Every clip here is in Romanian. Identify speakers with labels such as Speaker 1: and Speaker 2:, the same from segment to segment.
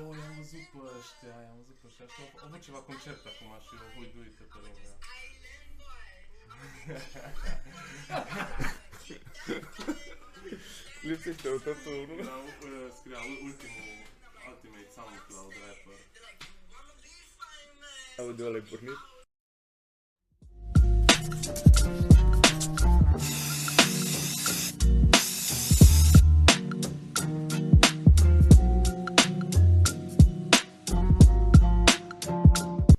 Speaker 1: văzut pe ăștia, i-am văzut pe ăștia. Ăștia Au avut ceva concert acum și eu huiduită pe lumea.
Speaker 2: Island boy.
Speaker 3: Lipsește o tot unul.
Speaker 1: Era, uh, scria ul- ultimul Ultimate SoundCloud rapper.
Speaker 3: Audio l-ai pornit?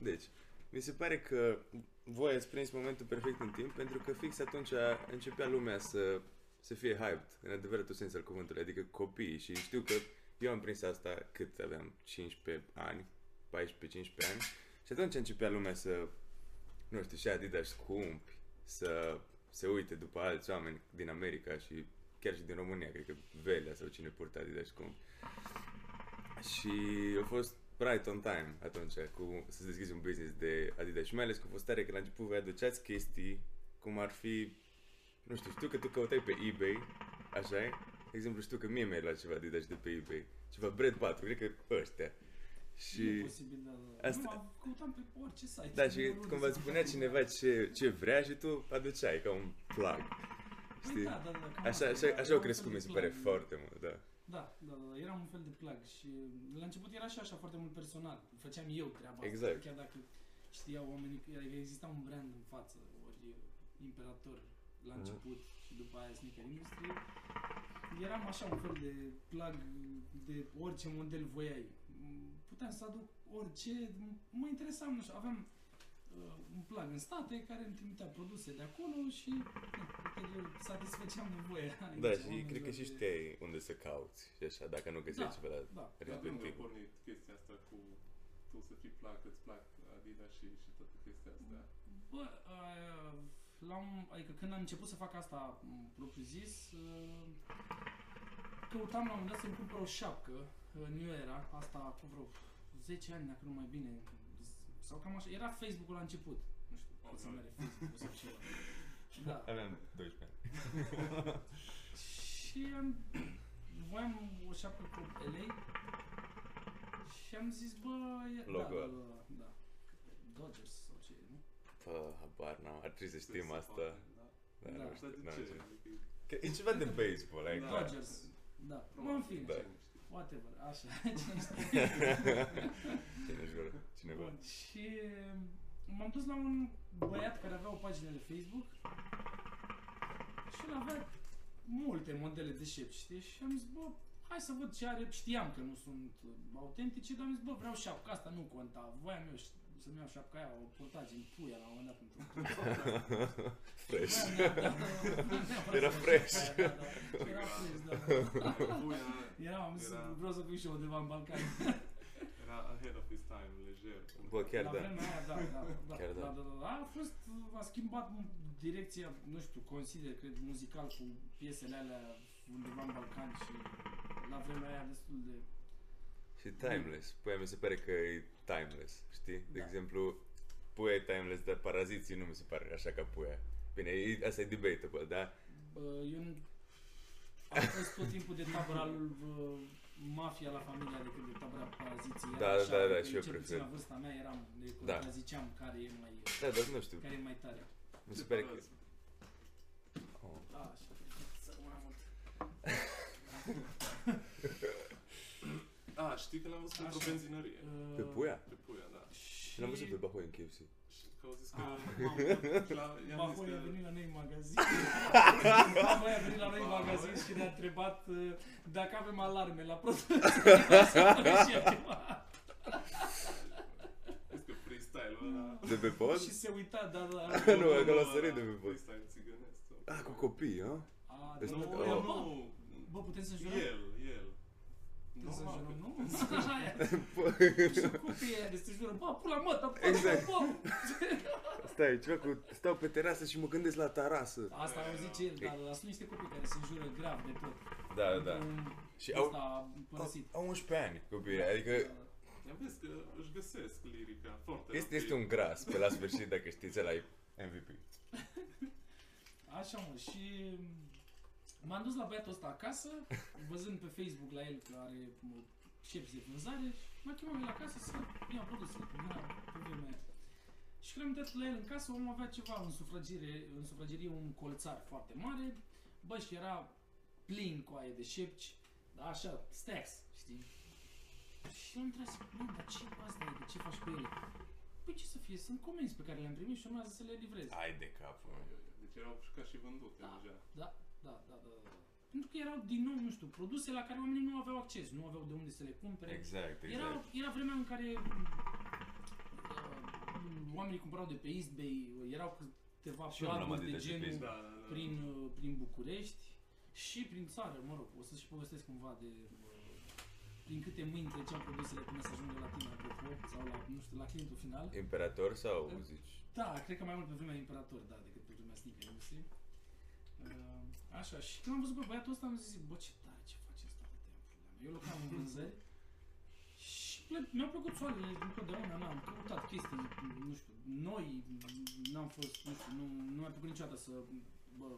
Speaker 3: Deci, mi se pare că voi ați prins momentul perfect în timp pentru că fix atunci începea lumea să, să fie hyped, în adevăratul sens al cuvântului, adică copiii și știu că eu am prins asta cât aveam 15 ani, 14-15 ani și atunci începea lumea să, nu știu, și Adidas scumpi, să se uite după alți oameni din America și chiar și din România, cred că Velea sau cine purta Adidas scumpi. Și a fost right on time atunci cu să deschizi un business de Adidas și mai ales că a fost tare că la început voi aduceați chestii cum ar fi, nu știu, știu că tu căutai pe eBay, așa e? De exemplu, știu că mie mi-ai luat ceva Adidas de pe eBay, ceva Bread 4, cred că ăștia.
Speaker 4: E
Speaker 3: Și...
Speaker 4: posibil, da, da, da.
Speaker 3: Asta-
Speaker 4: Nu, am- căutam pe orice site. Păi da,
Speaker 3: Da, și
Speaker 4: Numărul
Speaker 3: cumva
Speaker 4: de-
Speaker 3: spunea cineva ce, ce vrea și tu aduceai ca un plug.
Speaker 4: Păi
Speaker 3: știi?
Speaker 4: Da, da, da, cam
Speaker 3: Așa,
Speaker 4: asta
Speaker 3: așa,
Speaker 4: era,
Speaker 3: așa
Speaker 4: era
Speaker 3: au
Speaker 4: un
Speaker 3: crescut,
Speaker 4: fel
Speaker 3: mi
Speaker 4: de
Speaker 3: se pare
Speaker 4: plug.
Speaker 3: foarte mult, da.
Speaker 4: Da, da, da, da, era un fel de plug și la început era și așa foarte mult personal. Făceam eu treaba
Speaker 3: Exact.
Speaker 4: asta, chiar dacă știau oamenii că adică exista un brand în față, ori Imperator la
Speaker 3: Mhm.
Speaker 4: început și după aia Sneaker Industry. Eram așa un fel de plug de orice model voiai. M, Puteam să aduc orice, m- mă interesam, nu știu, aveam uh, un plug în state care îmi trimitea produse de acolo și na, ulterior satisfăceam nevoia.
Speaker 3: Da,
Speaker 4: Deci,
Speaker 3: și cred
Speaker 4: oamenilor
Speaker 3: că și
Speaker 4: de-
Speaker 3: știai unde să cauți și așa, dacă nu găseai
Speaker 4: Da.
Speaker 3: ceva la...
Speaker 4: Da,
Speaker 1: Dar de unde a
Speaker 3: Respectiv.
Speaker 1: pornit chestia asta cu tu să fii plac, îți plac Adidas și, și toată chestia asta?
Speaker 4: Bă, uh, la un, adică când am început să fac asta m, propriu-zis, uh, căutam la un moment dat să-mi cumpăr o șapcă, uh, New Era, asta cu vreo 10 ani, dacă nu mai bine, z- sau cam așa, era Facebook-ul la început, nu știu, cât să mere Facebook-ul sau ceva. Da.
Speaker 3: Aveam 12 ani.
Speaker 4: Și am, voiam o șapcă cu LA și am zis, bă, e, da,
Speaker 3: Logo.
Speaker 4: da, da, da, Dodgers sau ce, e, nu?
Speaker 3: Pă, habar n-am, ar trebui să știm
Speaker 1: Trebuie
Speaker 3: asta.
Speaker 1: poate, da.
Speaker 3: Da, nu
Speaker 4: Da.
Speaker 1: Dar
Speaker 3: știu,
Speaker 1: de
Speaker 3: n-am
Speaker 1: ce?
Speaker 3: înțeles.
Speaker 1: Adică,
Speaker 3: Că e ceva de baseball, ai
Speaker 1: Da.
Speaker 3: clar.
Speaker 4: Dodgers. Da, mă, în
Speaker 1: probabil,
Speaker 4: fine.
Speaker 1: de
Speaker 3: Exact. Da.
Speaker 1: ce nu știi?
Speaker 4: Whatever, așa, cine știe.
Speaker 3: Cine jură? Cineva.
Speaker 4: Bun, și m-am dus la un băiat care avea o pagină de Facebook și el avea multe modele de șep, știi? Și am zis, bă, hai să văd ce are. Știam că nu sunt uh, autentice, dar am zis, bă, vreau șapca asta, nu conta. Voiam eu ș- să-mi iau șapca aia, o portați în puia la un moment dat într-un
Speaker 3: Fresh.
Speaker 4: Da,
Speaker 3: Era
Speaker 4: Era
Speaker 3: fresh.
Speaker 4: Da, da, Era fresh, da.
Speaker 1: Puia
Speaker 4: Era, am zis,
Speaker 1: Era-
Speaker 4: vreau să fiu și eu undeva în Balcani.
Speaker 1: era ahead of his time, lejer.
Speaker 3: Bă, chiar
Speaker 4: la
Speaker 3: da.
Speaker 4: vremea aia, da, da, da,
Speaker 3: Chiar
Speaker 4: da,
Speaker 3: da.
Speaker 4: da, da, da, a fost, a schimbat direcția, nu știu, consider, cred, muzical cu piesele alea undeva în Balcan și la vremea aia destul de...
Speaker 3: Și timeless. Păi mi se pare că e timeless, știi? De
Speaker 4: Da.
Speaker 3: exemplu, puia e timeless, dar paraziții nu mi se pare așa ca puia. Bine, e- asta e debatable, da?
Speaker 4: Bă, eu nu... Am fost tot timpul de tabăra lui bă, mafia la familia decât de tabăra paraziții. Era
Speaker 3: Da, da, da,
Speaker 4: că
Speaker 3: și eu
Speaker 4: cel puțin
Speaker 3: prefer.
Speaker 4: la vârsta mea eram, de
Speaker 3: Da.
Speaker 4: contraziceam care e mai,
Speaker 3: Da, dar nu știu.
Speaker 4: care e mai tare.
Speaker 3: Mi se pare că... Oh.
Speaker 4: Da, Așa, să mai mult.
Speaker 1: A, Ah, știi că l-am văzut într-o
Speaker 4: Așa.
Speaker 1: benzinărie.
Speaker 3: Pe
Speaker 4: Uh,
Speaker 3: puia?
Speaker 1: Pe puia, da.
Speaker 4: Și...
Speaker 3: Și l-am văzut pe Bahoi în KFC.
Speaker 1: Și că au zis că...
Speaker 4: Ah, mamă,
Speaker 1: și la- i-am zis
Speaker 4: Bahoi a
Speaker 1: că...
Speaker 4: venit la noi în magazin. Bahoi a venit la noi în magazin și ne-a întrebat uh, dacă avem alarme la produs.
Speaker 1: Zis că freestyle-ul ăla...
Speaker 3: De pe pod?
Speaker 4: și se uita, da, da.
Speaker 3: Nu,
Speaker 1: Ăla-
Speaker 3: acolo a sărit de pe pod.
Speaker 1: Freestyle țigănesc. sau-
Speaker 3: Ah, cu copii, ha?
Speaker 4: A,
Speaker 3: Deci
Speaker 4: da,
Speaker 1: Nu,
Speaker 3: nu-
Speaker 4: bă,
Speaker 3: Oh.
Speaker 4: bă,
Speaker 1: nu.
Speaker 4: Bă, putem să jurăm?
Speaker 1: El, el.
Speaker 4: Putem să
Speaker 1: Normal că
Speaker 4: jurăm, nu?
Speaker 1: putem să-
Speaker 4: Și copiii aia de se jură, bă, pula mă, dar pula
Speaker 3: Exact.
Speaker 4: mă,
Speaker 3: Stai, ceva cu... Stau pe terasă și mă gândesc la tarasă.
Speaker 4: Asta au zis el, dar dar sunt niște copii care se jură grav de tot.
Speaker 3: Da, da. Și au...
Speaker 4: Asta a părăsit. Da.
Speaker 3: Au 11 ani copiii, adică
Speaker 1: Ia vezi că își găsesc lirica foarte
Speaker 3: este,
Speaker 1: rapid.
Speaker 3: este un gras pe la sfârșit dacă știți ăla e MVP.
Speaker 4: Așa mă, și m-am dus la băiatul ăsta acasă, văzând pe Facebook la el că are mă, șeps de vânzare și m-a chemat el acasă să iau produsele, cum era pe vremea aia. Și când am dat la el în casă, omul avea ceva în sufragere, în sufragerie, un colțar foarte mare, bă, și era plin cu aia de șepci, da, așa, stacks, știi? Și l-am întrebat, zic, "Bă, dar ce cu asta e, de ce faci cu ele? Păi ce să fie, sunt comenzi pe care le-am primit și urmează să le livrez.
Speaker 3: Ai de capul meu.
Speaker 1: Deci erau ca și vândute
Speaker 4: Da.
Speaker 1: deja.
Speaker 4: Da, da, da, da, da. Pentru că erau, din nou, nu știu, produse la care oamenii nu aveau acces, nu aveau de unde să le cumpere.
Speaker 3: Exact,
Speaker 4: Era,
Speaker 3: exact.
Speaker 4: era vremea în care uh, oamenii cumpărau de pe eBay, erau câteva
Speaker 3: Și eu am rămas
Speaker 4: planuri
Speaker 3: de
Speaker 4: de
Speaker 3: pe
Speaker 4: genul
Speaker 3: eBay.
Speaker 1: Da, da, da.
Speaker 4: prin, uh, prin București și prin țară, mă rog, o să și povestesc cumva de uh, prin câte mâini treceau produsele până să ajungă la tine, apropo, sau la, nu știu, la clientul final.
Speaker 3: Imperator sau zici?
Speaker 4: Da, cred că mai mult pe vremea Imperator, da, decât pe vremea Sneaker Industry. Uh, așa, și când am văzut pe băiatul ăsta, am zis, bă, ce tare, ce face asta, bă, te-am probleme. Eu lucram în vânzări și ple- mi-au plăcut soarele din totdeauna, n-am căutat chestii, nu știu, noi, n-am fost, nu știu, nu, nu mi-a plăcut niciodată să, bă,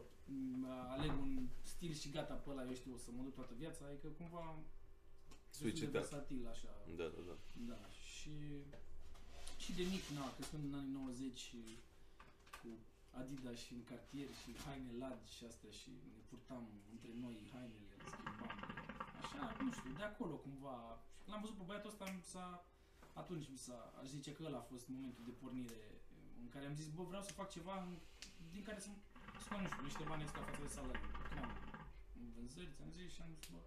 Speaker 4: m- aleg un stil și gata pe ăla, eu știu, o să mă duc toată viața, adică cumva destul de
Speaker 3: Suicidat.
Speaker 4: versatil, așa,
Speaker 3: Da, da, da.
Speaker 4: da, și, și de mic, na, crescând în anii 90 și cu Adidas și în cartier și haine largi și astea și ne purtam între noi hainele, le schimbam. Așa, nu știu, de acolo cumva. L-am văzut pe băiatul ăsta, mi s-a, atunci mi s-a, aș zice că ăla a fost momentul de pornire în care am zis, bă, vreau să fac ceva în, din care să scot, nu știu, niște bani extra față de salariu. Lucram în vânzări, ți-am zis și am zis, bă,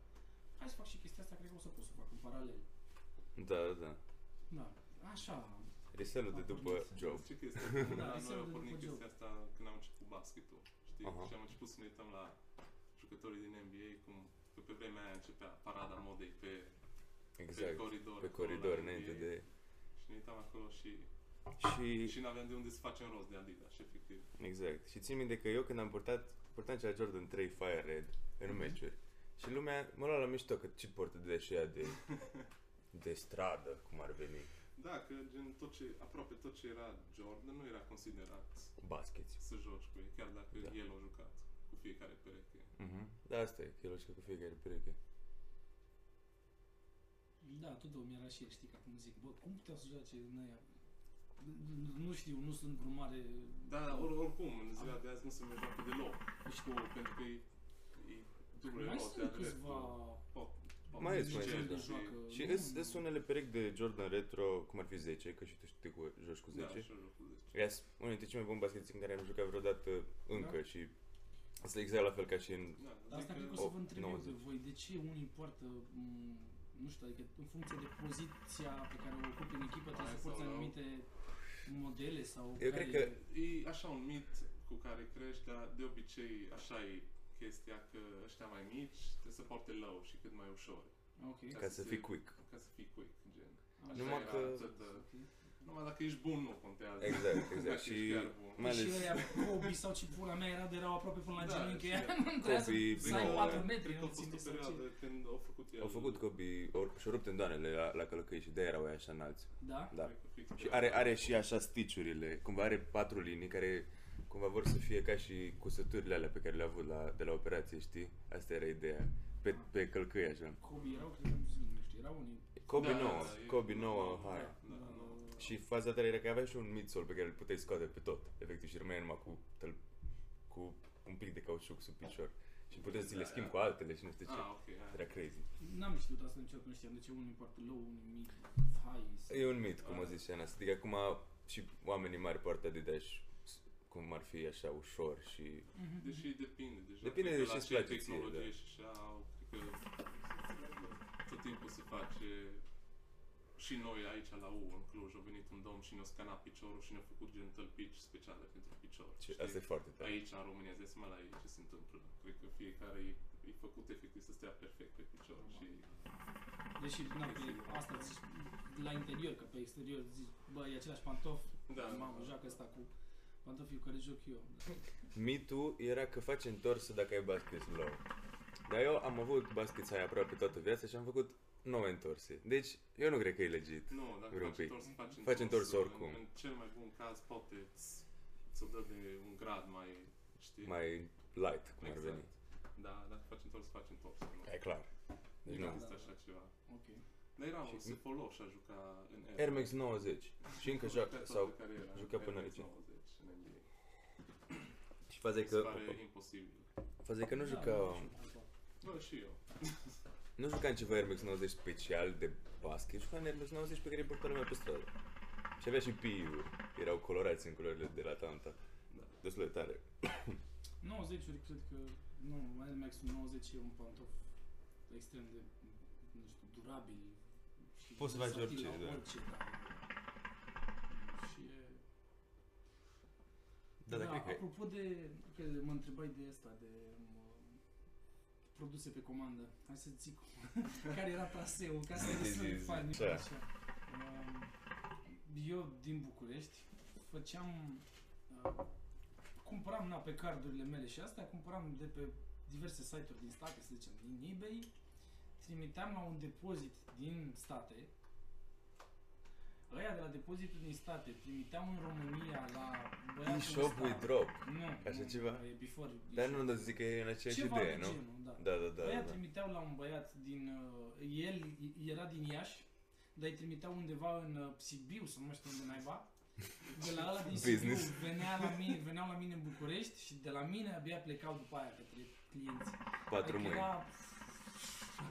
Speaker 4: hai să fac și chestia asta, cred că o să pot să o fac în paralel.
Speaker 3: Da, da, da.
Speaker 4: Da, așa.
Speaker 3: Reselul de după job.
Speaker 1: Ce chestie? Cum
Speaker 4: Da,
Speaker 1: la
Speaker 4: mi se
Speaker 1: noi a
Speaker 4: vede
Speaker 1: pornit
Speaker 4: după job.
Speaker 1: chestia asta când am început basketul. Știi?
Speaker 3: Aha.
Speaker 1: Și am început să ne uităm la jucătorii din NBA, cum că pe vremea aia începea parada modei pe, pe
Speaker 3: Exact.
Speaker 1: coridor.
Speaker 3: Pe
Speaker 1: acolo la
Speaker 3: coridor,
Speaker 1: NBA.
Speaker 3: înainte de...
Speaker 1: Și ne uitam acolo și,
Speaker 3: Și...
Speaker 1: și nu aveam de unde să facem rost de Adidas, efectiv.
Speaker 3: Exact. Și țin minte că eu când am purtat... Purtam cea Jordan 3 Fire Red în
Speaker 4: Mhm.
Speaker 3: meciuri. Și lumea mă lua la mișto că ce portă de așa de... De stradă, cum ar veni.
Speaker 1: Da, că gen tot ce, aproape tot ce era Jordan nu era considerat
Speaker 3: Bascheți.
Speaker 1: să joci cu el, chiar dacă
Speaker 3: Da.
Speaker 1: el a jucat cu fiecare pereche.
Speaker 3: Mhm. Da, asta e, că el o știe cu fiecare pereche.
Speaker 4: Da, tot mi era și el, știi, ca cum zic, bă, cum puteau să joace în aia? Nu știu, nu sunt un mare...
Speaker 1: Da, or, oricum, în ziua de azi nu se mai joacă deloc. Deci cu, pentru că e, e dublu
Speaker 4: Mai
Speaker 1: erot de-a
Speaker 4: sunt
Speaker 1: dreptul.
Speaker 4: câțiva...
Speaker 1: Pop- pop-
Speaker 3: Mai sunt, mai
Speaker 1: gen
Speaker 3: sunt,
Speaker 1: de
Speaker 3: da.
Speaker 1: joacă.
Speaker 3: Și
Speaker 4: nu-
Speaker 3: îs îs unele perechi de Jordan Retro, cum ar fi 10, că și tu știi cu, joci cu
Speaker 1: Da,
Speaker 3: 10.
Speaker 1: și jocul deci.
Speaker 3: Era unul dintre cei mai buni basketiști în care am jucat vreodată încă
Speaker 4: Da.
Speaker 3: și asta e exact la fel ca și în...
Speaker 1: Da,
Speaker 4: Dar asta
Speaker 1: zic
Speaker 4: cred că o
Speaker 1: că
Speaker 4: să
Speaker 3: opt,
Speaker 4: vă întreb eu pe
Speaker 3: 90.
Speaker 4: voi, de ce unii poartă, m, nu știu, adică în funcție de poziția pe care o ocupi în echipă, trebuie
Speaker 1: Hai
Speaker 4: să porți
Speaker 1: sau la-
Speaker 4: anumite modele sau...
Speaker 3: Eu
Speaker 4: care-
Speaker 3: cred că-
Speaker 1: e așa un mit cu care crești, dar de obicei așa e chestia că ăștia mai mici trebuie să poarte low și cât mai ușor.
Speaker 4: Ok.
Speaker 3: Ca să fii quick.
Speaker 1: Ca să fii quick, gen.
Speaker 4: Așa.
Speaker 3: Numai
Speaker 1: era
Speaker 3: că-
Speaker 1: atât de- Numai dacă ești bun nu contează.
Speaker 3: Exact,
Speaker 1: Dacă
Speaker 3: exact.
Speaker 1: ești
Speaker 3: și
Speaker 1: chiar bun.
Speaker 3: mai
Speaker 4: și
Speaker 3: ales
Speaker 4: Deci ăia Kobe sau ce pula mea era de erau aproape până la
Speaker 1: Da,
Speaker 4: genunchi,
Speaker 1: și-
Speaker 4: aia nu trebuia să,
Speaker 3: Kobe,
Speaker 4: să Exact. ai
Speaker 3: bine,
Speaker 4: 4
Speaker 3: ăla-
Speaker 4: metri,
Speaker 1: Cred că
Speaker 4: nu
Speaker 1: a fost
Speaker 4: ține
Speaker 1: o
Speaker 4: sau ce.
Speaker 1: perioadă când au făcut el.
Speaker 3: au făcut da. Kobe, or, și-au rupt îndoanele la, la călcâi și de-aia erau aia așa înalți.
Speaker 4: Da?
Speaker 3: Da.
Speaker 1: Cred că fix
Speaker 3: Și
Speaker 1: pe
Speaker 3: are,
Speaker 1: asta.
Speaker 3: are și așa sticiurile, cumva are patru linii care cumva vor să fie ca și cusăturile alea pe care le-a avut la, de la operație, știi? Asta era ideea. Pe, pe călcâi așa.
Speaker 4: Kobe erau, cred că nu știu, nu știu, erau unii. uh,
Speaker 3: Kobe
Speaker 1: Da, da,
Speaker 3: 9,
Speaker 1: e-
Speaker 3: Kobe 9, hai.
Speaker 1: Da, nu.
Speaker 3: Și faza tare era că avea și un midsole pe care îl puteai scoate pe tot, efectiv, și rămâne numai cu, tăl- cu un pic de cauciuc sub picior. Și puteai să ți le
Speaker 1: Da,
Speaker 3: schimbi
Speaker 1: da.
Speaker 3: cu altele și nu știu ce.
Speaker 1: Ah, ok, hai.
Speaker 3: Era crazy.
Speaker 4: N-am știut asta niciodată, nu știam de ce unii poartă low, unii mid, high. sau-
Speaker 3: E un mit, cum o
Speaker 1: Ah.
Speaker 3: zice Ana. Adică acum și oamenii mari poartă Adidas cum ar fi așa ușor și...
Speaker 4: Mhm.
Speaker 1: Deși depinde, deja.
Speaker 3: Depinde
Speaker 1: cred că
Speaker 3: de
Speaker 1: la
Speaker 3: ce-ți place ție,
Speaker 1: tehnologie
Speaker 3: da.
Speaker 1: și așa, au- cred că tot timpul se face și noi aici la U, în Cluj, a venit un domn și ne-a scanat piciorul și ne-a făcut gen tălpici speciale pentru picior.
Speaker 3: ce
Speaker 1: știi? Păi-
Speaker 3: asta e foarte tare.
Speaker 1: Aici, în România, îți dai seama la ei ce se întâmplă. Cred că fiecare e, e făcut efectiv să stea perfect pe picior și...
Speaker 4: Deși, na, pe asta zici la interior, că pe exterior zici, bă, e același pantof,
Speaker 1: Da,
Speaker 4: mamă, joacă asta cu pantofii cu care joc eu.
Speaker 3: Mitul era că faci întorsă dacă ai basket low. Dar eu am avut basket aia aproape toată viața și am făcut 9 întorse. Deci, eu nu cred că e legit.
Speaker 1: Nu, dacă
Speaker 3: Vreau
Speaker 1: faci
Speaker 3: un pic.
Speaker 1: întors, faci întors.
Speaker 3: Faci întors oricum.
Speaker 1: În, în cel mai bun caz, poate ți- ți-o dă de un grad mai, știi?
Speaker 3: Mai light, cum ar
Speaker 1: Exact.
Speaker 3: veni.
Speaker 1: Da, dacă faci întors, faci întors. Nu?
Speaker 3: E clar. Deci
Speaker 1: Nu
Speaker 3: nu.
Speaker 1: există așa ceva.
Speaker 4: Ok.
Speaker 1: Dar era un
Speaker 3: Și-
Speaker 1: Sefolov și a jucat în Air
Speaker 3: Air Max 90 și încă joacă
Speaker 1: Toată
Speaker 3: sau
Speaker 1: cariera,
Speaker 3: juca până
Speaker 1: Air Max
Speaker 3: aici.
Speaker 1: 90 în NBA.
Speaker 3: și faza e
Speaker 1: Mi Se
Speaker 3: că
Speaker 1: pare imposibil.
Speaker 3: faza e că nu uh,
Speaker 4: Da,
Speaker 3: juca
Speaker 4: nu.
Speaker 1: Bă, și eu.
Speaker 3: nu juca în ceva Air Max 90 special de basket, juca în Air Max 90 pe care îi purta lumea pe stradă. Și avea și piu erau colorați în culorile de la tanta.
Speaker 1: Da.
Speaker 3: Destul de tare.
Speaker 4: 90-uri cred că, nu, Air Max 90 e un pantof extrem de, nu știu, durabil. și
Speaker 3: Poți să faci
Speaker 4: versatil
Speaker 3: orice,
Speaker 4: la
Speaker 3: da.
Speaker 4: orice da. Și e...
Speaker 3: Da, da, cred că
Speaker 4: apropo de, că mă întrebai de asta, de mă, produse pe comandă, hai să zic care era traseul, ca să nu
Speaker 3: Zi, zi,
Speaker 4: sunt
Speaker 3: zi.
Speaker 4: fani.
Speaker 3: Da.
Speaker 4: Așa. Um, Eu din București făceam, uh, cumpăram na, pe cardurile mele și astea, cumpăram de pe diverse site-uri din state, să zicem, din eBay, trimiteam la un depozit din state, Ăia de la depozitul din state trimiteam în România la băiatul
Speaker 3: E-shop
Speaker 4: ăsta.
Speaker 3: with drop.
Speaker 4: Nu,
Speaker 3: Așa
Speaker 4: nu,
Speaker 3: ceva?
Speaker 4: e before.
Speaker 3: Dar
Speaker 4: e
Speaker 3: nu, dar zic că e în aceeași
Speaker 4: ceva
Speaker 3: idee,
Speaker 4: de
Speaker 3: nu?
Speaker 4: genul, da.
Speaker 3: Da, da, da,
Speaker 4: Aia
Speaker 3: da.
Speaker 4: trimiteau la un băiat din... uh, el i- era din Iași, dar îi trimiteau undeva în uh, Sibiu, să nu mai știu unde naiba. De la ăla din Sibiu
Speaker 3: Business.
Speaker 4: venea la mine, veneau la mine în București și de la mine abia plecau după aia către clienți.
Speaker 3: Patru
Speaker 4: Adică
Speaker 3: mâini.
Speaker 4: Era...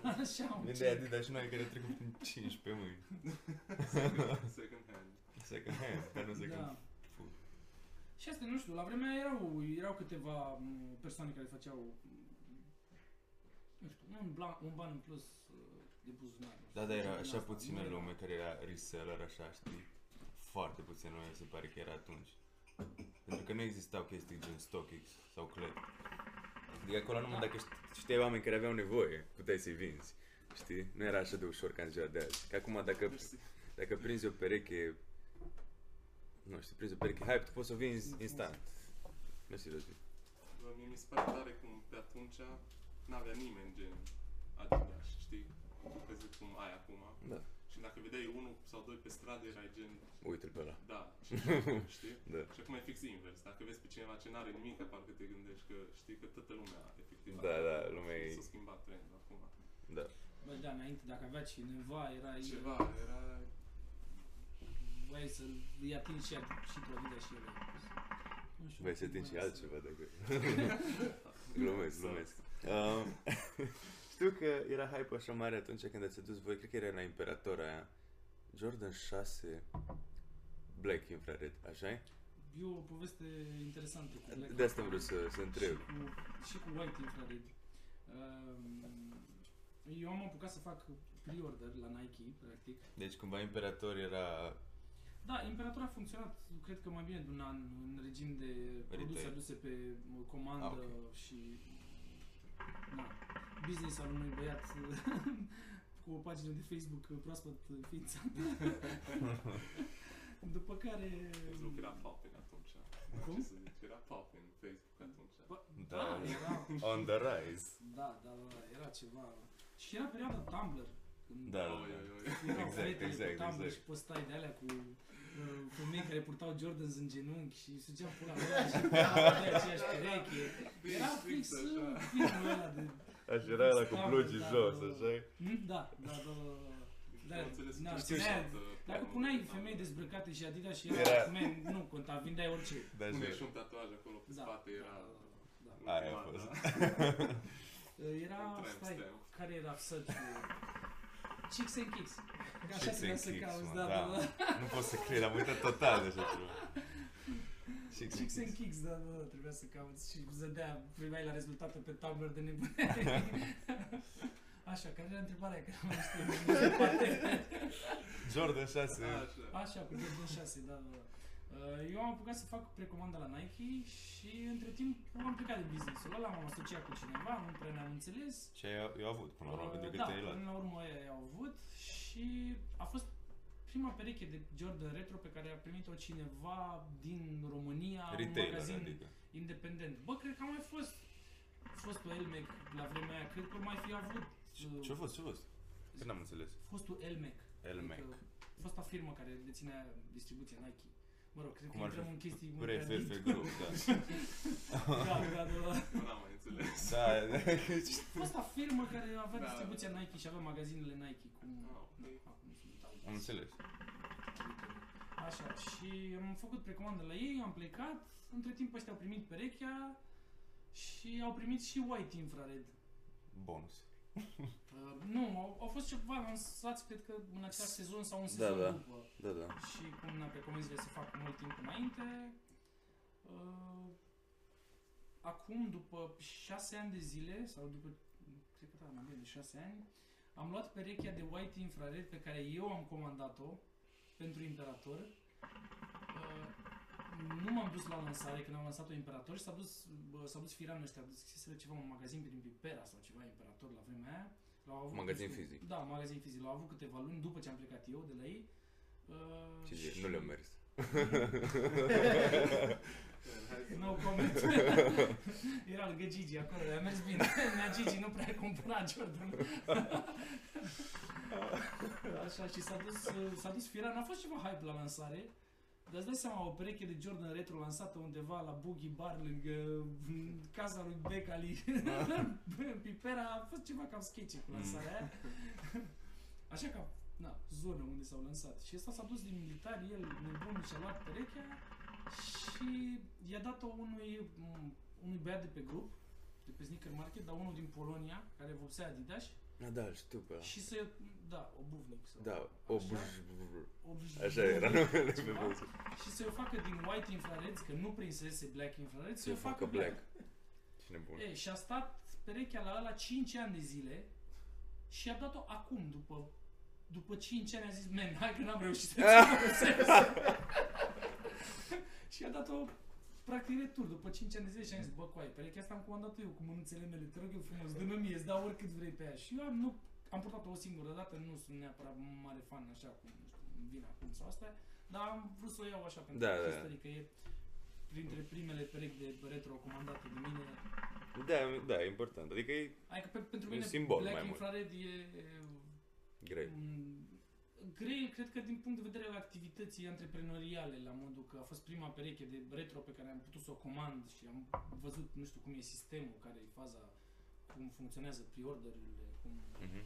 Speaker 4: Așa, un
Speaker 3: Vinde Adidas și noi care trec prin 15 mâini.
Speaker 1: Second hand.
Speaker 3: Second hand, dar nu second
Speaker 4: Da.
Speaker 3: full.
Speaker 4: Și asta, nu știu, la vremea erau, erau câteva m, persoane care făceau, m, nu știu, un, blan, un ban în plus uh, de buzunar. nu știu,
Speaker 3: Da, da, era
Speaker 4: din
Speaker 3: așa
Speaker 4: asta. Nu
Speaker 3: puțină
Speaker 4: era-
Speaker 3: lume care era reseller, așa, știi? Foarte puțină lume, se pare că era atunci. Pentru că nu existau chestii gen StockX sau Clet. Adică acolo
Speaker 4: Da.
Speaker 3: numai dacă ști- știai oameni care aveau nevoie, puteai să-i vinzi. Știi? Nu era așa de ușor ca în ziua de azi. Că acum dacă,
Speaker 4: Deci
Speaker 1: Mersi.
Speaker 3: dacă prinzi o pereche, nu știu, prinzi o pereche hype, tu poți să o vinzi instant. Mersi, Răzbun.
Speaker 1: Bă, mie mi se pare tare cum pe atunci n-avea nimeni gen Adidas, știi? Vezi cum ai acum.
Speaker 3: Da.
Speaker 1: Și dacă vedeai unul sau doi pe stradă, erai gen,
Speaker 3: Uite-l pe ăla.
Speaker 1: da, ce fac, știi?
Speaker 3: Da.
Speaker 1: Și acum e fix invers. Dacă vezi pe cineva ce n-are nimic, parcă te gândești că știi că toată lumea efectiv
Speaker 3: Da,
Speaker 1: are.
Speaker 3: da, lumea e-
Speaker 1: S-a schimbat trendul acum.
Speaker 3: Da.
Speaker 4: Bă, da, înainte, dacă avea cineva, era
Speaker 1: Ceva era...
Speaker 4: Voi să îi atingi și, și tu la și el. Nu știu.
Speaker 3: Vrei să
Speaker 4: cum
Speaker 3: atingi și
Speaker 4: era
Speaker 3: altceva dacă...
Speaker 4: Da.
Speaker 3: Glumesc, glumesc. Uh, știu că era hype așa mare atunci când ați adus voi, cred că era la Imperator aia, Jordan 6 Black Infrared, așa e?
Speaker 4: E o poveste interesantă. cu Black
Speaker 3: De asta
Speaker 4: Lives
Speaker 3: vreau să, să întreb.
Speaker 4: Și cu, și cu White Infrared. Um, eu am apucat să fac pre-order la Nike, practic.
Speaker 3: Deci cumva Imperator era...
Speaker 4: Da, Imperator a funcționat, cred că mai bine de un an, în regim de produse
Speaker 3: Retail.
Speaker 4: aduse pe uh, comandă
Speaker 3: Ah, ok.
Speaker 4: și na, business al unui băiat cu o pagină de Facebook uh, proaspăt înființată. După care...
Speaker 1: Pentru că era Popin atunci.
Speaker 4: Cum?
Speaker 1: Ce să zic, era Popin Facebook atunci.
Speaker 4: Bă,
Speaker 3: Da.
Speaker 4: da, era
Speaker 3: On the rise.
Speaker 4: Da, da, da, da, era ceva. Și era perioada Tumblr. Când
Speaker 3: Da, da,
Speaker 1: Oi,
Speaker 3: da.
Speaker 1: oi, oi.
Speaker 4: Erau
Speaker 3: Exact,
Speaker 4: fetele
Speaker 3: exact,
Speaker 4: pe Tumblr
Speaker 3: exact.
Speaker 4: și postai de alea cu uh, femei care purtau Jordans în genunchi și sugeam pula mea și de aceeași pereche.
Speaker 3: Păi
Speaker 4: Era fix
Speaker 1: fix
Speaker 4: uh,
Speaker 1: așa.
Speaker 4: filmul ăla de...
Speaker 3: Așa era la cu
Speaker 4: Da,
Speaker 3: blugii
Speaker 4: da,
Speaker 3: jos,
Speaker 4: da.
Speaker 3: așa e?
Speaker 4: Hmm? Da, da, da, da, da. Da,
Speaker 1: Am înțeles
Speaker 4: da,
Speaker 1: că
Speaker 4: știu
Speaker 1: știu
Speaker 4: și-
Speaker 1: toată
Speaker 4: Dacă
Speaker 1: planul.
Speaker 4: puneai femei dezbrăcate și Adidas și
Speaker 3: Era-
Speaker 4: era, man, nu conta, vindeai orice.
Speaker 3: Da, așa
Speaker 1: Pune
Speaker 3: e.
Speaker 1: și un tatuaj acolo pe
Speaker 4: Da,
Speaker 1: spate,
Speaker 4: da,
Speaker 1: era...
Speaker 4: da, da.
Speaker 3: Aia a
Speaker 1: ultima,
Speaker 3: fost.
Speaker 1: da.
Speaker 4: Era,
Speaker 1: Un timestamp.
Speaker 4: stai, care era search Chicks and Kicks. Așa
Speaker 3: Chicks
Speaker 4: trebuia
Speaker 3: and
Speaker 4: să
Speaker 3: Kicks,
Speaker 4: cauți,
Speaker 3: mă,
Speaker 4: da,
Speaker 3: da.
Speaker 4: da, da.
Speaker 3: Nu pot să cred, am uitat total de așa ceva. Chicks and
Speaker 4: Chicks and
Speaker 3: Kicks.
Speaker 4: Kicks, da, da, da, trebuia să cauți și zădea, primeai la rezultate pe Tumblr de nebune. Așa, care era întrebarea care am știu în parte?
Speaker 3: Jordan
Speaker 4: Da.
Speaker 3: 6.
Speaker 1: Așa.
Speaker 4: Așa, cu Jordan 6, da, da, da. Uh, Eu am apucat să fac precomanda la Nike și între timp am plecat de business-ul ăla, m-am asociat cu cineva, nu prea ne-am înțeles
Speaker 3: Ce eu, eu avut până la urmă, adică
Speaker 4: Uh,
Speaker 3: pentru că
Speaker 4: da,
Speaker 3: te-ai luat.
Speaker 4: până la urmă ei au avut și a fost prima pereche de Jordan Retro pe care a primit-o cineva din România, un
Speaker 3: Retailer,
Speaker 4: magazin
Speaker 3: adică.
Speaker 4: independent. Bă, cred că a mai fost, a fost o Elmec la vremea aia, cred că mai fi avut uh,
Speaker 3: Ce-a fost, ce-a fost? Că n-am înțeles.
Speaker 4: fostul Elmec.
Speaker 3: Elmec.
Speaker 4: Adică fosta firmă care deținea distribuția Nike. Mă rog, cred că
Speaker 2: Cum ar fi?
Speaker 4: intrăm în chestii mult prea
Speaker 2: Refer
Speaker 4: mici.
Speaker 2: pe grup, da.
Speaker 4: Da, da, da.
Speaker 1: Nu am mai înțeles.
Speaker 2: Da, da.
Speaker 4: Asta firmă care avea
Speaker 1: Da.
Speaker 4: distribuția Nike și avea magazinele Nike cu...
Speaker 1: Ah, ok.
Speaker 4: Acum sunt alții.
Speaker 2: Am înțeles.
Speaker 4: Așa, și am făcut precomandă la ei, am plecat, între timp ăștia au primit perechea și au primit și white infrared.
Speaker 2: Bonus.
Speaker 4: Uh, nu, au, au fost ceva lansați, cred că în același sezon sau un
Speaker 3: Da,
Speaker 4: sezon
Speaker 3: da.
Speaker 4: după.
Speaker 3: Da, da.
Speaker 4: Și cum na, precomenzile se fac cu mult timp înainte. Uh, acum, după 6 ani de zile, sau după, cred că da, mai bine de 6 ani, am luat perechea de white infrared pe care eu am comandat-o pentru Imperator. Uh, nu m-am dus la lansare când am lansat-o Imperator și s-a dus, bă, s-a dus firanul ăsta, deschiseră ceva un magazin prin Pipera sau ceva Imperator la vremea aia. L-au avut
Speaker 3: Magazin
Speaker 4: câteva-
Speaker 3: fizic.
Speaker 4: Da, magazin fizic. L-au avut câteva luni după ce am plecat eu de la ei. Uh,
Speaker 3: Ce zici, nu le-a mers.
Speaker 4: No comment. Era lângă Gigi acolo, a mers bine. Nea Gigi nu prea cumpăra Jordan. Așa, și s-a dus, uh, s-a dus firan. A fost ceva hype la lansare. Dar îți dai seama, o pereche de Jordan retro lansată undeva la Boogie Bar lângă mm, casa lui Becali, în Pipera, a fost ceva cam sketchy cu lansarea aia. Așa ca, na, zonă unde s-au lansat. Și ăsta s-a dus din militar, el nebun și-a luat perechea și i-a dat-o unui, mm, unui băiat de pe grup, de pe Sneaker Market, dar unul din Polonia, care vopsea Adidas
Speaker 3: Da, da, știu pe ăla.
Speaker 4: și se, da, obuvnic sau...
Speaker 3: Da, o
Speaker 4: Așa.
Speaker 3: brj- brj-
Speaker 4: obuvnic.
Speaker 3: brj- Așa era numele pe
Speaker 4: Ceva?
Speaker 3: băuță.
Speaker 4: Și să o facă din white infrared, că nu prinsese black infrared, să
Speaker 3: Să
Speaker 4: o
Speaker 3: facă black. Ce nebun.
Speaker 4: E, și a stat perechea la ăla 5 ani de zile și a dat-o acum, după, după 5 ani a zis, man, hai că n-am reușit să Și a dat-o practic retur după 5 ani de zile și am zis, bă, coaie, perechea asta am comandat eu cu mânuțele mele, te rog eu frumos, dă-mi mie, îți dau oricât vrei pe ea. Și eu am, nu, am purtat-o o singură dată, nu sunt neapărat mare fan așa cum, nu știu, îmi vine acum sau asta, dar am vrut să o iau așa pentru
Speaker 3: Da, da, da.
Speaker 4: history, că e printre primele perechi de retro comandate de mine,
Speaker 3: Da, da, e important. Adică e
Speaker 4: Adică pe, pentru
Speaker 3: Un
Speaker 4: mine
Speaker 3: simbol
Speaker 4: Black
Speaker 3: mai mult.
Speaker 4: Infrared e, e
Speaker 3: greu.
Speaker 4: un- grei, cred că din punct de vedere al activității antreprenoriale, la modul că a fost prima pereche de retro pe care am putut să o comand și am văzut, nu știu cum e sistemul, care e faza, cum funcționează pre-orderurile, cum...
Speaker 3: Mhm.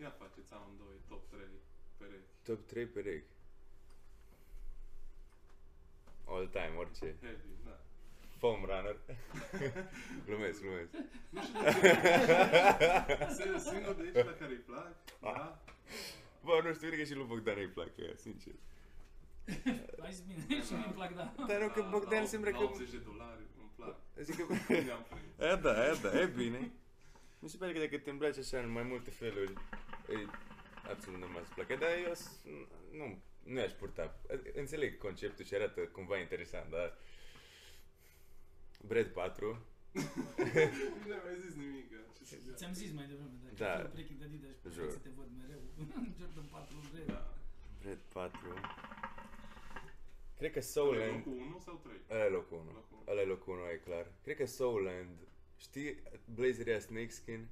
Speaker 1: Ia faceți amândoi top 3 perechi.
Speaker 3: Top 3 perechi. All time, orice.
Speaker 1: Heavy, da.
Speaker 3: Foam runner. glumesc, glumesc.
Speaker 1: Nu știu de ce. Serios, Singurul de aici la care îi plac,
Speaker 3: Ah.
Speaker 1: da?
Speaker 3: Bă, nu știu, cred că și lui Bogdan îi plac, eh, sincer.
Speaker 4: Ai zis bine și mi-mi plac, da.
Speaker 3: Dar rog că
Speaker 1: La-
Speaker 3: Bogdan
Speaker 1: la-
Speaker 3: sembra
Speaker 1: la
Speaker 3: că...
Speaker 1: 80 de dolari, îmi plac.
Speaker 3: Zic că...
Speaker 1: Mi-am prins.
Speaker 3: E da, e da, e bine. Mi se pare că dacă te îmbraci așa în mai multe feluri, e absolut normal să placă, dar eu s- nu, nu i-aș purta. Înțeleg conceptul și arată cumva interesant, dar... Bread 4,
Speaker 1: Nu mi-ai mai zis nimic. Ce să zic?
Speaker 4: Ți-am zis mai devreme, dacă
Speaker 3: Da.
Speaker 4: da. pereche de Adidas,
Speaker 3: Jur.
Speaker 4: să te văd mereu. Jordan 4 greu. Da.
Speaker 1: Da.
Speaker 3: Bread 4... Cred că
Speaker 1: Pe
Speaker 3: Soulland...
Speaker 1: Locul 1 sau 3?
Speaker 3: Ăla e locul 1.
Speaker 1: Locul unu.
Speaker 3: Ăla e locul 1, e clar. Cred că Soulland... Știi blazeria Snakeskin?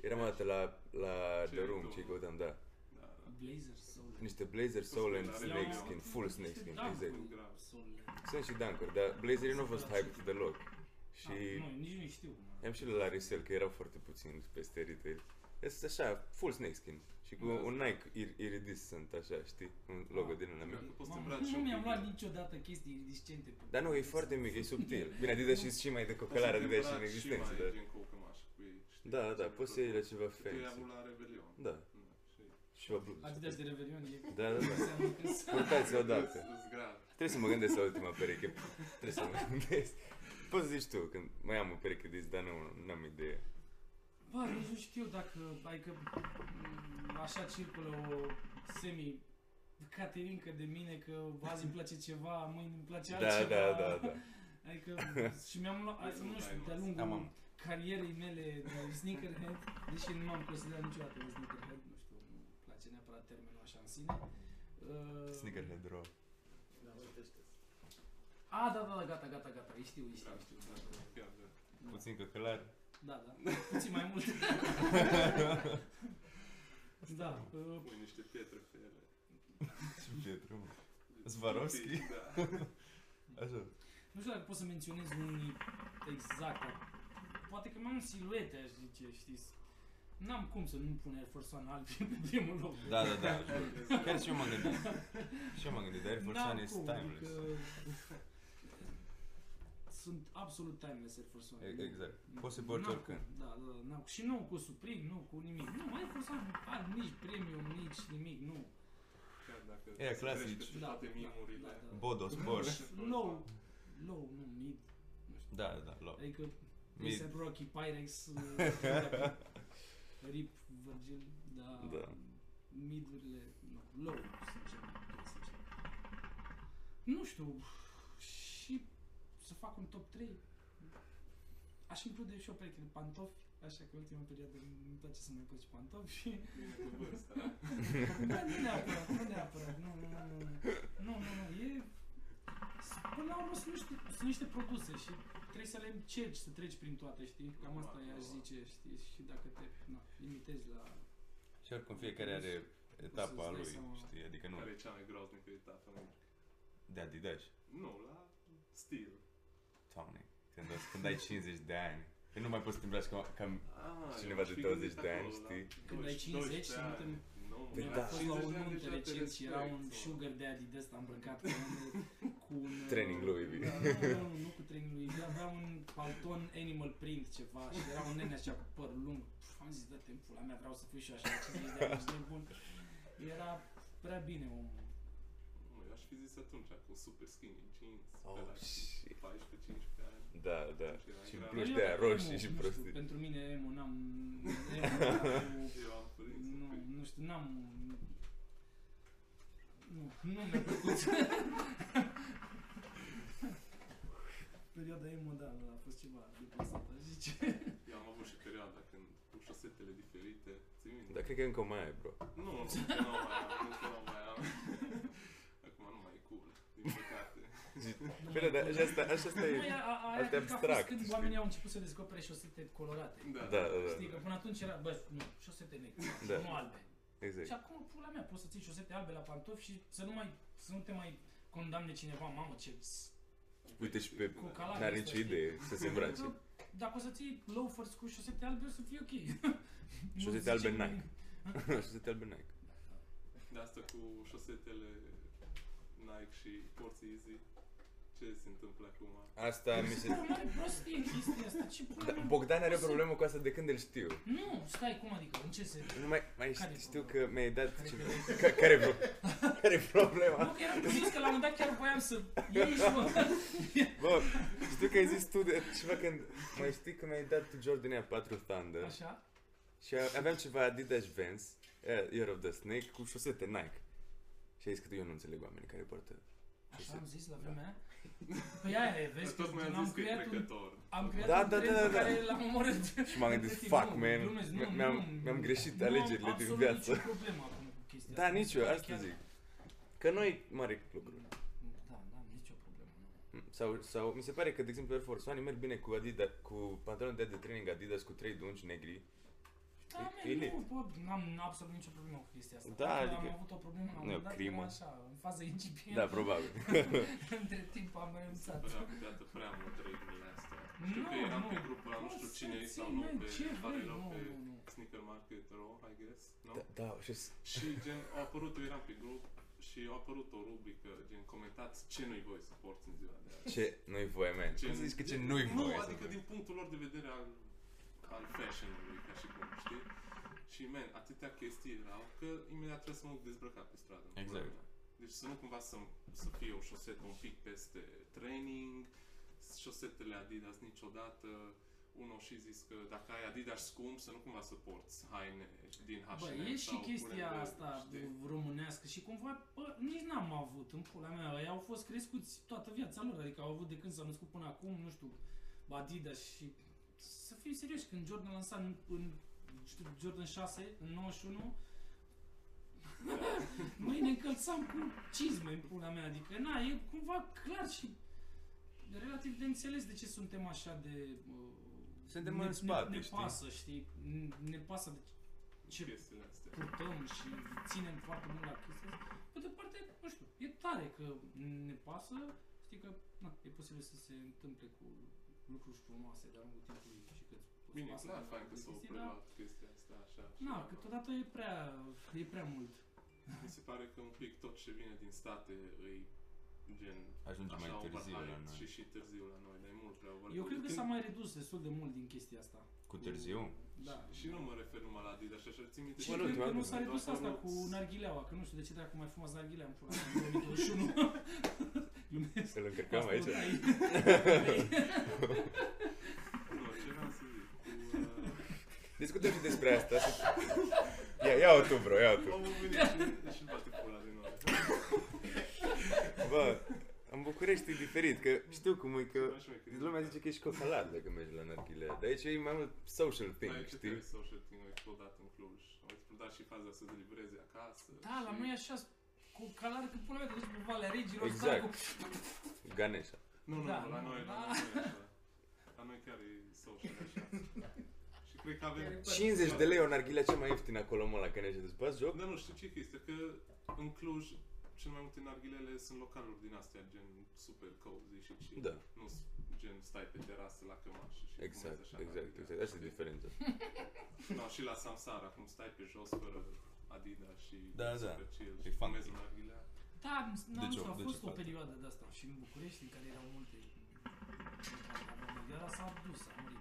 Speaker 3: Eram odată la, la
Speaker 1: Ce
Speaker 3: The Room,
Speaker 1: două.
Speaker 3: Da. ce căutam, da.
Speaker 1: Da, da.
Speaker 4: Blazer Soul.
Speaker 3: Niște blazer Soulland
Speaker 1: Sunt
Speaker 4: Iau-
Speaker 3: snake skin, full snake skin,
Speaker 4: Da,
Speaker 3: exact.
Speaker 4: full Soul.
Speaker 3: Sunt și dancuri, dar blazerii nu au fost hyped deloc. Și
Speaker 4: Ah, nu, nici nu știu cum arată.
Speaker 3: am și la resell, că erau foarte puțini peste retail. Este așa, full snake skin. Și cu un Nike ir- iridescent, așa, știi? Un logo din ăla mic.
Speaker 1: Dacă poți să
Speaker 4: Mamă,
Speaker 1: îmbraci
Speaker 4: nu
Speaker 1: un
Speaker 4: mi-am
Speaker 1: pic.
Speaker 4: luat niciodată chestii iridescente. pe-
Speaker 3: Dar nu, e foarte mic, e subtil. Bine, Adidas și și mai de
Speaker 1: Poți să
Speaker 3: cocălar,
Speaker 1: te
Speaker 3: Adidas și în
Speaker 1: îmbraci
Speaker 3: existență,
Speaker 1: mai
Speaker 3: dar...
Speaker 1: gen cu o cămașă, cu ei, știi?
Speaker 3: Da, da, da, poți să iei la ceva
Speaker 1: Că Tu ai
Speaker 3: fancy.
Speaker 1: avut la Rebelion.
Speaker 3: Da,
Speaker 1: Da, și-
Speaker 3: și o bluză.
Speaker 4: Adidas de Revelion e...
Speaker 3: Da, da, da.
Speaker 4: Înseamnă că
Speaker 3: Purtați-o odată.
Speaker 1: Da, Îți- da, îți grav.
Speaker 3: Trebuie să mă gândesc la ultima pereche. Trebuie să mă gândesc. Poți să zici tu, când mai am o pereche de zi, dar nu am idee.
Speaker 4: Bă, nici nu știu dacă... Adică... m, Așa circulă o semi caterincă de mine că azi îmi place ceva, mâine îmi place
Speaker 3: Da,
Speaker 4: altceva.
Speaker 3: da, da, da.
Speaker 4: Adică și mi-am luat, adică, nu știu, de-a lungul
Speaker 2: Am, am.
Speaker 4: carierei mele de sneakerhead, deși nu m-am considerat niciodată un sneakerhead, nu știu, nu-mi place neapărat termenul așa în sine. Uh,
Speaker 3: Sneakerhead raw.
Speaker 4: A, da, da, da, gata, gata, gata, îi știu, îi știu,
Speaker 1: Da,
Speaker 4: îi știu. Da, da, da.
Speaker 1: Chiar da.
Speaker 2: Puțin căcălar.
Speaker 4: Da, da, puțin mai mult. da, uh, Da,
Speaker 1: Pui niște pietre pe ele.
Speaker 2: Și pietră, mă.
Speaker 1: E
Speaker 2: Zvarovski.
Speaker 1: Da.
Speaker 2: Așa.
Speaker 4: Nu știu dacă pot să menționez unii exact, dar poate că mai am siluete, aș zice, știți. N-am cum să nu pun Air Force One albi pe primul loc.
Speaker 2: Da, da, da. Chiar și eu m-am gândit. Și eu m-am gândit, dar Air Force
Speaker 4: N-am
Speaker 2: One is
Speaker 4: cum,
Speaker 2: timeless.
Speaker 4: adică- Sunt absolut timeless Air Force One.
Speaker 2: E- Exact. Poți să porți
Speaker 4: N-am
Speaker 2: oricând.
Speaker 4: cum, Da, da, da. n-am- Și nu cu Supreme, nu cu nimic. Nu, Air Force One alb, nici premium, nici nimic, nu.
Speaker 1: Chiar dacă
Speaker 2: Ea,
Speaker 1: se
Speaker 2: clasici.
Speaker 1: trece peste
Speaker 4: Da,
Speaker 1: toate
Speaker 4: da,
Speaker 1: mimurile.
Speaker 4: da, da.
Speaker 2: Bodos, Porsche.
Speaker 4: Low, low, nu mid. Nu știu.
Speaker 2: Da, da, lua.
Speaker 4: Adică
Speaker 2: Mid.
Speaker 4: ASAP Rocky, Pyrex, uh, Rip, Virgil, da,
Speaker 3: Da.
Speaker 4: midurile, nu, low sunt cele mai bune, sincer. Nu știu, și să fac un top 3, aș include și o pereche de pantofi, așa că ultima perioadă îmi place să mai păci pantofi și...
Speaker 1: Bine cu vârsta. da.
Speaker 4: Da, nu neapărat, nu neapărat, nu, nu, nu, nu, nu, nu, nu, e... Până la urmă sunt niște, sunt niște produse și trebuie să le încerci, să treci prin toate, știi? Cam asta i-aș zice, știi? Și dacă te na, limitezi la...
Speaker 2: Și oricum fiecare are etapa
Speaker 4: dai
Speaker 2: lui,
Speaker 4: seama.
Speaker 2: știi, adică nu.
Speaker 1: Care e cea mai groaznică etapă? în America?
Speaker 2: De Adidas.
Speaker 1: Nu, la stil.
Speaker 2: Doamne, când, o- când ai 50 de ani. Că nu mai poți să te îmbraci ca, ca
Speaker 1: Ah,
Speaker 2: Cineva
Speaker 1: eu
Speaker 2: de
Speaker 1: m-aș fi
Speaker 2: 20
Speaker 1: gândit
Speaker 2: de ani,
Speaker 1: acolo, la
Speaker 2: știi?
Speaker 4: Când ai
Speaker 1: 12
Speaker 4: 50 și nu
Speaker 1: ani.
Speaker 4: te...
Speaker 1: Nu,
Speaker 3: Păi
Speaker 1: la
Speaker 4: Am
Speaker 3: da.
Speaker 4: fost
Speaker 1: 50
Speaker 4: la
Speaker 1: de
Speaker 4: o
Speaker 1: ani
Speaker 4: nuntă
Speaker 1: deja te
Speaker 4: recent și era un
Speaker 1: respecti, mă.
Speaker 4: sugar daddy de ăsta îmbrăcat cu un... Cu un
Speaker 3: Training Louis V.
Speaker 4: Da, nu, nu, nu cu training lui, avea un palton animal print ceva și era un nene așa cu păr lung. Pf, am zis, dă-te în pula mea, vreau să fiu și eu așa, 50 de ani, ești nebun. Era prea bine omul.
Speaker 1: Nu, eu aș fi zis atunci, cu super skinny jeans,
Speaker 3: Oh,
Speaker 1: pe la
Speaker 3: shit.
Speaker 1: 14-15 ani.
Speaker 3: Da, da.
Speaker 1: atunci era
Speaker 3: Și
Speaker 1: grav.
Speaker 3: plus
Speaker 4: Păi Eu
Speaker 3: de aia
Speaker 4: eram
Speaker 3: roșii
Speaker 4: emo,
Speaker 3: și
Speaker 4: nu știu,
Speaker 3: prostii.
Speaker 4: Pentru mine emo n-am... emo,
Speaker 1: Deci Eu am prins.
Speaker 4: nu,
Speaker 1: Nu.
Speaker 4: nu știu, n-am... Nu, nu mi-a plăcut. Perioada emo, da, a fost ceva deplasată, aș zice.
Speaker 1: Eu am avut și perioada când cu șosetele diferite, ții minte?
Speaker 3: Dar cred că încă mai ai, bro.
Speaker 1: Nu, nu, nu mai am, nu, nu mai am. Acum nu mai e cool, din păcate.
Speaker 3: Păi da, dar așa asta, așa asta
Speaker 4: Mai
Speaker 3: e.
Speaker 4: a, a,
Speaker 3: asta e
Speaker 4: aia cred că a fost
Speaker 3: abstract,
Speaker 4: când
Speaker 3: știi?
Speaker 4: oamenii au început să descopere șosete colorate.
Speaker 1: Da,
Speaker 3: Da, da,
Speaker 4: Știi că
Speaker 3: da.
Speaker 4: până atunci era, bă, nu, șosete negre,
Speaker 3: Da.
Speaker 4: nu albe. Și
Speaker 3: Exact.
Speaker 4: acum, pula mea, poți să ții șosete albe la pantofi și să nu, mai, să nu te mai condamne cineva, mamă, ce
Speaker 3: Uite și pe...
Speaker 4: Cu calapul
Speaker 3: N-are
Speaker 4: ăsta,
Speaker 3: nicio
Speaker 4: știi?
Speaker 3: idee să se îmbrace.
Speaker 4: Că Dacă o să ții loafers cu șosete albe, o să fie ok. Nu
Speaker 3: Șosete
Speaker 4: zice
Speaker 3: albe
Speaker 4: nimeni.
Speaker 3: Nike. Șosete albe Nike.
Speaker 1: De asta cu șosetele Nike și porții Easy, ce se întâmplă acum?
Speaker 3: Asta mi
Speaker 4: Sunt
Speaker 3: se...
Speaker 4: o mare prostie chestia asta. Ce pula
Speaker 3: Da,
Speaker 4: mea?
Speaker 3: Bogdan are o problemă cu asta de când îl știu.
Speaker 4: Nu, stai, cum adică? În ce se...
Speaker 3: Nu mai, mai
Speaker 4: Care-i
Speaker 3: știu
Speaker 4: problema?
Speaker 3: că mi-ai dat
Speaker 4: Care-i
Speaker 3: ceva. Ca- Care-i pro- care-i
Speaker 4: Nu,
Speaker 3: problema?
Speaker 4: că eram curios că la un moment dat chiar voiam să iei și mă...
Speaker 3: Bă, știu că ai zis tu de ceva când... Mai știi că mi-ai dat tu Jordan Air 4 Thunder
Speaker 4: Așa?
Speaker 3: și aveam ceva Adidas Vans, Air of the Snake, cu șosete Nike. Și ai zis că eu nu înțeleg oamenii care poartă
Speaker 4: Așa am zis la vremea aia? Păi aia e, vezi că
Speaker 1: Tot mai am
Speaker 4: am
Speaker 1: zis că e
Speaker 4: creat un...
Speaker 1: trecător.
Speaker 4: Am creat
Speaker 3: Da,
Speaker 4: un
Speaker 3: da,
Speaker 4: trend
Speaker 3: da,
Speaker 4: pe
Speaker 3: da.
Speaker 4: care l-am omorât.
Speaker 3: Și m-am gândit,
Speaker 4: Efectiv,
Speaker 3: fuck,
Speaker 4: nu,
Speaker 3: man,
Speaker 4: glumesc, nu,
Speaker 3: mi-am,
Speaker 4: nu.
Speaker 3: mi-am greșit
Speaker 4: Nu am
Speaker 3: alegerile din
Speaker 4: absolut
Speaker 3: viață.
Speaker 4: nicio problemă acum cu chestia
Speaker 3: Da,
Speaker 4: asta. Mi se
Speaker 3: nicio,
Speaker 4: pare
Speaker 3: asta
Speaker 4: chiar-
Speaker 3: zic. Că nu e mare lucru.
Speaker 4: Da, n-am nicio problemă. nu.
Speaker 3: Sau, sau mi se pare că, de exemplu, Air Force One merg bine cu Adidas, cu pantaloni de, de training Adidas cu trei dungi negri.
Speaker 4: Da,
Speaker 3: E- e
Speaker 4: man,
Speaker 3: lit.
Speaker 4: nu, bă, n-am absolut nicio problemă cu chestia asta.
Speaker 3: Da,
Speaker 4: Adică
Speaker 3: adică-
Speaker 4: Am avut o problemă la un
Speaker 3: Nu e o
Speaker 4: moment dat,
Speaker 3: crimă.
Speaker 4: era așa, în fază incipientă.
Speaker 3: Da, probabil.
Speaker 4: Între timp am renunțat.
Speaker 1: Părea că dată prea mult regulile astea. Știu
Speaker 4: Exact. Nu,
Speaker 1: că eram
Speaker 4: nu.
Speaker 1: pe grupul ăla, nu știu
Speaker 4: Poți
Speaker 1: cine
Speaker 4: să
Speaker 1: e sau
Speaker 4: ții,
Speaker 1: nu,
Speaker 4: man,
Speaker 1: pe
Speaker 4: ce
Speaker 1: care
Speaker 4: vrei,
Speaker 1: erau
Speaker 4: nu,
Speaker 1: pe
Speaker 4: nu, nu.
Speaker 1: Sneaker Market Raw, I guess, nu?
Speaker 3: Da, da, și
Speaker 1: Și gen, au apărut, eu eram pe grup și a apărut o rubrică, gen, comentați ce nu-i voi să porți în ziua de azi.
Speaker 3: ce nu-i voie, man. Cum să zici că ce nu-i
Speaker 1: Nu,
Speaker 3: voie?
Speaker 1: adică din punctul lor de vedere al, al fashion-ului, ca și cum, știi? Și, man, atâtea chestii erau că imediat trebuie să mă duc dezbrăcat pe stradă. în
Speaker 2: Exact.
Speaker 1: pula mea. Deci să nu cumva să, să fie o șosetă un pic peste training, șosetele Adidas niciodată, unul și zis că dacă ai Adidas scump, să nu cumva să porți haine din H&M
Speaker 4: Bă, e și
Speaker 1: sau
Speaker 4: chestia
Speaker 1: pulele,
Speaker 4: asta
Speaker 1: știi?
Speaker 4: românească și cumva, bă, nici n-am avut în pula mea. Ei au fost crescuți toată viața lor, adică au avut de când s-au născut până acum, nu știu, Adidas și... Să fim serioși, când Jordan lansa în, în știu, Jordan 6, în 91, Măi, ne încălțam cu cizme în pula mea, adică na, e cumva clar și relativ de înțeles de ce suntem așa de... Uh,
Speaker 2: Suntem
Speaker 4: ne,
Speaker 2: în spate,
Speaker 4: ne, ne
Speaker 2: știi?
Speaker 4: pasă, știi? Ne, ne pasă de ce
Speaker 1: Chestiile astea.
Speaker 4: purtăm și ținem foarte mult la chestia asta. Pe de parte, nu știu, e tare că ne pasă, știi că na, e posibil să se întâmple cu lucruri frumoase de-a lungul timpului și că îți
Speaker 1: Bine,
Speaker 4: pasă
Speaker 1: da,
Speaker 4: de
Speaker 1: fain că s-a
Speaker 4: chestii, dar-
Speaker 1: preluat chestia asta așa. și
Speaker 4: Na,
Speaker 1: la-
Speaker 4: câteodată e prea, e prea mult.
Speaker 1: Mi se pare că un pic tot ce vine din state îi gen
Speaker 2: Ajunge mai
Speaker 1: așa
Speaker 2: târziu la
Speaker 1: overhyped și
Speaker 2: noi.
Speaker 1: și târziu la noi, dar e mult prea
Speaker 4: Eu cred că
Speaker 1: overhyped.
Speaker 4: s-a mai redus destul de mult din chestia asta.
Speaker 2: Cu târziu?
Speaker 4: Da.
Speaker 1: Și nu mă refer numai la Adidas, așa țin minte
Speaker 4: Și
Speaker 3: Bă, nu,
Speaker 4: cred că
Speaker 3: doamne,
Speaker 4: nu s-a redus
Speaker 1: doamne.
Speaker 4: asta cu narghileaua, că nu știu de ce dacă mai fumați narghilea în pula mea, în 2021. Glumesc.
Speaker 3: Îl Ah, încărcam aici.
Speaker 4: Asta
Speaker 1: Nu, ce vreau să zic? Cu, uh,
Speaker 3: Discutăm și despre asta. Ia, ia-o tu, bro, ia-o tu.
Speaker 1: Omul vine și- și bate pula de noi.
Speaker 3: Bă, în București e diferit, că știu cum e, că
Speaker 1: Mai șmecherie.
Speaker 3: lumea zice că ești cocalat dacă mergi la narghile. Dar aici e mai mult social
Speaker 1: Mai
Speaker 3: thing,
Speaker 1: ce tare
Speaker 3: știi?
Speaker 1: social thing a explodat în Cluj. Au explodat și faza să te livrezi acasă.
Speaker 4: Da, la
Speaker 1: și-
Speaker 4: noi e așa cu calare că pula mea te duci pe Valea Regilor,
Speaker 3: Exact.
Speaker 4: exact. cu...
Speaker 3: Ganesha.
Speaker 1: Nu, nu,
Speaker 4: Da,
Speaker 1: nu, la
Speaker 4: nu,
Speaker 1: noi, la
Speaker 4: la-
Speaker 1: noi nu e așa. La noi chiar e social așa. Și cred că avem...
Speaker 4: Chiar e
Speaker 3: 50 de lei o narghilea cea mai ieftină acolo, mă, la Ganesha. Deci, bați joc?
Speaker 1: Dar nu știu ce chestie, că în Cluj cel mai multe narghilele sunt localuri din astea, gen super cozy și chill.
Speaker 3: Da.
Speaker 1: Nu s- gen stai pe terasă la cămașă și fumezi
Speaker 3: Exact,
Speaker 1: așa
Speaker 3: exact,
Speaker 1: narghilea.
Speaker 3: exact. Asta e
Speaker 1: Știi?
Speaker 3: diferența.
Speaker 1: No, și la Samsara, cum stai pe jos fără Adidas și
Speaker 2: Da,
Speaker 1: super
Speaker 2: da.
Speaker 1: chill
Speaker 2: E
Speaker 1: și
Speaker 2: fun.
Speaker 1: fumezi un narghilea.
Speaker 4: Da, n- n-
Speaker 2: De
Speaker 4: nu
Speaker 2: ce-
Speaker 4: știu, a
Speaker 2: de ce
Speaker 4: fost o
Speaker 2: fac?
Speaker 4: perioadă de asta și în București în care erau multe... Era s-a dus, a murit.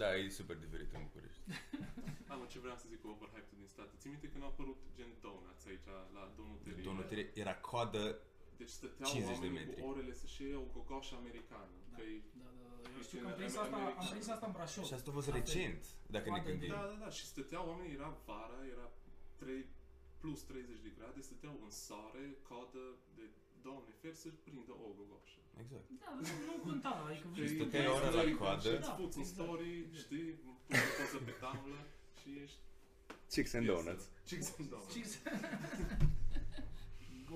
Speaker 2: Da, e super diferit în București.
Speaker 1: Da, mă, ce vreau să zic cu overhype din state. Ții minte când au apărut gen donuts aici, la
Speaker 3: Deci
Speaker 1: donuterie?
Speaker 2: Donutere era coadă,
Speaker 1: Deci stăteau
Speaker 2: 50 de
Speaker 1: oamenii
Speaker 2: metri.
Speaker 1: cu orele să-și iei o gogoșă americană.
Speaker 4: Da.
Speaker 1: Că e...
Speaker 4: Da, da, da, eu
Speaker 1: Deci
Speaker 4: știu că am
Speaker 1: era
Speaker 4: prins asta, am
Speaker 1: american.
Speaker 4: prins asta în Brașov.
Speaker 2: și asta a fost
Speaker 4: Asta e.
Speaker 2: recent, dacă ne
Speaker 4: Coadă,
Speaker 2: gândim.
Speaker 1: Da, da, da. Și stăteau oamenii, era vara, era 3, plus 30 de grade, stăteau în soare, codă de doamne fer să prindă o gogoșă.
Speaker 2: Exact.
Speaker 4: Da, dar nu, nu conta, adică
Speaker 1: Și
Speaker 4: vezi,
Speaker 2: stăteai
Speaker 4: tu-
Speaker 2: o oră la coadă.
Speaker 1: Îți
Speaker 4: Da,
Speaker 1: puți în
Speaker 4: exact.
Speaker 1: story, știi, pui o poză pe tablă și ești...
Speaker 3: Chicks and Donuts.
Speaker 1: Chicks and donuts.
Speaker 4: Ce să-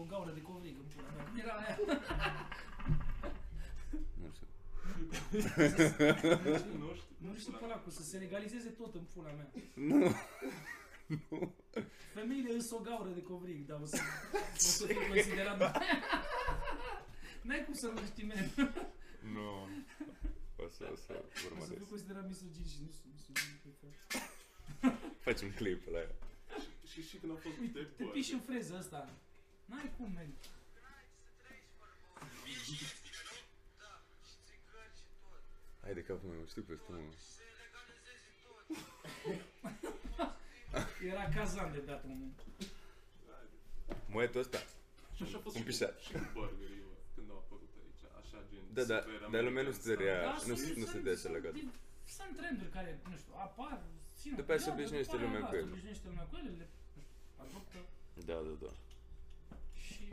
Speaker 4: O gaură de covrig în pula mea, cum era aia?
Speaker 3: Nu știu.
Speaker 4: Deci,
Speaker 1: Nu știu.
Speaker 4: Nu știu pe ăla cu să se legalizeze tot în pula mea.
Speaker 3: Nu.
Speaker 4: Femeile îs o gaură de covrig, dar o să, o să fie considerat... N-ai cum să nu știi mine,
Speaker 2: Nu.
Speaker 3: O să, o să
Speaker 4: o să fiu
Speaker 3: urmăresc.
Speaker 4: considerat misogin și nu sunt misogin. cred că.
Speaker 3: Facem clip la ea.
Speaker 1: Și și când a fost
Speaker 4: Uite,
Speaker 1: Dead
Speaker 4: te
Speaker 1: Bird.
Speaker 4: piși în freză asta. N-ai cum, man.
Speaker 3: Hai de capul meu, știu pe ăsta, mă.
Speaker 4: Era cazan de dat un
Speaker 3: Moetul ăsta.
Speaker 1: Și așa a fost
Speaker 3: Un
Speaker 1: și
Speaker 3: pisat.
Speaker 1: cu- și cu burgerii, bă, când au apărut aici, așa gen
Speaker 3: Da, da,
Speaker 1: super
Speaker 3: dar lumea nu
Speaker 1: american
Speaker 3: se zărea.
Speaker 1: style.
Speaker 3: Da, nu se- nu se dea așa legat.
Speaker 4: Sunt trenduri care, nu știu, apar, țin o
Speaker 3: După aia se
Speaker 4: perioadă,
Speaker 3: obișnuiește
Speaker 4: după aia,
Speaker 3: lumea
Speaker 4: da,
Speaker 3: cu
Speaker 4: se
Speaker 3: ele.
Speaker 4: obișnuiește lumea cu ele, le nu știu, adoptă
Speaker 3: Da, da, da.
Speaker 4: și...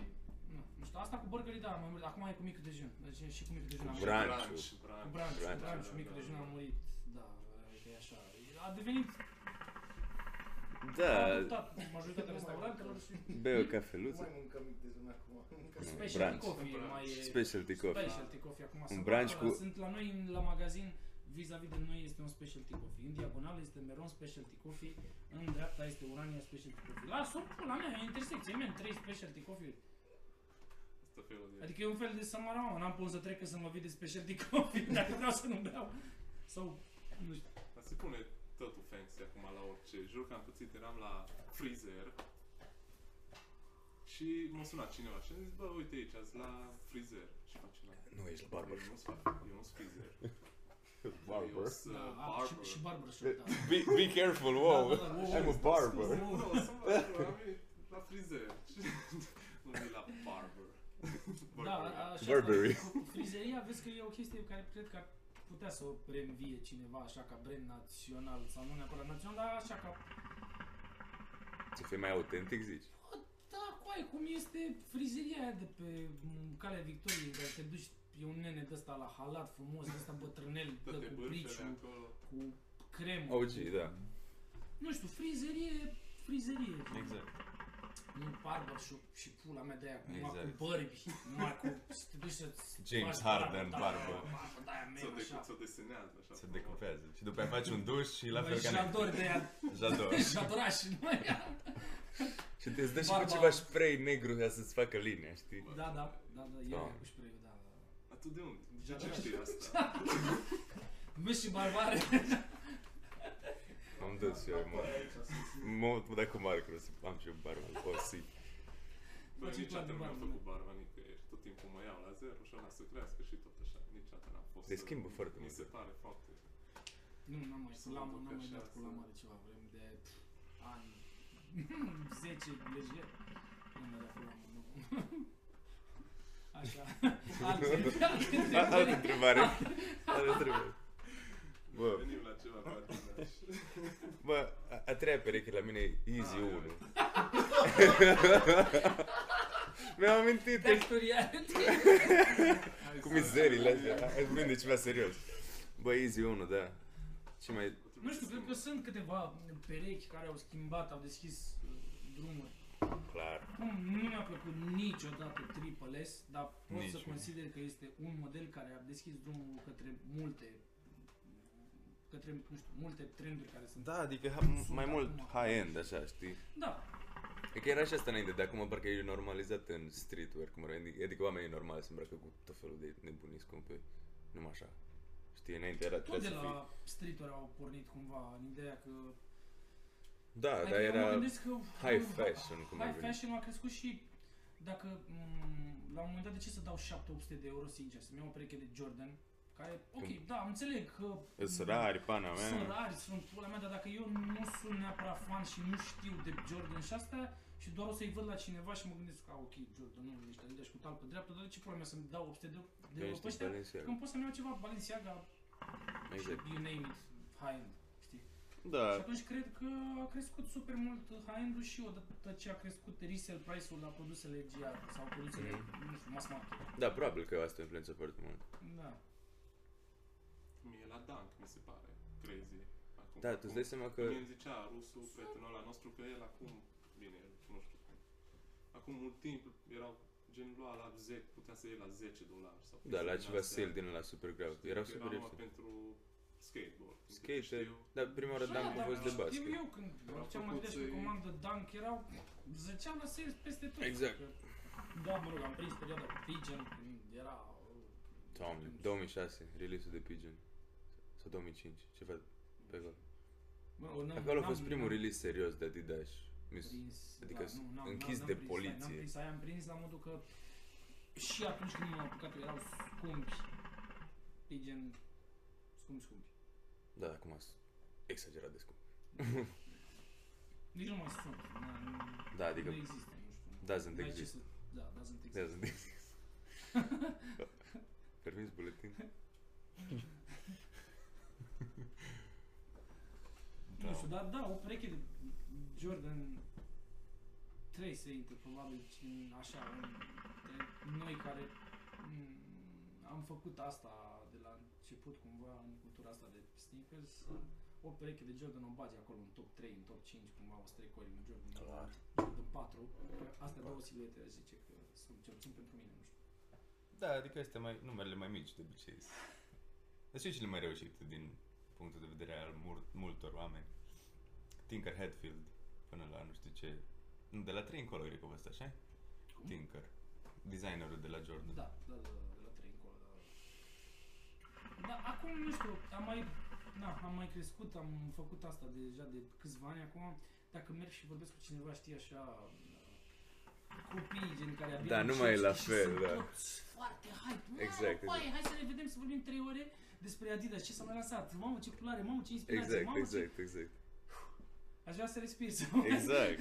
Speaker 4: Nu, nu știu, asta cu burgerii, da, m-am murit. Acum e cu micul dejun. Deci și cu micul dejun am
Speaker 1: Și
Speaker 4: murit.
Speaker 3: brunch.
Speaker 4: Cu brunch, cu
Speaker 3: Brunch,
Speaker 4: brunch,
Speaker 1: da,
Speaker 4: micul dejun am murit. Da, adică e așa. A devenit a
Speaker 3: Da,
Speaker 4: adoptat majoritatea restaurantelor și
Speaker 3: bei o
Speaker 5: Nu mai
Speaker 3: cafeluță.
Speaker 5: mâncăm mic dejun acum. Mâncăm
Speaker 3: Nu.
Speaker 4: specialty
Speaker 3: brunch.
Speaker 4: coffee e mai e-
Speaker 3: Specialty coffee.
Speaker 4: Specialty coffee acum. sunt
Speaker 3: brunch
Speaker 4: acolo,
Speaker 3: cu-
Speaker 4: Sunt la noi în- la magazin, vis-a-vis de noi este un specialty coffee. În diagonal este Meron specialty coffee, în dreapta este Urania specialty coffee. Las-o pula mea, e intersecție, men, trei specialty coffee.
Speaker 1: Asta felul de-
Speaker 4: Adică e un fel de samarama, n-am pun să trec că să mă vii de specialty coffee, dacă vreau să nu beau. Sau, nu știu,
Speaker 1: Dar se pune totul fancy acum la orice. Jur că am pățit, eram la freezer și m-a sunat cineva și a zis, bă, uite aici, azi la freezer. Și face la...
Speaker 3: Nu, ești la barber.
Speaker 1: Eu nu-s fa- eu nu-s freezer. Eu
Speaker 2: Barber.
Speaker 1: sunt
Speaker 4: da, a,
Speaker 1: uh, barber.
Speaker 4: și, și barber shop, da.
Speaker 2: Be, be careful, wow.
Speaker 4: Da, da, da, wow,
Speaker 2: I'm a
Speaker 4: scuze,
Speaker 2: barber.
Speaker 1: Nu,
Speaker 4: wow.
Speaker 1: o să mă duc, am venit la frizer. Nu e la barber.
Speaker 4: Da,
Speaker 1: Barber.
Speaker 4: a- așa,
Speaker 3: Burberry.
Speaker 4: cu- cu Frizeria, vezi că e o chestie care cred că ar putea să o reînvie cineva așa ca brand național sau nu neapărat național, dar așa ca
Speaker 3: Să fii mai autentic, zici?
Speaker 4: da, coai, cum este frizeria aia de pe m, calea Victoriei, care te duci, e un nene de ăsta la halat frumos, de ăsta bătrânel, dă
Speaker 1: Toate
Speaker 4: da, cu
Speaker 1: bârfele
Speaker 4: briciu,
Speaker 1: acolo.
Speaker 4: cu cremă,
Speaker 3: OG,
Speaker 4: cu-
Speaker 3: da.
Speaker 4: nu știu, frizerie, frizerie.
Speaker 2: Exact.
Speaker 4: Nu barbershop și pula mea de aia, numai
Speaker 2: Exact.
Speaker 4: cu bărbi, numai cu, să te duci să-ți
Speaker 2: James
Speaker 4: faci
Speaker 2: Harden,
Speaker 4: barba, da,
Speaker 2: barbă.
Speaker 4: barba, da, aia, man,
Speaker 1: Ți-o de-
Speaker 4: așa.
Speaker 1: ți-o desenează așa.
Speaker 2: Se
Speaker 1: frumos.
Speaker 2: decupează. Și după aia faci un duș și la
Speaker 4: Băi,
Speaker 2: fel ca
Speaker 4: Jador de ea,
Speaker 1: Da.
Speaker 2: Jador.
Speaker 4: Jadoraș, nu mai
Speaker 3: Și te dă și cu
Speaker 4: Barba.
Speaker 3: ceva spray negru ca să-ți facă linia, știi?
Speaker 1: Bă,
Speaker 4: Da, da, da, da,
Speaker 3: Da.
Speaker 4: e cu spray da, da.
Speaker 1: Dar tu de unde? De
Speaker 4: Da.
Speaker 1: ce știi asta?
Speaker 4: Vezi și barbare.
Speaker 3: Am dus eu, mă. Mă, dacă Marco, să am și eu barba, oh, posibil.
Speaker 1: Bă,
Speaker 4: Ce
Speaker 1: niciodată nu
Speaker 4: barba,
Speaker 1: mi-am
Speaker 4: mă.
Speaker 1: făcut barba nicăieri. Tot timpul mă iau la zero și ăla să crească și tot așa. Niciodată n-am fost.
Speaker 3: Se schimbă foarte
Speaker 1: Mi
Speaker 3: mult.
Speaker 1: se pare foarte...
Speaker 4: Nu, n-am mai,
Speaker 1: Să mă
Speaker 4: lamă,
Speaker 1: duc
Speaker 4: n-am mai
Speaker 1: așa,
Speaker 4: dat cu
Speaker 1: să-
Speaker 4: lamă de ceva vreme de pf, ani. 10 lejer. Nu mai dat cu lamă, nu. Așa. Alte, alte
Speaker 2: Da,
Speaker 3: A- Altă
Speaker 4: întrebări.
Speaker 3: întrebare. Altă întrebare. Bă.
Speaker 1: Venim la ceva pe da. atunci.
Speaker 3: Bă, a, a treia pereche la mine e Easy
Speaker 1: Ah,
Speaker 3: 1. Mi-am amintit ești
Speaker 4: Texturiare.
Speaker 1: Hai
Speaker 3: cu
Speaker 1: să-
Speaker 3: mizerile astea. Ai vorbit de ceva serios. Bă, Easy 1, da. Ce mai...
Speaker 4: Nu știu, cred că sunt câteva perechi care au schimbat, au deschis uh, drumuri.
Speaker 3: Clar.
Speaker 4: Cum nu mi-a plăcut niciodată Triple S, dar pot
Speaker 2: Nici
Speaker 4: să
Speaker 2: mie.
Speaker 4: consider că este un model care a deschis drumul către multe către, nu știu, multe trenduri care sunt.
Speaker 3: Da, adică ha-
Speaker 4: Sunt
Speaker 3: mai mult
Speaker 4: acum.
Speaker 3: high-end, așa, știi?
Speaker 4: Da,
Speaker 3: E că era și asta înainte, de acum parcă e normalizat în streetwear, cum ar veni. Adică oamenii normali se îmbracă cu tot felul de nebunii scumpe. Numai așa. Știi, înainte era
Speaker 4: tot
Speaker 3: trebuie
Speaker 4: de
Speaker 3: să fii...
Speaker 4: la streetwear au pornit cumva în ideea că...
Speaker 3: Da,
Speaker 4: Adică
Speaker 3: dar
Speaker 4: eu mă
Speaker 3: era
Speaker 4: gândesc că, da,
Speaker 3: high fashion, cum ar
Speaker 4: High
Speaker 3: veni.
Speaker 4: fashion a crescut și dacă m- la un moment dat de ce să dau 700 de euro sincer, să-mi iau o pereche de Jordan care, ok,
Speaker 3: Cum?
Speaker 4: da, înțeleg că
Speaker 3: Îs rari, pana
Speaker 4: sunt
Speaker 3: mea.
Speaker 4: rari, sunt pula mea, dar dacă eu nu sunt neapărat fan și nu știu de Jordan și asta și doar o să-i văd la cineva și mă gândesc că, ah, ok, Jordan, nu, ești Adidas cu talpă dreaptă, dar de ce pula mea să-mi dau 800 de
Speaker 3: Că
Speaker 4: de euro
Speaker 3: ești
Speaker 4: pe ăștia?
Speaker 3: Balenciaga.
Speaker 4: Când pot să-mi iau ceva Balenciaga,
Speaker 3: Exact.
Speaker 4: you name it, high-end, știi? Și
Speaker 3: Da,
Speaker 4: atunci cred că a crescut super mult high-end-ul și odată ce a crescut resell price-ul la produsele GR sau produsele, nu știu, mass market.
Speaker 3: da, probabil că asta influență foarte mult.
Speaker 4: Da.
Speaker 1: Mie la Dunk mi se pare crazy. Acum,
Speaker 3: Da, tu îți dai seama că...
Speaker 1: Mie îmi zicea rusul, prietenul ăla nostru, că el acum, bine, nu știu, acum mult timp erau gen lua la 10, putea să iei la 10 dolari sau
Speaker 3: Da, la
Speaker 1: chestii din
Speaker 3: ceva
Speaker 1: astea.
Speaker 3: sale din la super grav.
Speaker 1: Știi,
Speaker 3: Erau
Speaker 1: că
Speaker 3: super
Speaker 1: numai
Speaker 3: ieftini.
Speaker 1: pentru skateboard. din câte
Speaker 3: Skater,
Speaker 1: știu.
Speaker 3: dar prima oară
Speaker 4: Și
Speaker 3: dam
Speaker 4: aia,
Speaker 3: a fost de
Speaker 4: dacă Știu
Speaker 3: basket.
Speaker 4: eu când
Speaker 1: Erau
Speaker 4: făceam la
Speaker 1: făcuți
Speaker 4: Adidas pe
Speaker 1: ei-
Speaker 4: comandă Dunk, erau zăceam la sales peste tot.
Speaker 3: Exact.
Speaker 4: Că- Da, mă rog, am prins perioada cu Pigeon când era...
Speaker 3: Doamne, 2006, release-ul de Pigeon. Sau 2005, ceva pe acolo.
Speaker 4: Mă rog, n-am-
Speaker 3: Acolo a fost
Speaker 4: n-am-
Speaker 3: primul
Speaker 4: n-am
Speaker 3: release serios de Adidas. Mi s-
Speaker 4: prins,
Speaker 3: adică
Speaker 4: da, nu, n-am-
Speaker 3: închis
Speaker 4: n-am
Speaker 3: de
Speaker 4: prins,
Speaker 3: poliție.
Speaker 4: N-am prins, aia am prins la modul că și atunci când m-am apucat eu erau scumpi. Pigeon, scumpi, scumpi.
Speaker 3: Da, dar acum sunt exagerat de scump.
Speaker 4: Nici nu mai sunt. n- n-
Speaker 3: Da, adică
Speaker 4: Nu există, nu știu.
Speaker 3: doesn't
Speaker 4: N-ai ce
Speaker 3: exist.
Speaker 4: să- Da, doesn't exist.
Speaker 3: Da, sunt exist. Permis buletin?
Speaker 4: Nu știu, dar da, o pereche de Jordan 3 se intre probabil în așa, în, noi care m, am făcut asta de la început cumva în cultura asta de sneakers, o pereche de Jordan o bagi acolo în top 3, în top 5, cumva o trei cu un Jordan,
Speaker 3: Clar.
Speaker 4: Jordan 4, că astea două siluete zice că sunt cel puțin pentru mine, nu știu.
Speaker 2: Da, adică astea mai, numerele mai mici de obicei. Dar știu cele mai reușite din punctul de vedere al mur, multor oameni. Tinker Hatfield până la nu știu ce. Nu, de la 3 încolo cred că a fost așa?
Speaker 4: Cum?
Speaker 2: Tinker. Designerul de la Jordan.
Speaker 4: Da, da, da, da, de la 3 încolo, da. Dar acum, nu știu, am mai, na, am mai crescut, am făcut asta deja de câțiva ani acum. Dacă merg și vorbesc cu cineva, știi, așa, copii, gen care abia
Speaker 3: Da, nu
Speaker 4: încep,
Speaker 3: mai e la
Speaker 4: știi, și
Speaker 3: fel,
Speaker 4: sunt
Speaker 3: da.
Speaker 4: toți foarte hype. Mamă,
Speaker 3: Exact,
Speaker 4: baie, hai să ne vedem, să vorbim 3 ore despre Adidas, ce s-a mai lansat, mamă, ce culoare, mamă, ce inspirație,
Speaker 3: Exact,
Speaker 4: mamă,
Speaker 3: exact, exact.
Speaker 4: ce... Aș vrea să respir, să
Speaker 3: Exact.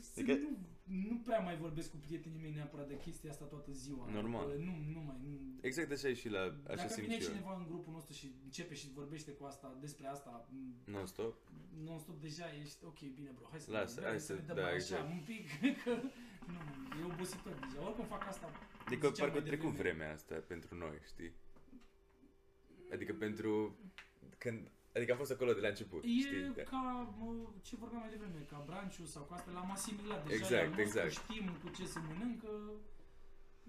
Speaker 4: Să
Speaker 3: Adică-
Speaker 4: nu, nu prea mai vorbesc cu prietenii mei neapărat de chestia asta toată ziua.
Speaker 3: Normal.
Speaker 4: Adică Nu, nu mai... Nu.
Speaker 3: Exact așa e și la... Așa
Speaker 4: Dacă
Speaker 3: simt
Speaker 4: vine
Speaker 3: și eu.
Speaker 4: cineva în grupul nostru și începe și vorbește cu asta, despre asta, m,
Speaker 3: Non-stop.
Speaker 4: non-stop deja ești, ok, bine bro, hai să
Speaker 3: Lasă,
Speaker 4: ne,
Speaker 3: hai
Speaker 4: să
Speaker 3: să-
Speaker 4: ne dăm
Speaker 3: da,
Speaker 4: așa
Speaker 3: exact.
Speaker 4: un pic, că nu, e obositor deja. Oricum fac asta,
Speaker 3: Adică
Speaker 4: ziceam
Speaker 3: parcă a
Speaker 4: mai
Speaker 3: trecut
Speaker 4: devreme.
Speaker 3: vremea asta pentru noi, știi? Adică pentru... Când... Adică am fost acolo de la început, știi?
Speaker 4: E
Speaker 3: Da.
Speaker 4: ca mă, ce vorbeam mai devreme, ca branciu sau cu asta, l-am asimilat deja,
Speaker 3: Exact,
Speaker 4: la nostru,
Speaker 3: exact.
Speaker 4: știm cu ce se mănâncă,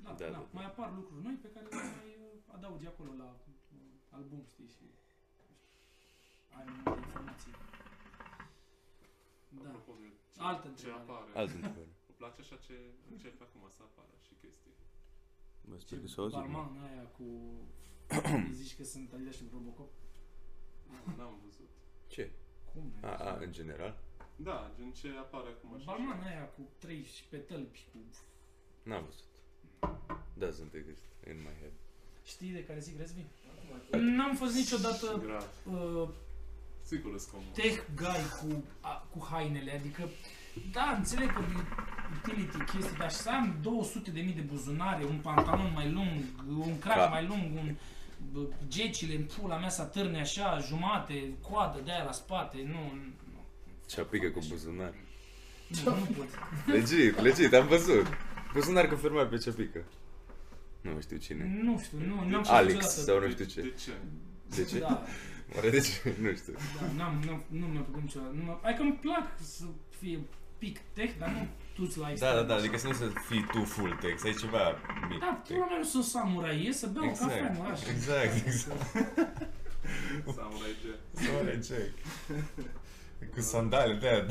Speaker 4: da, da,
Speaker 3: Da,
Speaker 4: da,
Speaker 3: da, da.
Speaker 4: mai apar lucruri noi pe care le mai uh, adaugi acolo la uh, album, știi, și nu știu, ai mai multe informații. Da.
Speaker 1: Apropo apropo de ce,
Speaker 4: Altă
Speaker 1: ce
Speaker 4: întrebare.
Speaker 1: apare.
Speaker 3: Altă întrebare.
Speaker 1: Îmi place așa ce încerc acum să apară și chestii.
Speaker 3: Mă
Speaker 4: Ce
Speaker 3: sper că s-au auzit. mă.
Speaker 4: barman aia cu... Îi zici că sunt Adidas și Robocop.
Speaker 1: Nu, N-am văzut.
Speaker 3: Ce?
Speaker 4: Cum?
Speaker 3: A, a, în general?
Speaker 1: Da, gen ce apare acum așa.
Speaker 4: Barman aia cu 13 petălpi, cu...
Speaker 3: N-am văzut. Doesn't exist in my head.
Speaker 4: Știi de care zic Rezvi?
Speaker 5: Acum,
Speaker 4: N-am fost niciodată
Speaker 1: Grav.
Speaker 4: uh,
Speaker 1: Sigur îți comod.
Speaker 4: tech guy cu, a, cu hainele, adică da, înțeleg că utility chestii, dar să am 200 de mii de buzunare, un pantalon mai lung, un crac
Speaker 3: Da.
Speaker 4: mai lung, un bă, gecile în pula mea să atârne așa, jumate, coadă de aia la spate, nu, nu,
Speaker 3: Și apică cu buzunar.
Speaker 4: nu, nu pot.
Speaker 3: Legit, legit, am văzut. Buzunar că fermai pe ce pică. Nu știu cine.
Speaker 4: Nu știu, nu, nu am
Speaker 3: Alex sau nu știu
Speaker 1: De
Speaker 3: ce.
Speaker 1: ce?
Speaker 3: De ce?
Speaker 4: Da,
Speaker 3: Oare de ce? Nu știu.
Speaker 4: da, n-am, n-am, nu mi-a plăcut niciodată. Nu, hai că îmi plac să fie pic tech, dar nu tu-ți la
Speaker 2: Da, da, da, adică să nu să fii tu full tech, să ai ceva mic
Speaker 4: Da,
Speaker 2: tech.
Speaker 4: pula mea nu sunt samurai, e să beau
Speaker 2: Exact.
Speaker 4: cafea în oraș.
Speaker 2: Exact, exact.
Speaker 1: Samurai Jack.
Speaker 2: Oare ce? Cu sandale de aia.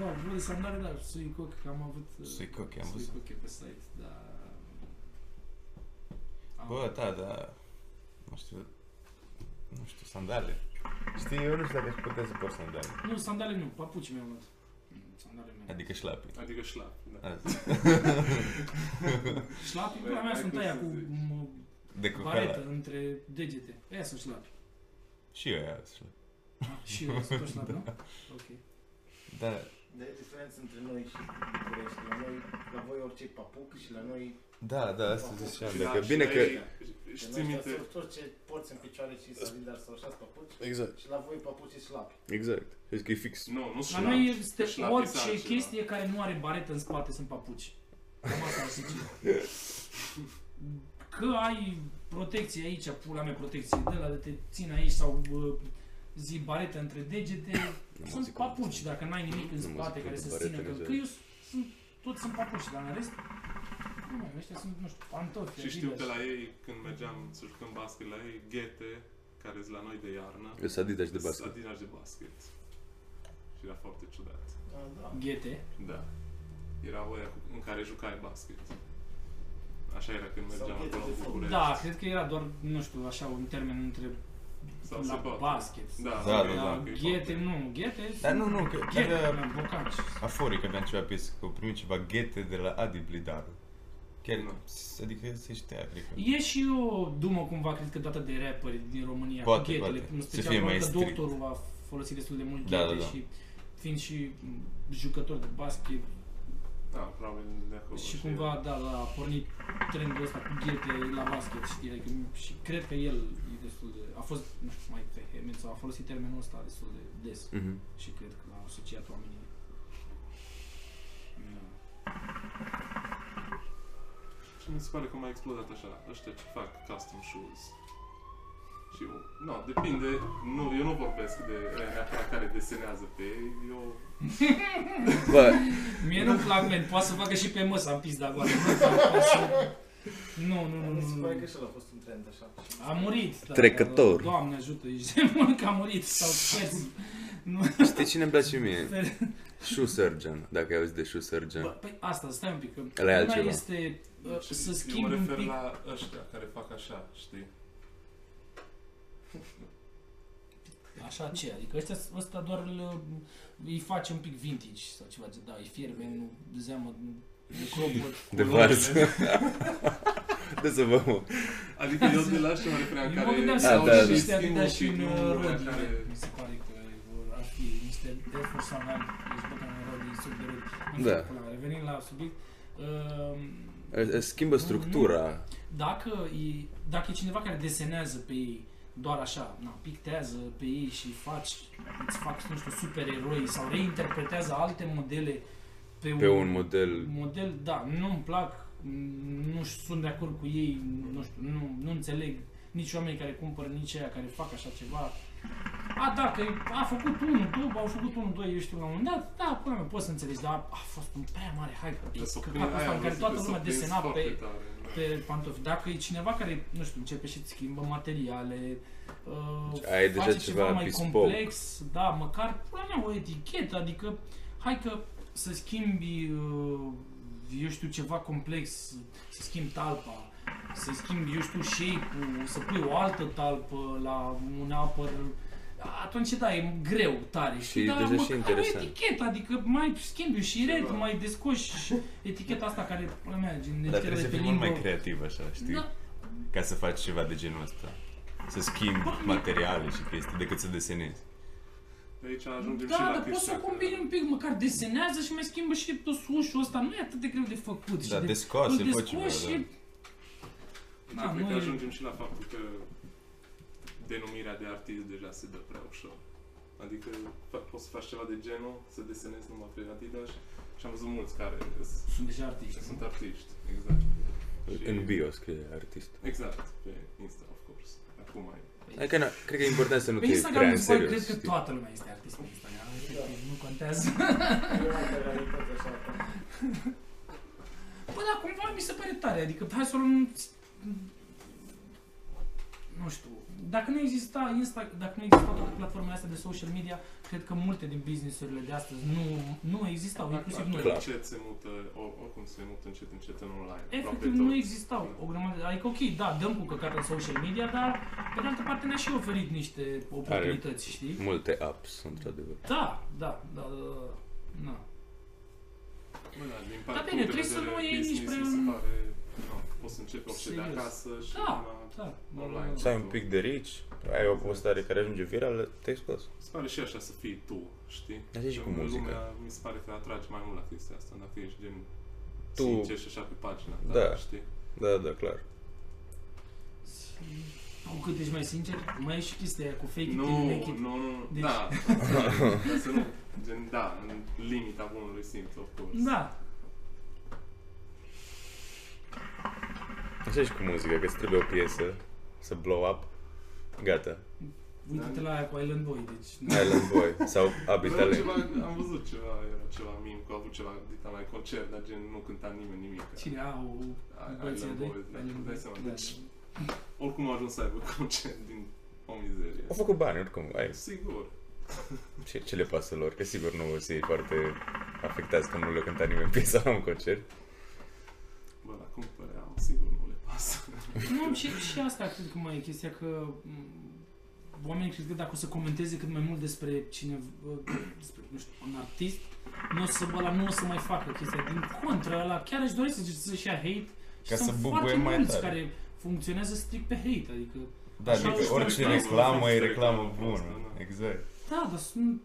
Speaker 4: Da, bă, de sandale, da, sui coc, că am avut... uh,
Speaker 2: Sui Cook, am
Speaker 4: Sui
Speaker 2: văzut.
Speaker 4: Cook e pe site, da. Am-
Speaker 2: Bă, da, da. Nu știu. Nu știu, sandale. Știi, eu nu știu dacă aș putea să port sandale.
Speaker 4: Nu, sandale nu, papuci mi-am luat. Mm, Sandale mi-am luat.
Speaker 2: Adică șlapi.
Speaker 1: Adică șlap, da.
Speaker 2: Asta.
Speaker 4: Șlapi,
Speaker 1: Bă,
Speaker 4: pula mea,
Speaker 1: hai
Speaker 4: sunt
Speaker 1: cum
Speaker 4: aia
Speaker 1: să
Speaker 4: cu
Speaker 1: zic.
Speaker 4: mă,
Speaker 2: De cocola.
Speaker 4: baretă între degete. Aia sunt șlapi.
Speaker 2: Și eu aia sunt șlapi.
Speaker 4: Ah, Și eu sunt tot șlapi, nu? Ok.
Speaker 2: Da,
Speaker 5: de aici diferența între noi și București. La noi, la voi orice papuc și la noi...
Speaker 2: da, da, asta ziceam.
Speaker 1: Și
Speaker 3: dacă
Speaker 1: și
Speaker 3: bine
Speaker 1: la
Speaker 3: că-
Speaker 1: ei,
Speaker 5: Pe
Speaker 1: Își ții
Speaker 5: noi ăștia
Speaker 1: minte,
Speaker 5: sunt orice porți în picioare și să dar sau așa papuci.
Speaker 3: Exact.
Speaker 5: Și la voi papuci și slapi.
Speaker 3: Exact. Deci că e fix.
Speaker 1: nu, nu
Speaker 4: La
Speaker 1: șlap.
Speaker 4: noi este
Speaker 1: Șlapi e
Speaker 4: orice
Speaker 1: altceva.
Speaker 4: chestie care nu are baretă în spate sunt papuci. Cam asta aș zice. Că ai protecție aici, pula mea protecție, de la de te țin aici sau bă, zi baretă între degete,
Speaker 3: Nu mă
Speaker 4: sunt
Speaker 3: zic că-
Speaker 4: papuci dacă n-ai nimic în
Speaker 3: Nu mă
Speaker 4: spate
Speaker 3: zic
Speaker 4: care
Speaker 3: că
Speaker 4: să
Speaker 3: baretă
Speaker 4: țină, că,
Speaker 3: nici
Speaker 4: că
Speaker 3: eu.
Speaker 4: eu sunt, toți sunt papuci, dar în rest, nu mai, ăștia sunt, nu știu, pantofi,
Speaker 1: Și știu că
Speaker 4: Adidas.
Speaker 1: la ei, când mergeam să jucăm basket, la ei, ghete, care sunt la noi de iarnă,
Speaker 3: Eu sunt Adidas de basket.
Speaker 1: Adidas de basket. Și era foarte ciudat.
Speaker 5: Da, da.
Speaker 4: ghete.
Speaker 1: Da. Era oia cu- în care jucai basket. Așa era când
Speaker 5: Sau
Speaker 1: mergeam
Speaker 5: ghete
Speaker 1: acolo
Speaker 5: de
Speaker 1: în
Speaker 5: fotbal.
Speaker 1: București.
Speaker 4: Da, cred că era doar, nu știu, așa un termen între
Speaker 1: Sau
Speaker 4: la
Speaker 1: se poate.
Speaker 4: basket.
Speaker 1: Da,
Speaker 2: Da,
Speaker 1: da,
Speaker 2: da,
Speaker 1: da.
Speaker 4: Da,
Speaker 1: că e
Speaker 4: ghete,
Speaker 1: foarte-
Speaker 4: nu, ghete,
Speaker 2: Dar nu, nu, că chiar
Speaker 4: ghete,
Speaker 2: uh,
Speaker 4: nu, bocanci.
Speaker 2: aforic aveam ceva pe că primim ceva ghete de la Adi Blidaru. Chiar,
Speaker 1: Nu.
Speaker 2: adică se știa, cred că.
Speaker 4: E și o dumă cumva, cred că dată de rapperi din România,
Speaker 2: Poate,
Speaker 4: cu ghetele,
Speaker 2: poate.
Speaker 4: în
Speaker 2: Să
Speaker 4: special
Speaker 2: fie mai
Speaker 4: probabil că
Speaker 2: strict.
Speaker 4: doctorul va folosi destul de mult
Speaker 2: Da,
Speaker 4: ghete
Speaker 2: da, da.
Speaker 4: și fiind și m, jucător de basket
Speaker 1: Da, probabil de acolo.
Speaker 4: și cumva, da, da, a pornit trendul ăsta cu ghete la basket, știi, adică, m- și cred că el e destul de, a fost, nu știu, mai vehement sau a folosit termenul ăsta destul de des
Speaker 3: Mhm.
Speaker 4: și cred că l-au asociat oamenii. Da.
Speaker 1: Și mi se pare că mai explodat așa, ăștia ce fac custom shoes. Și eu, nu, depinde, nu, eu nu vorbesc de eh, neapărat care desenează pe ei, eu...
Speaker 3: Bă,
Speaker 4: Mie nu-mi plac, men, poate să facă și pe măs, am pis de acolo. Nu, nu, nu,
Speaker 5: Nu Mm. se
Speaker 4: nu,
Speaker 5: pare că
Speaker 4: nu.
Speaker 5: și ăla a fost un trend așa.
Speaker 4: A murit. Da,
Speaker 3: Trecător.
Speaker 4: Da, Doamne ajută, ești de mult că a murit sau spers. Nu,
Speaker 3: știi cine îmi place mie? Shoe Surgeon, dacă ai auzit de Shoe
Speaker 4: Bă,
Speaker 3: Surgeon.
Speaker 4: păi asta, stai un pic. că
Speaker 3: Da. Ăla e
Speaker 4: Una
Speaker 3: altceva.
Speaker 4: este uh, să
Speaker 1: eu
Speaker 4: schimbi
Speaker 1: mă
Speaker 4: un
Speaker 1: refer
Speaker 4: pic.
Speaker 1: la ăștia care fac așa, știi?
Speaker 4: Așa ce, adică ăsta, ăsta doar îl, îi face un pic vintage sau ceva, gen, da, îi fierbe, nu zeamă, nu microbul.
Speaker 3: De varză. De să vă mă.
Speaker 1: Adică eu de la ăștia mă refeream
Speaker 4: Eu
Speaker 1: care...
Speaker 4: mă gândeam
Speaker 3: Da,
Speaker 4: să
Speaker 3: da,
Speaker 4: da,
Speaker 3: da.
Speaker 4: și niște
Speaker 1: schimbă
Speaker 4: atâtea și în
Speaker 1: un pic, nu,
Speaker 4: rod.
Speaker 1: care...
Speaker 4: Mi se pare că vor ar fi niște efort sau mai își băgă în rod, din sub de rod. Nu
Speaker 3: Da.
Speaker 4: știu, până la- Revenind la subiect, um,
Speaker 3: Î- î- Schimbă structura.
Speaker 4: dacă e, dacă e cineva care desenează pe ei doar așa, na, pictează pe ei și faci, îți fac, nu știu, supereroi sau reinterpretează alte modele pe,
Speaker 3: Pe un model
Speaker 4: model, da, nu-mi plac, m, nu știu, sunt de acord cu ei, nu știu, nu, nu înțeleg nici oamenii care cumpăr, nici aia care fac așa ceva. A, da, că a făcut unul, două, au făcut unul, doi, eu știu, la un moment dat, da, până mea, poți să înțelegi, dar a fost un prea mare hype,
Speaker 1: Că s-o
Speaker 4: că
Speaker 1: prins- aia
Speaker 4: ăsta
Speaker 1: am
Speaker 4: în care
Speaker 1: văzut
Speaker 4: toată
Speaker 1: că s-o
Speaker 4: lumea
Speaker 1: prins
Speaker 4: desena
Speaker 1: foarte
Speaker 4: pe,
Speaker 1: tare, da.
Speaker 4: pe pantofi. Dacă e cineva care, nu știu, începe și îți schimbă materiale, uh,
Speaker 3: ai
Speaker 4: face
Speaker 3: deja ceva
Speaker 4: mai
Speaker 3: bespoke.
Speaker 4: complex, da, măcar pula mea, o etichetă, adică hai că să schimbi, uh, eu știu, ceva complex, să schimbi talpa, să schimbi, eu știu, shape-ul, să pui o altă talpă la un apăr, atunci da, e greu tare.
Speaker 3: Și
Speaker 4: știi,
Speaker 3: e
Speaker 4: dar
Speaker 3: deja și
Speaker 4: măcar o
Speaker 3: interesant.
Speaker 4: etichetă, adică mai schimbi un șiret,
Speaker 1: Ceva.
Speaker 4: mai descoși eticheta asta care, pula mea, gen,
Speaker 2: Dar
Speaker 4: eticheta
Speaker 2: trebuie să
Speaker 4: de pe
Speaker 2: fii mult mai
Speaker 4: limbă.
Speaker 2: creativ așa, știi?
Speaker 4: Da,
Speaker 2: Ca să faci ceva de genul ăsta. Să schimbi materiale și chestii decât să desenezi.
Speaker 1: De aici ajungem
Speaker 4: Da,
Speaker 1: și la
Speaker 4: dar poți să
Speaker 1: chestia
Speaker 4: o combini un pic, măcar desenează și mai schimbă și tot sușul ăsta, nu e atât de greu de făcut.
Speaker 2: Da,
Speaker 4: și de...
Speaker 2: descoși,
Speaker 4: îl
Speaker 2: să faci ceva,
Speaker 4: descoși și-
Speaker 2: da.
Speaker 1: Deci,
Speaker 4: Da,
Speaker 1: cred că
Speaker 4: nu e-
Speaker 1: ajungem și la faptul că denumirea de artist deja se dă prea ușor. Adică fa- poți să faci ceva de genul, să desenezi numai pe Adidas și am văzut mulți care s-
Speaker 4: Sunt deja artiști.
Speaker 1: sunt artiști, exact.
Speaker 2: da.
Speaker 1: Și-
Speaker 3: În bio scrie artist.
Speaker 1: Exact, pe Insta, of course. Acum ai.
Speaker 3: Adică, na, cred că e important să nu
Speaker 4: Pe
Speaker 3: te iei prea
Speaker 4: Păi Instagram,
Speaker 3: în
Speaker 4: mi se pare, cred
Speaker 3: serios.
Speaker 4: că
Speaker 3: știi?
Speaker 4: toată lumea este artist pe Instagram, efectiv, nu contează.
Speaker 5: E o altă realitate așa. ca-
Speaker 4: Bă, da, cumva mi se pare tare, adică hai să o luăm... Nu știu, dacă nu exista Insta, dacă nu exista toate platformele astea de social media, cred că multe din businessurile de astăzi nu, nu existau, inclusiv noi.
Speaker 3: clar.
Speaker 1: Încet se mută, or- oricum se mută încet, încet în online. Aproape
Speaker 4: Efectiv,
Speaker 1: tot.
Speaker 4: nu existau o grămadă. Adică, ok, da, dăm cu căcat în social media, dar, pe de altă parte, ne-a și oferit niște oportunități, știi?
Speaker 3: Multe apps, într-adevăr.
Speaker 4: Da, da, da, da, da. Na.
Speaker 1: Bă, da, din
Speaker 4: Dar
Speaker 1: punct
Speaker 4: bine,
Speaker 1: de
Speaker 4: trebuie să
Speaker 1: vedere
Speaker 4: nu o iei nici
Speaker 1: business,
Speaker 4: prea
Speaker 1: mi se
Speaker 4: în-
Speaker 1: pare, nu, poți să începi orice de
Speaker 4: Serios.
Speaker 1: acasă și
Speaker 4: Da,
Speaker 1: numai-
Speaker 4: Da,
Speaker 1: Online.
Speaker 3: Să ai un pic de rici, ai o postare care ajunge virală, te-ai scos.
Speaker 1: Mi se pare și așa să fii tu, știi?
Speaker 3: Așa e și cu
Speaker 1: Lumea
Speaker 3: muzica.
Speaker 1: mi se pare că atrage mai mult la chestia asta, dacă ești gen
Speaker 3: Tu-
Speaker 1: tu... sincer și așa pe pagina ta,
Speaker 3: Da.
Speaker 1: știi?
Speaker 3: Da, da, clar.
Speaker 4: Cu cât ești mai sincer, mai e și chestia aia cu fake it
Speaker 1: Nu,
Speaker 4: till you make it.
Speaker 1: nu, nu,
Speaker 4: Deci-
Speaker 1: da, să nu, gen, da, în limita bunului simț, of course.
Speaker 4: Da,
Speaker 3: Așa e și cu muzica, că îți trebuie o piesă să blow up, gata.
Speaker 4: uite-te la aia cu Island Boy, deci...
Speaker 3: Island Boy sau Abi
Speaker 1: Era
Speaker 3: Talent.
Speaker 1: ceva, am văzut ceva, era ceva meme că au avut ceva dita la concert, dar gen nu cânta nimeni nimic.
Speaker 4: Cine a o
Speaker 1: Ai-
Speaker 4: băieții
Speaker 1: Island
Speaker 4: doi?
Speaker 1: Boys, da,
Speaker 4: Island
Speaker 1: îți dai
Speaker 4: Boys,
Speaker 1: seama,
Speaker 4: da.
Speaker 1: deci- Oricum a ajuns să aibă concert din o mizerie.
Speaker 3: Au făcut bani, oricum, ai,
Speaker 1: Sigur.
Speaker 3: ce, ce le pasă lor, că sigur nu o să iei foarte afectați că nu le cânta nimeni piesa la un concert.
Speaker 1: Bă, dar cum păreau, sigur nu le pasă.
Speaker 4: Nu, și, și asta cred că mai e chestia că m, oamenii cred că dacă o să comenteze cât mai mult despre cine, uh, despre, nu știu, un artist, nu o să, ăla nu o să mai facă chestia. Din contră, ăla chiar își dorește să- să-și ia hate și
Speaker 2: Ca
Speaker 4: sunt
Speaker 2: să bubuie
Speaker 4: foarte
Speaker 2: mai
Speaker 4: mulți
Speaker 2: tare.
Speaker 4: care funcționează strict pe hate, adică
Speaker 2: Da,
Speaker 3: deci
Speaker 4: Așa
Speaker 2: adică
Speaker 4: este
Speaker 2: orice
Speaker 4: reclamă,
Speaker 2: reclamă e
Speaker 1: este
Speaker 2: reclamă
Speaker 1: reclamă
Speaker 2: bună.
Speaker 1: proastă, da.
Speaker 2: Exact.
Speaker 4: Da, dar sunt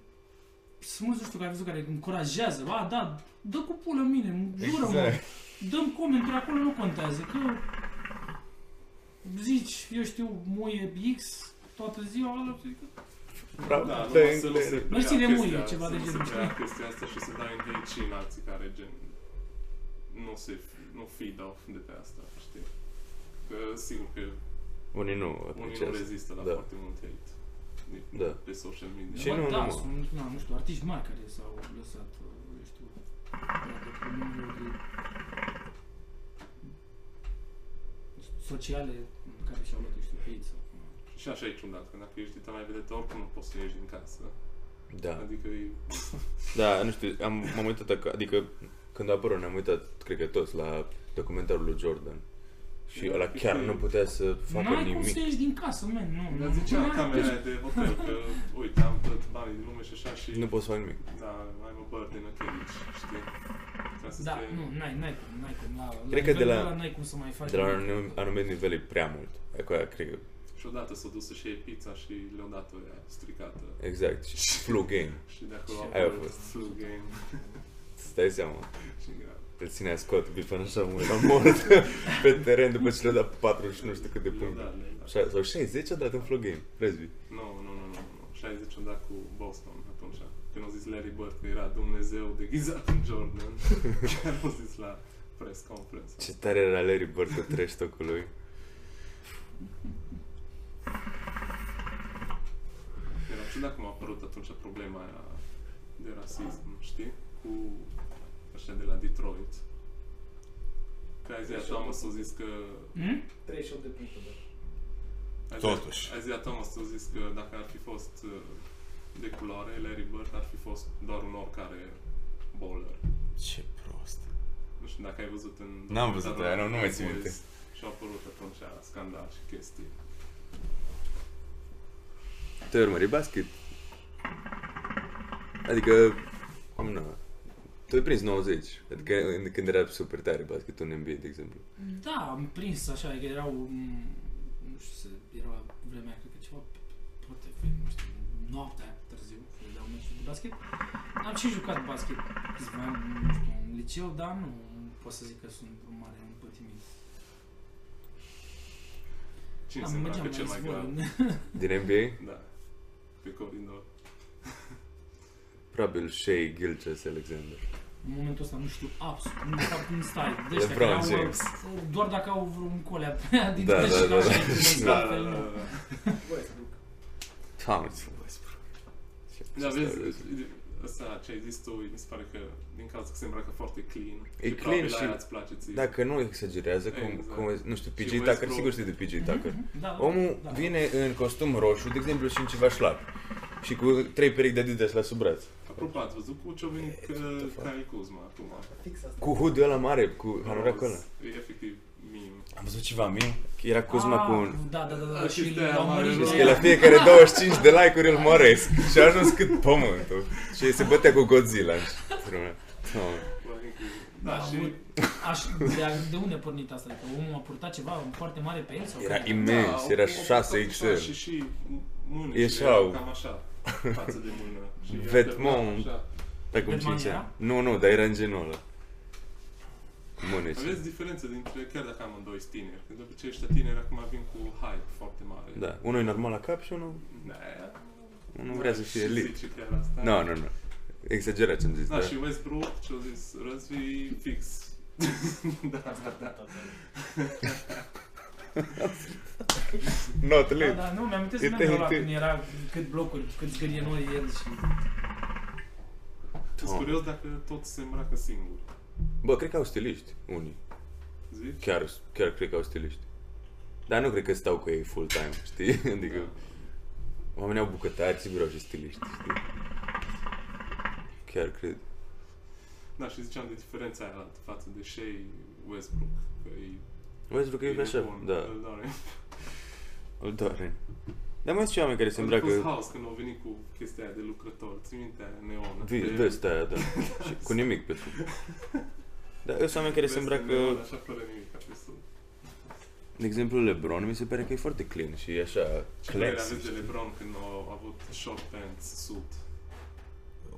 Speaker 4: sunt mulți, nu știu, care ai văzut, care încurajează. Ba, da, dă cu pulă în mine, dură mă.
Speaker 2: Exact.
Speaker 4: Dăm comentarii acolo, nu contează. Că zici, eu știu, muie X toată ziua, ăla, zic,
Speaker 3: Bravo,
Speaker 1: Da,
Speaker 3: da,
Speaker 1: numai să nu se
Speaker 4: Nu
Speaker 1: prea
Speaker 4: ține
Speaker 1: chestia-
Speaker 4: muie, ceva
Speaker 1: să
Speaker 4: de
Speaker 1: nu se
Speaker 4: genul,
Speaker 1: prea
Speaker 4: știi?
Speaker 1: chestia asta și să dai în hate și în alții care gen nu se nu feed off de pe asta, știi? Că sigur că
Speaker 3: Unii nu
Speaker 1: unii nu
Speaker 3: apreciază.
Speaker 1: rezistă la
Speaker 3: Da.
Speaker 1: foarte mult hate din-
Speaker 3: Da.
Speaker 1: pe social media.
Speaker 3: Și
Speaker 4: Bă,
Speaker 3: nu,
Speaker 4: da,
Speaker 3: nu, mă.
Speaker 4: sunt, na, nu știu, artiști mari care s-au lăsat, uh, eu știu, de problemele lor de sociale care și-au luat, eu știu, hate sau
Speaker 1: Și așa e ciudat, că dacă ești dita mai vedetă, oricum nu poți să ieși din casă.
Speaker 3: Da.
Speaker 1: Adică e...
Speaker 3: Da, nu știu, am, m-am uitat, ac- adică când a apărut ne-am uitat, cred că toți, la documentarul lui Jordan. Și ăla chiar nu putea să facă
Speaker 4: N-ai cum
Speaker 3: nimic.
Speaker 4: să ieși din casă, man, nu.
Speaker 1: Dar
Speaker 4: nu-
Speaker 1: zicea
Speaker 4: nu-
Speaker 1: camera aia de hotel că, uite, am tot banii din lume și așa și...
Speaker 3: Nu pot să fac nimic.
Speaker 1: Da, I'm a bird in a cage, știi? Ca să
Speaker 4: Da,
Speaker 1: spui-
Speaker 4: nu, n-ai, n-ai cum, n-ai cum. La,
Speaker 3: Cred
Speaker 4: la
Speaker 3: că de la-
Speaker 4: nivelul ăla n-ai cum să mai faci.
Speaker 3: De la un
Speaker 4: nimic.
Speaker 3: anum- anumit nivel e prea mult. Acolo, cred că,
Speaker 1: Și odată s-a dus să-și iei pizza și le-a dat o aia stricată.
Speaker 3: exact. Și Flu game.
Speaker 1: Și de acolo
Speaker 4: Ce-
Speaker 1: a
Speaker 3: Aia a
Speaker 1: fost
Speaker 3: fost.
Speaker 1: flu game
Speaker 3: Îți dai seama.
Speaker 1: și grav.
Speaker 3: Îl ținea Scott Biffin așa mult la mort pe teren după ce le-a dat 40 și nu știu cât de puncte.
Speaker 1: Da, le-a dat.
Speaker 3: Șa- Sau 60 a dat în flu game. Presby.
Speaker 1: Nu, nu, nu, nu, nu. 60 am dat cu Boston atunci. Când au zis Larry Bird că era Dumnezeu deghizat în Jordan, chiar au zis la press conference.
Speaker 3: Ce tare era Larry Bird cu trash talk-ul lui.
Speaker 1: Era ciudat cum a apărut atunci problema aia de rasism, știi? Cu ăștia de la Detroit. Că azi așa mă s-a zis că
Speaker 4: Hm?
Speaker 5: 38 de puncte, da.
Speaker 1: Azi-
Speaker 2: Totuși.
Speaker 1: Azi la Thomas a zis că dacă ar fi fost uh, de culoare, Larry Bird ar fi fost doar un oricare bowler.
Speaker 2: Ce prost.
Speaker 1: Nu știu dacă ai văzut în...
Speaker 2: N-am văzut
Speaker 1: documentarul
Speaker 2: aia, nu- nu mai țin
Speaker 1: Cowboys.
Speaker 2: minte.
Speaker 1: Și-a apărut atunci scandal și chestii.
Speaker 3: Te urmări basket? Adică, am na, tu ai prins 90, adică în- când era super tare basketul în NBA, de exemplu.
Speaker 4: Da, am prins așa, adică erau, mm, nu știu, se, era vremea, cred că ceva, poate fi, nu știu, noaptea târziu, că dau meciul de basket. Am și jucat basket câțiva ani, nu știu, în liceu, dar nu pot să zic că sunt un mare împătimit.
Speaker 1: Cine
Speaker 4: Am
Speaker 1: se
Speaker 4: mergeam
Speaker 1: îmbracă cel
Speaker 4: la
Speaker 1: mai grav?
Speaker 4: izvor.
Speaker 3: Din NBA,
Speaker 1: Da. Pe coridor.
Speaker 3: probabil Shea Gilchrist Alexander.
Speaker 4: În momentul ăsta nu știu absolut, nu fac cum stai. Deci dacă
Speaker 3: LeBron
Speaker 4: au,
Speaker 3: James.
Speaker 4: doar dacă au vreun colea pe aia din
Speaker 3: Da, da,
Speaker 4: tăi și
Speaker 3: da,
Speaker 4: așa, exact,
Speaker 3: da.
Speaker 1: Da, da,
Speaker 4: e altfel,
Speaker 1: da,
Speaker 4: nu.
Speaker 1: da.
Speaker 5: Westbrook.
Speaker 3: Thomas.
Speaker 1: Da, vezi, asta ce ai zis tu, mi se pare că din cauza că se îmbracă foarte clean.
Speaker 3: E
Speaker 1: și
Speaker 3: clean
Speaker 1: probabil
Speaker 3: și-
Speaker 1: aia îți place ție.
Speaker 3: Dacă nu exagerează, cum,
Speaker 1: Exact.
Speaker 3: cum, nu știu,
Speaker 1: Și
Speaker 3: PJ Tucker,
Speaker 1: Westbrook.
Speaker 3: sigur știi de PJ Tucker.
Speaker 4: Da, da,
Speaker 3: Omul
Speaker 4: da.
Speaker 3: vine în costum roșu, de exemplu, și în ceva șlap. Și cu trei perechi de Adidas la sub braț.
Speaker 1: Apropo, ați văzut cu ce-o venit uh, Kyle Kuzma acum.
Speaker 5: Fix asta.
Speaker 3: Cu hoodul ăla mare, cu hanoracul ăla.
Speaker 1: E efectiv meme.
Speaker 3: Am văzut ceva meme, că era Cuzma cu un...
Speaker 4: Da, da, da, da,
Speaker 1: Ah,
Speaker 4: și
Speaker 1: chestia aia
Speaker 4: l-au
Speaker 1: mare,
Speaker 4: mărit
Speaker 1: nu?
Speaker 3: Deci
Speaker 4: de
Speaker 3: că la
Speaker 4: ea.
Speaker 3: fiecare 25 de like-uri îl măresc și a ajuns cât pământul. Și se bătea cu Godzilla. Doamne.
Speaker 1: Da,
Speaker 4: Da,
Speaker 1: și
Speaker 4: mult. Aș, de, de unde a pornit asta? Adică omul a purtat ceva foarte mare pe el? Sau
Speaker 3: Era
Speaker 4: cum?
Speaker 3: imens,
Speaker 1: Da,
Speaker 3: era
Speaker 1: au- au purtat
Speaker 3: 6
Speaker 1: așa Și
Speaker 3: XL.
Speaker 1: și mâinile
Speaker 3: Ieșeau.
Speaker 1: erau cam așa, față de mână. Și da,
Speaker 3: Vetmont.
Speaker 1: așa.
Speaker 3: Acum
Speaker 4: Batman
Speaker 3: 5 ani.
Speaker 4: era?
Speaker 3: Nu, nu, dar era în genul ăla. Mâneci.
Speaker 1: Aveți diferență dintre, chiar dacă amândoi sunt tineri, că de obicei ăștia tineri acum vin cu hype foarte mare.
Speaker 3: Da, unul e normal la cap și unul
Speaker 1: Da.
Speaker 3: nu vrea să fie elite.
Speaker 1: Zice chiar asta.
Speaker 3: Nu, nu, nu. Exagerat ce-am zis,
Speaker 1: Da,
Speaker 3: da.
Speaker 1: și Westbrook ce-a zis, răzvi fix. da, da, da.
Speaker 3: Not
Speaker 4: Da,
Speaker 3: elite.
Speaker 4: da, nu, mi-am amintesc
Speaker 3: Cât
Speaker 4: mereu
Speaker 3: ai
Speaker 4: la
Speaker 3: întâi?
Speaker 4: când era cât blocuri, cât zgârie noi el și...
Speaker 1: Sunt
Speaker 3: Oh.
Speaker 1: curios dacă tot se îmbracă singur.
Speaker 3: Bă, cred că au stiliști, unii.
Speaker 1: Zici?
Speaker 3: Chiar, chiar cred că au stiliști. Dar nu cred că stau cu ei full time, știi? Adică
Speaker 1: Da.
Speaker 3: oamenii au bucătari, sigur au și stiliști, știi? Chiar cred.
Speaker 1: Da, și ziceam de diferența aia față de Shea Westbrook. Că e,
Speaker 3: Vezi, că e așa,
Speaker 1: nebun,
Speaker 3: da,
Speaker 1: îl doare.
Speaker 3: îl doare. Dar mai sunt și oameni care se
Speaker 1: Adică
Speaker 3: îmbracă
Speaker 1: House când au venit cu chestia aia de lucrător, ții minte aia neonă.
Speaker 3: vi-
Speaker 1: Pe-
Speaker 3: vesta aia, da, și cu nimic pe sub. Dar eu sunt oameni care se
Speaker 1: veste neonă,
Speaker 3: îmbracă,
Speaker 1: Așa fără nimic, ca pe sub.
Speaker 3: de exemplu LeBron, mi se pare că e foarte clean și e așa
Speaker 1: Ce părere
Speaker 3: classy.
Speaker 1: aveți de LeBron când a avut short pants, suit?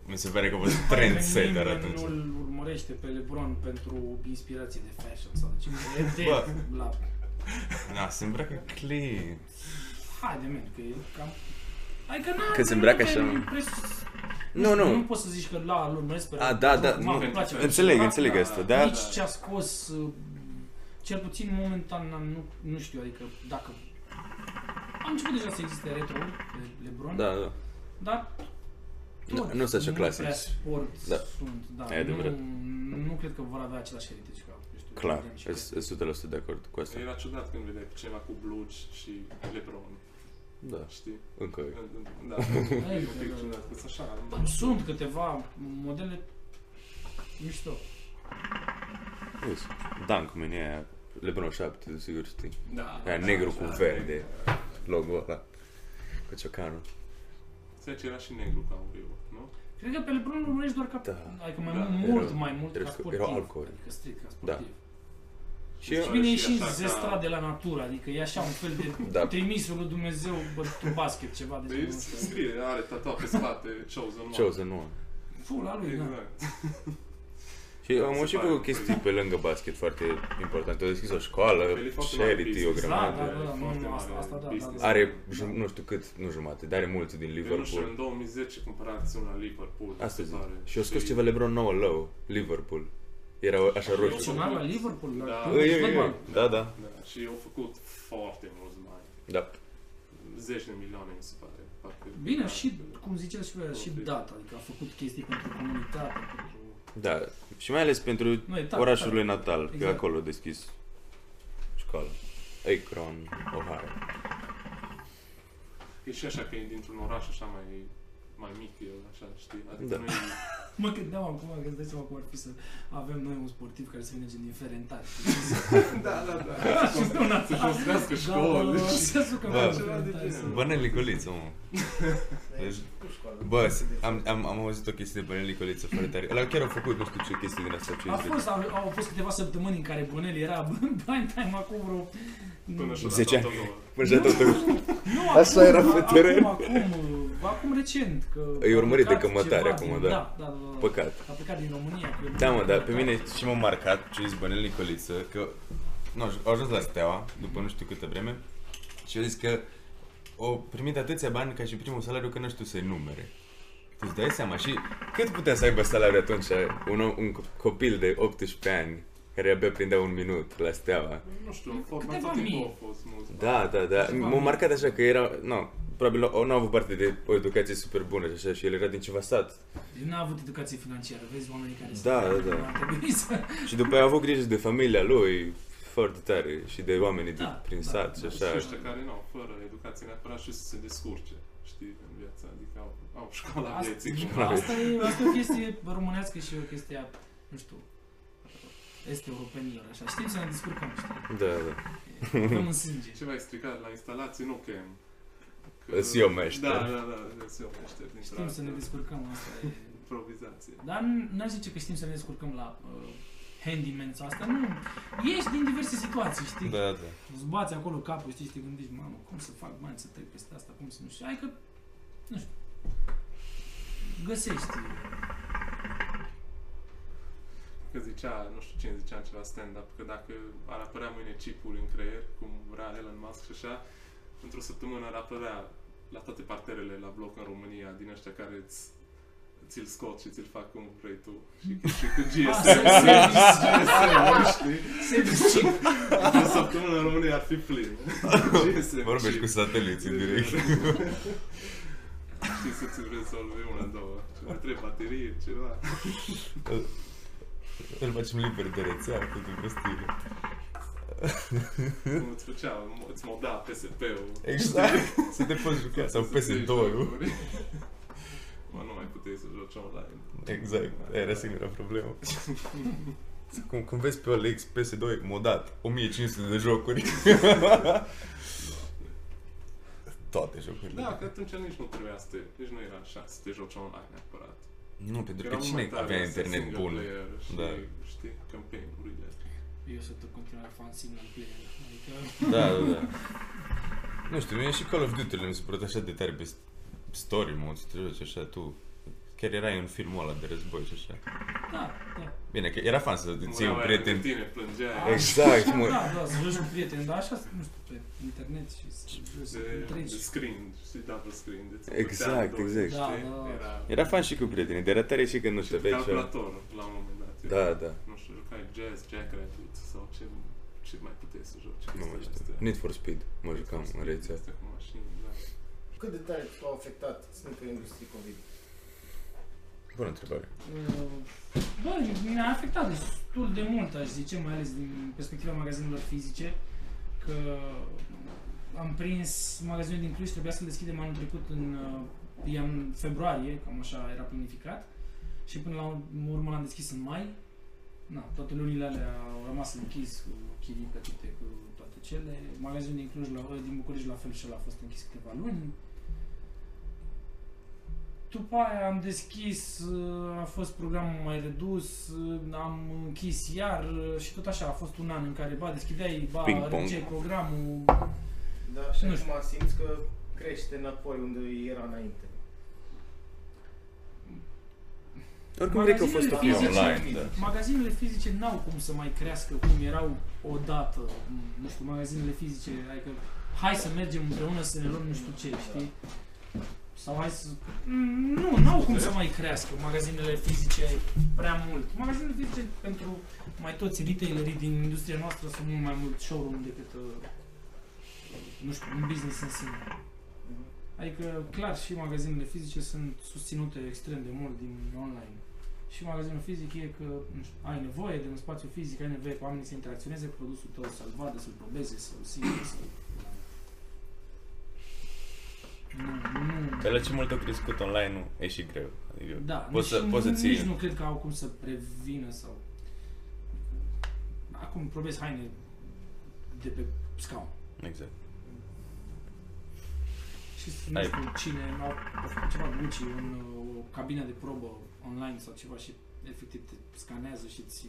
Speaker 2: Mi se pare că a fost trendsetter
Speaker 4: Nimeni
Speaker 2: atunci.
Speaker 4: nu-l urmărește pe Lebron pentru inspirație de fashion sau de ce.
Speaker 2: Bă.
Speaker 4: Bă. La...
Speaker 2: Da, se îmbracă clean.
Speaker 4: Haide, men, că e cam... Adică n-a...
Speaker 3: Că se îmbracă
Speaker 4: nu te
Speaker 3: așa, mă.
Speaker 4: impres-
Speaker 3: Nu, nu.
Speaker 4: Nu poți să zici că la, îl urmăresc pe
Speaker 3: A,
Speaker 4: Lebron,
Speaker 3: da, da,
Speaker 4: acum
Speaker 3: nu.
Speaker 4: îmi place
Speaker 3: Înțeleg,
Speaker 4: Lebron,
Speaker 3: înțeleg
Speaker 1: Da,
Speaker 3: asta, da?
Speaker 4: Nici ce a scos, uh, cel puțin momentan, n-am- nu, nu știu, adică dacă... A început deja să existe retro pe Lebron,
Speaker 3: Da, da.
Speaker 4: dar tot
Speaker 3: Nu- nu sunt așa
Speaker 4: nu
Speaker 3: clasici.
Speaker 4: prea sport
Speaker 3: Da.
Speaker 4: sunt, da,
Speaker 3: E adevărat.
Speaker 4: nu, nu cred că vor avea același heritage ca, eu știu,
Speaker 3: Clar,
Speaker 4: Jordan și
Speaker 3: sunt
Speaker 4: Kobe.
Speaker 3: 100% de acord cu asta.
Speaker 1: Era ciudat când vedeai pe cineva cu blugi și LeBron,
Speaker 3: Da,
Speaker 1: știi?
Speaker 3: încă e.
Speaker 1: Da, e un
Speaker 4: da.
Speaker 1: pic ciudat, că sunt așa.
Speaker 4: Bă, Sunt câteva modele mișto.
Speaker 3: Uite, Dunk, mine aia, Lebron 7, desigur știi.
Speaker 1: Da.
Speaker 3: Aia negru cu
Speaker 1: da,
Speaker 3: verde. Logo ăla. Cu ciocanul.
Speaker 1: Să ce era și negru ca auriu, nu?
Speaker 4: Cred că pe LeBron îl urmărești doar ca,
Speaker 3: Da.
Speaker 4: adică mai
Speaker 1: Da,
Speaker 4: mult, mult
Speaker 3: erau-
Speaker 4: mai mult
Speaker 3: erau-
Speaker 4: ca
Speaker 3: erau
Speaker 4: sportiv.
Speaker 3: alcooli.
Speaker 4: Adică strict ca
Speaker 3: Da.
Speaker 4: sportiv.
Speaker 3: Și
Speaker 1: Deci
Speaker 3: eu,
Speaker 4: Și bine, e
Speaker 1: Și
Speaker 4: și
Speaker 1: așa ca-
Speaker 4: zestrat de la natură, adică e așa un fel de
Speaker 3: Da.
Speaker 4: da. trimisul lui Dumnezeu, bă, tu basket, ceva deci de
Speaker 1: Păi
Speaker 4: genul
Speaker 1: el
Speaker 4: ăsta.
Speaker 1: se scrie, are tatuat pe spate Chosen One.
Speaker 3: Chosen nu.
Speaker 4: Ful la lui, da.
Speaker 1: Exact.
Speaker 3: Și am
Speaker 1: Se
Speaker 3: avut și
Speaker 1: pare
Speaker 3: pe
Speaker 1: un
Speaker 3: chestii pe lângă basket foarte importante. Au deschis o școală,
Speaker 1: Fel Păi, e foarte mare
Speaker 3: charity, o
Speaker 1: business.
Speaker 4: Da,
Speaker 3: grămadă.
Speaker 4: da, da, nu,
Speaker 1: Foarte
Speaker 4: nu, asta,
Speaker 1: mare
Speaker 4: asta, da, da,
Speaker 1: business.
Speaker 4: da.
Speaker 3: Are, ju- nu știu cât, nu jumate, dar are mulți din
Speaker 1: Eu nu știu,
Speaker 3: Liverpool.
Speaker 1: în 2010 cumpăra acțiunea Liverpool.
Speaker 3: Asta zic.
Speaker 1: pare.
Speaker 3: Și au scos ceva Lebron nouă low, Liverpool. Era așa roșu.
Speaker 4: Emoțional la Liverpool, la
Speaker 1: Da.
Speaker 4: club
Speaker 3: Ei,
Speaker 4: de
Speaker 3: ei, ei,
Speaker 4: fotbal.
Speaker 3: Da, da.
Speaker 1: Da, și au făcut foarte mulți bani.
Speaker 3: Da.
Speaker 1: Zeci de milioane, mi se pare. Parcă
Speaker 4: Bine,
Speaker 1: Da,
Speaker 4: și,
Speaker 1: că-
Speaker 4: cum ziceam și voi, și dat, adică a făcut chestii pentru comunitate, pentru...
Speaker 3: Da. Și mai ales pentru
Speaker 4: Nu, e
Speaker 1: Da,
Speaker 4: dat,
Speaker 3: orașul lui natal, că
Speaker 4: Exact.
Speaker 3: acolo a deschis școală. Akron, Ohio.
Speaker 1: E și așa că e dintr-un oraș așa mai, mai mic, el, așa, știi? Adică
Speaker 3: Da.
Speaker 1: nu e...
Speaker 4: Mă gândeam acum că îți dai seama cum ar fi să avem noi un sportiv care să vină gen din Ferentari.
Speaker 1: da, da, da.
Speaker 4: Și stă un
Speaker 1: Să construiască școli.
Speaker 4: Da, să sucă
Speaker 2: Da.
Speaker 4: în
Speaker 1: Ceva de
Speaker 4: Ferentari,
Speaker 1: genul.
Speaker 4: să-
Speaker 2: Bă, Nicoliță, mă. Deci-
Speaker 5: cu școală.
Speaker 2: Bă, s- am, am, am auzit o chestie de Bănel Nicoliță foarte tare. Ăla chiar a făcut, nu știu ce chestii din asta, ce
Speaker 4: A fost, au, au fost câteva săptămâni în care Bonelli era prime time acum vreo...
Speaker 1: Până și-o dat
Speaker 3: Zece ani.
Speaker 1: autogolul.
Speaker 2: Păi,
Speaker 3: Mânjat
Speaker 4: Nu,
Speaker 3: tot
Speaker 4: Nu,
Speaker 3: Asta
Speaker 4: acum,
Speaker 3: era
Speaker 4: a-
Speaker 3: pe teren.
Speaker 4: Acum, acum, uh, acum recent. Că
Speaker 3: Îi
Speaker 4: a
Speaker 3: urmărit de
Speaker 4: plecat
Speaker 3: cămătare
Speaker 4: ceva
Speaker 3: acum,
Speaker 4: din-
Speaker 3: da.
Speaker 4: Da, da, da. da.
Speaker 3: păcat.
Speaker 4: A plecat din România. că-
Speaker 3: Da, mă, dar
Speaker 2: Pe mine și m-a marcat ce zis Bănel Nicoliță că nu, a ajuns la Steaua după nu știu câtă vreme și a zis că o primit atâția bani ca și primul salariu că nu știu să-i numere. Tu îți dai seama și
Speaker 3: Cât putea să aibă salariu atunci un, om, un co- copil de 18 ani care abia prindea un minut la steaua?
Speaker 1: Nu știu, în forma
Speaker 4: Câteva
Speaker 1: tot timpul
Speaker 4: mii.
Speaker 1: a fost mulți bani.
Speaker 3: Da, da, da.
Speaker 4: Ceva.
Speaker 3: M-a marcat așa că era, nu, probabil o- nu a avut parte de o educație super bună și așa și el era din ceva sat.
Speaker 4: Deci N-a avut educație financiară, vezi oamenii care
Speaker 3: Da,
Speaker 4: sunt-
Speaker 3: da, da.
Speaker 4: ar trebui să...
Speaker 3: Și după aia a avut grijă de familia lui foarte tare și de oamenii de,
Speaker 4: Da,
Speaker 3: prin
Speaker 4: da,
Speaker 3: sat și
Speaker 1: Dar sunt
Speaker 3: așa.
Speaker 1: ăștia care nu au, fără educație neapărat și să se descurce, știi, în viața, adică au, au școala
Speaker 4: Asta,
Speaker 1: vieții. cumva.
Speaker 4: asta, e, asta e o chestie românească și e o chestie a, nu știu, este europenilor, așa. Știm să ne descurcăm, știi?
Speaker 3: Da, da.
Speaker 4: Avem în sânge.
Speaker 1: Ceva e stricat la instalații, nu chem.
Speaker 3: Îs eu meșter.
Speaker 1: Da, da, da, îs eu meșter dintr-o
Speaker 4: Știm să ne
Speaker 1: dată.
Speaker 4: descurcăm, asta e.
Speaker 1: Improvizație.
Speaker 4: Dar n- n-aș zice că știm să ne descurcăm la uh, handyman sau asta, nu. Ești din diverse situații, știi?
Speaker 2: da, da.
Speaker 4: Îți bați acolo capul, știi, și te gândești, mamă, cum să fac bani, să trec peste asta, cum să nu știu. Hai că, nu știu, găsești.
Speaker 1: Că zicea, nu știu cine zicea în ceva stand-up, că dacă ar apărea mâine chipul în creier, cum vrea Elon Musk și așa, într-o săptămână ar apărea la toate parterele la bloc în România, din ăștia care îți ți-l scot și ți-l fac cum vrei tu. Și, și cu GSM,
Speaker 4: Ah, service.
Speaker 1: GSM, știi?
Speaker 4: Service check.
Speaker 1: Într-o săptămână în România ar fi plin. GSM,
Speaker 2: Vorbești
Speaker 1: chip.
Speaker 2: cu sateliții direct.
Speaker 1: Știi să ți rezolvi una, două. Ce mai trebuie baterie, ceva.
Speaker 2: Îl facem liber de rețea, totul prostire.
Speaker 1: Cum îți făcea, îți moda PSP-ul.
Speaker 2: Exact. Să te poți juca sau PS2-ul.
Speaker 1: Mă, nu mai puteai să joci online. Da.
Speaker 2: Exact, era singura problemă. Cum, cum vezi pe OLX PS2 modat, 1500 de jocuri. Toate jocurile.
Speaker 1: Da, că atunci nici nu trebuia să te, nici nu era așa să te joci online neapărat.
Speaker 2: Nu, pentru că
Speaker 1: Era
Speaker 2: cine
Speaker 1: momentan
Speaker 2: avea
Speaker 1: să
Speaker 2: internet
Speaker 1: single
Speaker 2: bun?
Speaker 1: player Și,
Speaker 2: Da.
Speaker 1: Știi, campaign-urile.
Speaker 4: Eu sunt în continuare fan single player, adică...
Speaker 2: Da, da, da. Nu știu, mie și Call of Duty mi se părut așa de tare pe s- story mode, să te joci așa tu. Chiar erai în filmul ăla de război și așa.
Speaker 4: Da, da.
Speaker 2: Bine, că era fan să ții
Speaker 1: Mureau
Speaker 2: un
Speaker 1: aia
Speaker 2: prieten.
Speaker 1: lângă Tine plângea.
Speaker 3: Exact,
Speaker 4: Da,
Speaker 3: mă.
Speaker 4: da, da, să joci cu prieteni, dar așa, nu știu, pe internet și să joci, să
Speaker 1: De, de
Speaker 4: întregi.
Speaker 1: screen, știi, double screen. deci De ți-o
Speaker 3: Exact,
Speaker 1: plăteam
Speaker 3: exact.
Speaker 1: doi,
Speaker 4: Da,
Speaker 1: știi?
Speaker 4: da.
Speaker 1: Era,
Speaker 3: Era fan și cu prietenii, dar era tare și când nu
Speaker 1: și
Speaker 3: te
Speaker 1: pe
Speaker 3: vei așa.
Speaker 1: calculator la un moment dat. Eu
Speaker 3: Da, da.
Speaker 1: Nu știu, jucai jazz, jackrabbit sau ce, ce mai puteai să joci.
Speaker 3: Nu
Speaker 1: chestiile
Speaker 3: mai știu.
Speaker 1: astea.
Speaker 3: Need for Speed. Mă jucam în rețea.
Speaker 1: Este cu mașini, da.
Speaker 5: Cât de tare au afectat sneaker industrie COVID?
Speaker 3: Bună întrebare.
Speaker 4: Uh, Bă, ne-a afectat destul de mult, aș zice, mai ales din perspectiva magazinelor fizice, că am prins magazinul din Cluj, trebuia să-l deschidem anul trecut în uh, ian- februarie, cam așa era planificat, și până la urmă l-am deschis în mai. Na, toate lunile alea au rămas închis cu chirii plătite, cu toate cele. Magazinul din Cluj, la, din București, la fel și el a fost închis câteva luni. După aia am deschis, uh, a fost programul mai redus, uh, am închis iar uh, și tot așa, a fost un an în care ba deschideai, ba
Speaker 3: Ping-pong.
Speaker 4: ce programul,
Speaker 5: Da, și
Speaker 4: Nu
Speaker 5: acum simți că crește înapoi unde era înainte.
Speaker 3: Oricum cred că a fost
Speaker 4: Magazinele
Speaker 3: o
Speaker 5: ok fizice-
Speaker 2: online, da.
Speaker 4: Magazinele fizice n-au cum să mai crească cum erau odată, m, nu știu, magazinele fizice, adică hai să mergem împreună să ne luăm nu știu ce, știi? Sau hai să... Mm, Nu, n-au cum să mai crească magazinele fizice prea mult. Magazinele fizice pentru mai toți retailerii din industria noastră sunt mult mai mult showroom decât, uh, nu știu, un business în sine.
Speaker 5: Mhm.
Speaker 4: Adică, clar, și magazinele fizice sunt susținute extrem de mult din online. Și magazinul fizic e că nu știu, ai nevoie de un spațiu fizic, ai nevoie ca oamenii să interacționeze cu produsul tău, să-l vadă, să-l probeze, să-l simtă, să Nu, nu.
Speaker 3: Pe la ce mult au crescut online, nu, e și greu. Adică
Speaker 4: Da,
Speaker 3: poți
Speaker 4: nici,
Speaker 3: să, poți să
Speaker 4: nici nu
Speaker 3: ții.
Speaker 4: cred că au cum să prevină sau... Acum probezi haine de pe scaun.
Speaker 3: Exact.
Speaker 4: Și să nu
Speaker 3: Ai-
Speaker 4: știu cine au a făcut ceva Gucci în uh, o cabină de probă online sau ceva și efectiv te scanează și ți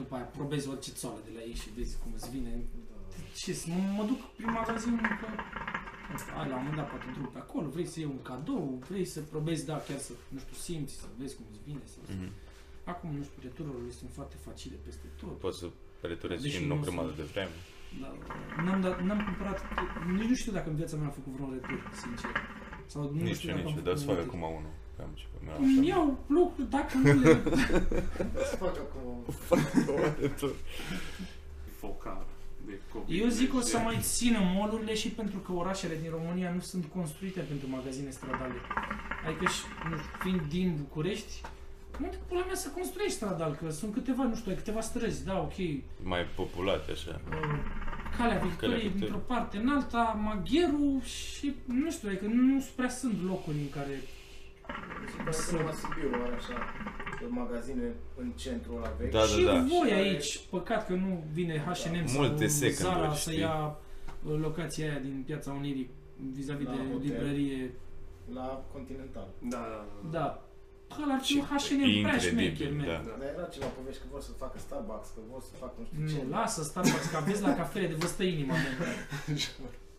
Speaker 4: după aia probezi orice țoală de la ei și vezi cum îți vine.
Speaker 5: Da.
Speaker 4: Ce, să mă, mă duc prin magazin că ai la un moment dat poate drum pe acolo, vrei să iei un cadou, vrei să probezi, da, chiar să, nu știu, simți, să vezi cum îți vine. Sau...
Speaker 3: Mhm.
Speaker 4: Acum, nu știu, retururile sunt foarte facile peste tot.
Speaker 3: Poți să returezi
Speaker 4: Deși
Speaker 3: și în o
Speaker 4: nu
Speaker 3: grămadă
Speaker 4: sunt.
Speaker 3: de vreme.
Speaker 4: Da, n-am, dat, n-am cumpărat, nici nu știu dacă în viața mea am făcut vreun retur, sincer. Sau nu
Speaker 3: Nici
Speaker 4: știu
Speaker 3: eu,
Speaker 4: dacă
Speaker 3: nici
Speaker 4: am
Speaker 3: eu,
Speaker 4: făcut
Speaker 3: dar să
Speaker 4: vreun
Speaker 3: fac
Speaker 4: retur.
Speaker 3: acum unul. Cam ce mi-a
Speaker 4: Îmi
Speaker 3: așa.
Speaker 4: iau da, lucruri dacă nu le...
Speaker 5: Să fac acum...
Speaker 1: focar de copii.
Speaker 4: Eu zic că o să mai țină molurile și pentru că orașele din România nu sunt construite pentru magazine stradale. Adică și, nu știu, fiind din București, mă duc pula mea să construiești stradal, că sunt câteva, nu știu, ai câteva străzi, da, ok, uh,
Speaker 3: Mai populate așa.
Speaker 4: Calea Victoriei
Speaker 3: Victoriei.
Speaker 4: într-o parte, în alta, Magheru și, nu știu, adică nu prea sunt locuri în care
Speaker 5: Să la Sibiu, are așa magazine în centrul ăla vechi.
Speaker 3: Da,
Speaker 4: și
Speaker 3: da.
Speaker 4: voi aici, păcat că nu vine H&M
Speaker 3: Multe
Speaker 4: sau
Speaker 3: seconduri,
Speaker 4: Zara să
Speaker 3: știi?
Speaker 4: ia uh, locația aia din Piața Unirii vis-a-vis
Speaker 5: La
Speaker 4: de
Speaker 5: hotel.
Speaker 4: librărie.
Speaker 5: La Continental.
Speaker 1: Da, da, da.
Speaker 4: Da. Ăla ar fi
Speaker 3: Și
Speaker 4: un H&M prea șmecher,
Speaker 3: Incredibil,
Speaker 4: man.
Speaker 3: da.
Speaker 5: Dar era ceva povești că vor să facă Starbucks, că vor să facă nu știu ce.
Speaker 4: Nu, lasă Starbucks, că aveți la cafele de vă stă inima, man.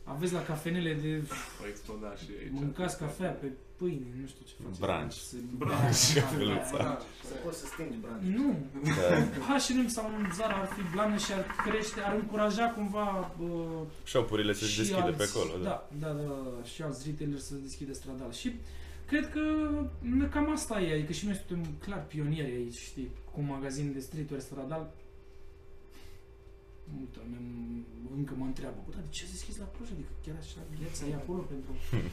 Speaker 4: Aveți la cafenele de
Speaker 1: O exploda și aici.
Speaker 4: mâncați cafea pe pâine, nu știu ce faceți.
Speaker 3: Brunch.
Speaker 4: Se-
Speaker 1: Brunch,
Speaker 4: Da,
Speaker 3: cafeluța.
Speaker 4: da.
Speaker 5: Să poți să stingi brand.
Speaker 4: Nu,
Speaker 3: Da.
Speaker 4: H&M sau un Zara ar fi blană și ar crește, ar încuraja cumva uh,
Speaker 3: Shopurile se
Speaker 4: și
Speaker 3: deschide
Speaker 4: alți-
Speaker 3: pe acolo, da.
Speaker 4: Da, da, da, da, și alți retaileri să deschidă stradal. Și cred că n- cam asta e, adică și noi suntem clar pionieri aici, știi, cu un magazin de streetwear stradal. Multă lume m- încă mă întreabă, bă, dar de ce ați deschis la Cluj? Adică chiar așa viața e acolo pentru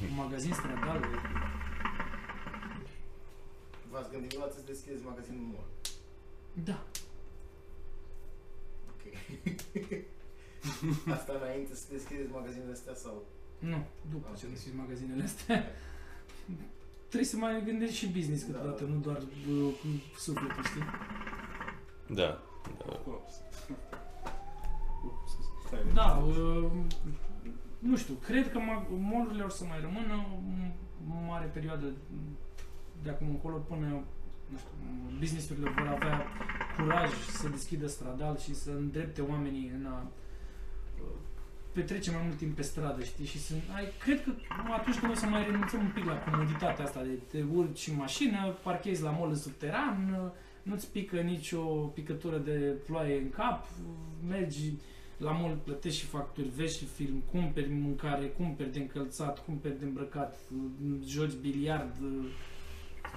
Speaker 4: un magazin stradal.
Speaker 5: V-ați gândit vreodată să deschideți magazinul în mall?
Speaker 4: Da,
Speaker 5: Asta înainte să deschideți magazinele astea sau...
Speaker 4: nu, după ce deschis magazinele astea. Trebuie să mai gândești și business
Speaker 5: Da.
Speaker 4: câteodată, nu doar uh, cu sufletul, știi?
Speaker 3: Da. da.
Speaker 1: Of course.
Speaker 5: Stai,
Speaker 4: Da, uh, nu știu, cred că ma- molurile or să mai rămână o mare perioadă de acum încolo până, nu știu, businessurile vor avea curaj să deschidă stradal și să îndrepte oamenii în a uh, petrece mai mult timp pe stradă, știi, și sunt, ai, cred că atunci când o să mai renunțăm un pic la comoditatea asta de te urci în mașină, parchezi la mol în subteran, uh, nu-ți pică nicio picătură de ploaie în cap, uh, mergi la mall plătești și facturi, vezi și film, cumperi mâncare, cumperi de încălțat, cumperi de îmbrăcat, m- joci biliard, m-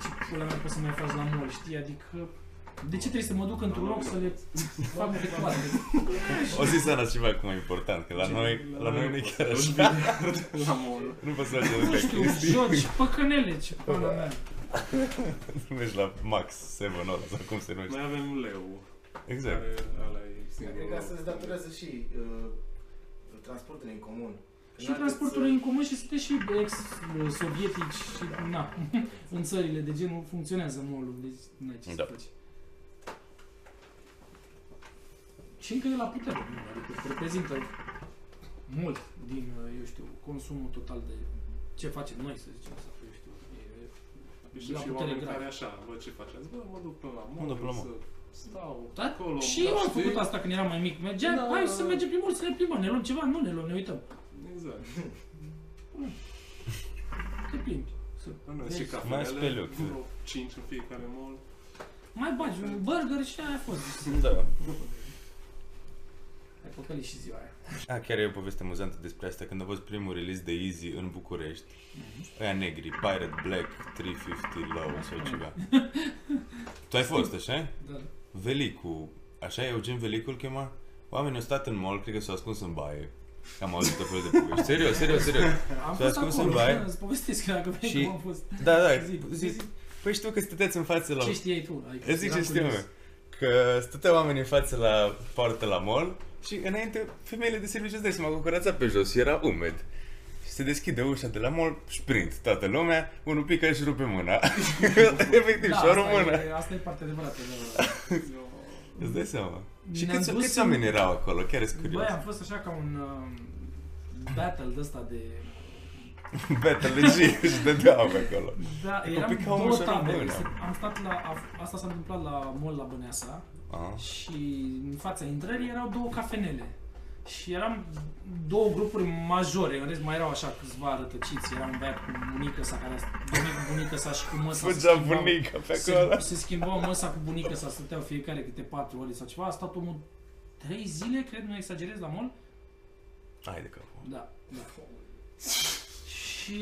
Speaker 4: ce pula mea poți să mai faci la mall, știi? Adică, de ce trebuie să mă duc într-un loc să le fac pe toate?
Speaker 3: O zis Ana ceva acum important, că la
Speaker 1: Ce-
Speaker 3: noi, la noi nu e chiar așa.
Speaker 1: La mall.
Speaker 3: Nu poți să ajungi
Speaker 4: Nu
Speaker 3: pe
Speaker 4: știu,
Speaker 3: Cristi,
Speaker 4: joci, păcănele, ce pula mea.
Speaker 3: mergi la Max 7 ori sau cum se numește.
Speaker 1: Mai avem leu.
Speaker 3: Exact.
Speaker 1: Care ăla e singurul
Speaker 5: Cred că asta
Speaker 1: loc
Speaker 5: îți
Speaker 1: unde-
Speaker 5: datorează și uh, transportul în comun.
Speaker 4: Și
Speaker 5: N-aveți,
Speaker 4: transportul
Speaker 5: uh,
Speaker 4: în comun și sunteți și ex-sovietici și, na, în țările de genul funcționează mall deci n-ai ce
Speaker 3: Da.
Speaker 4: să faci. Și încă e la putere, nu? adică reprezintă mult din, uh, eu știu, consumul total de ce facem noi, să zicem, sau eu știu, e-
Speaker 1: Știu
Speaker 4: La
Speaker 1: și
Speaker 4: putere
Speaker 1: oameni
Speaker 4: grav.
Speaker 1: care așa, bă, ce faceți? Bă, mă duc până la
Speaker 3: Mă
Speaker 1: mall.
Speaker 3: duc până la
Speaker 1: să
Speaker 3: mall.
Speaker 1: Stau
Speaker 4: Da,
Speaker 1: acolo.
Speaker 4: și eu am
Speaker 1: știi?
Speaker 4: făcut asta când eram mai mic, mergeam,
Speaker 1: Da.
Speaker 4: hai să mergem prin mall, să ne plimbăm, ne luăm ceva, nu ne luăm, ne uităm,
Speaker 1: Exact.
Speaker 4: te plimbi. Să
Speaker 1: Am
Speaker 4: vezi.
Speaker 1: și
Speaker 3: Deci, Mai
Speaker 1: cafenele,
Speaker 3: speliuc.
Speaker 1: vreo 5 în fiecare mall.
Speaker 4: Mai bagi un burger și aia a fost.
Speaker 3: Da.
Speaker 4: Ai păcălit și ziua aia.
Speaker 3: A, Da, chiar e o poveste amuzantă despre asta. Când a fost primul release de Easy în București, ăia negri, Pirate Black 350 Low sau ceva. Tu ai fost, așa?
Speaker 4: Da.
Speaker 3: Velicu. Așa e Eugen Velicu îl chema? Oamenii au stat în mall, cred că s-au ascuns în baie. Am auzit tot felul de povești. Serios, serios, serios.
Speaker 4: Am
Speaker 3: S-a
Speaker 4: fost
Speaker 3: ascuns
Speaker 4: acolo,
Speaker 3: în baie.
Speaker 4: nu, Îți povestesc că dacă vrei
Speaker 3: Și-
Speaker 4: cum am fost.
Speaker 3: Da, da,
Speaker 4: Zi,
Speaker 3: zi.
Speaker 4: zi.
Speaker 3: Păi știu că stăteați în față la...
Speaker 4: Ce știai tu? Adică,
Speaker 3: Îți zic
Speaker 4: eram
Speaker 3: ce știu,
Speaker 4: curios.
Speaker 3: mă. Că stăteau oamenii în față la poartă la mall și înainte femeile de serviciu îți dai seama cu curața
Speaker 6: Pe jos era umed. Și
Speaker 2: se deschide ușa de la mall, sprint, toată lumea, unul pică și rupe mâna. Efectiv, și o română.
Speaker 4: Da, asta, e, asta e partea adevărată. da, da.
Speaker 1: "Oh,
Speaker 4: Eu-
Speaker 2: Îți dai seama. Și
Speaker 4: Ne-am
Speaker 2: câți,
Speaker 4: dus
Speaker 2: câți
Speaker 4: în-
Speaker 2: oameni erau acolo? Chiar sunt curios.
Speaker 4: Băi, am fost așa ca un um, battle de ăsta de...
Speaker 2: Battle și își dădeau pe acolo.
Speaker 4: Da,
Speaker 2: Că
Speaker 4: eram
Speaker 2: picau
Speaker 4: două
Speaker 2: ușor în
Speaker 4: tabere.
Speaker 2: mână.
Speaker 4: Se- Am stat la... a- Asta s-a întâmplat la mall la Băneasa
Speaker 2: Aha.
Speaker 4: și în fața intrării erau două cafenele. Și eram două grupuri majore, în rest mai erau așa câțiva rătăciți, era un băiat cu bunica sa care a venit cu bunica sa și cu măsa se
Speaker 2: Fugea
Speaker 4: schimbau-
Speaker 2: bunica pe
Speaker 4: se,
Speaker 2: acolo.
Speaker 4: se schimbau măsa cu bunica sa, stăteau fiecare câte patru ore sau ceva, a stat omul trei zile, cred, nu exagerez, la mall,
Speaker 2: Hai de capul.
Speaker 4: Da, da. Și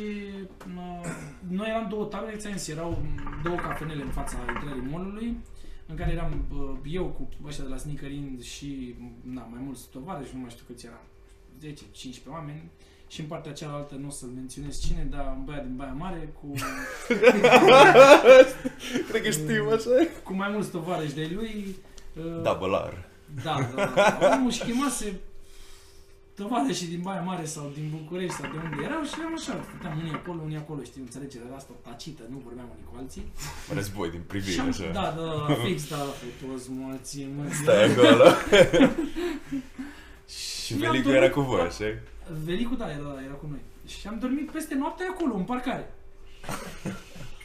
Speaker 4: uh, noi eram două tabere, ți-am zis, erau două cafenele în fața intrării mall în care eram uh, eu cu ăștia de la Snickerind și na, mai mulți tovarăși, nu mai știu câți eram, 10-15 oameni. Și în partea cealaltă, nu o să-l menționez cine, dar un băiat din Baia Mare cu,
Speaker 2: Cred că știm așa.
Speaker 4: cu mai mulți tovarăși de lui. uh,
Speaker 2: Double R.
Speaker 4: Da, da, da. Omul își chemase tovarășii din Baia Mare sau din București sau de unde erau și eram așa, stăteam unii acolo, unii acolo, știi, înțelegerea asta tacită, nu vorbeam unii cu alții.
Speaker 2: Război din
Speaker 4: Și
Speaker 2: privire,
Speaker 4: am,
Speaker 2: așa.
Speaker 4: da, da, da, fix, da, toți mulți, mă,
Speaker 2: Stai acolo.
Speaker 4: Și
Speaker 2: Și
Speaker 4: am
Speaker 2: Velicu
Speaker 4: dormit-
Speaker 2: era cu voi, așa?
Speaker 4: Velicu, da, era, era cu noi. Și am dormit peste noapte acolo, în parcare.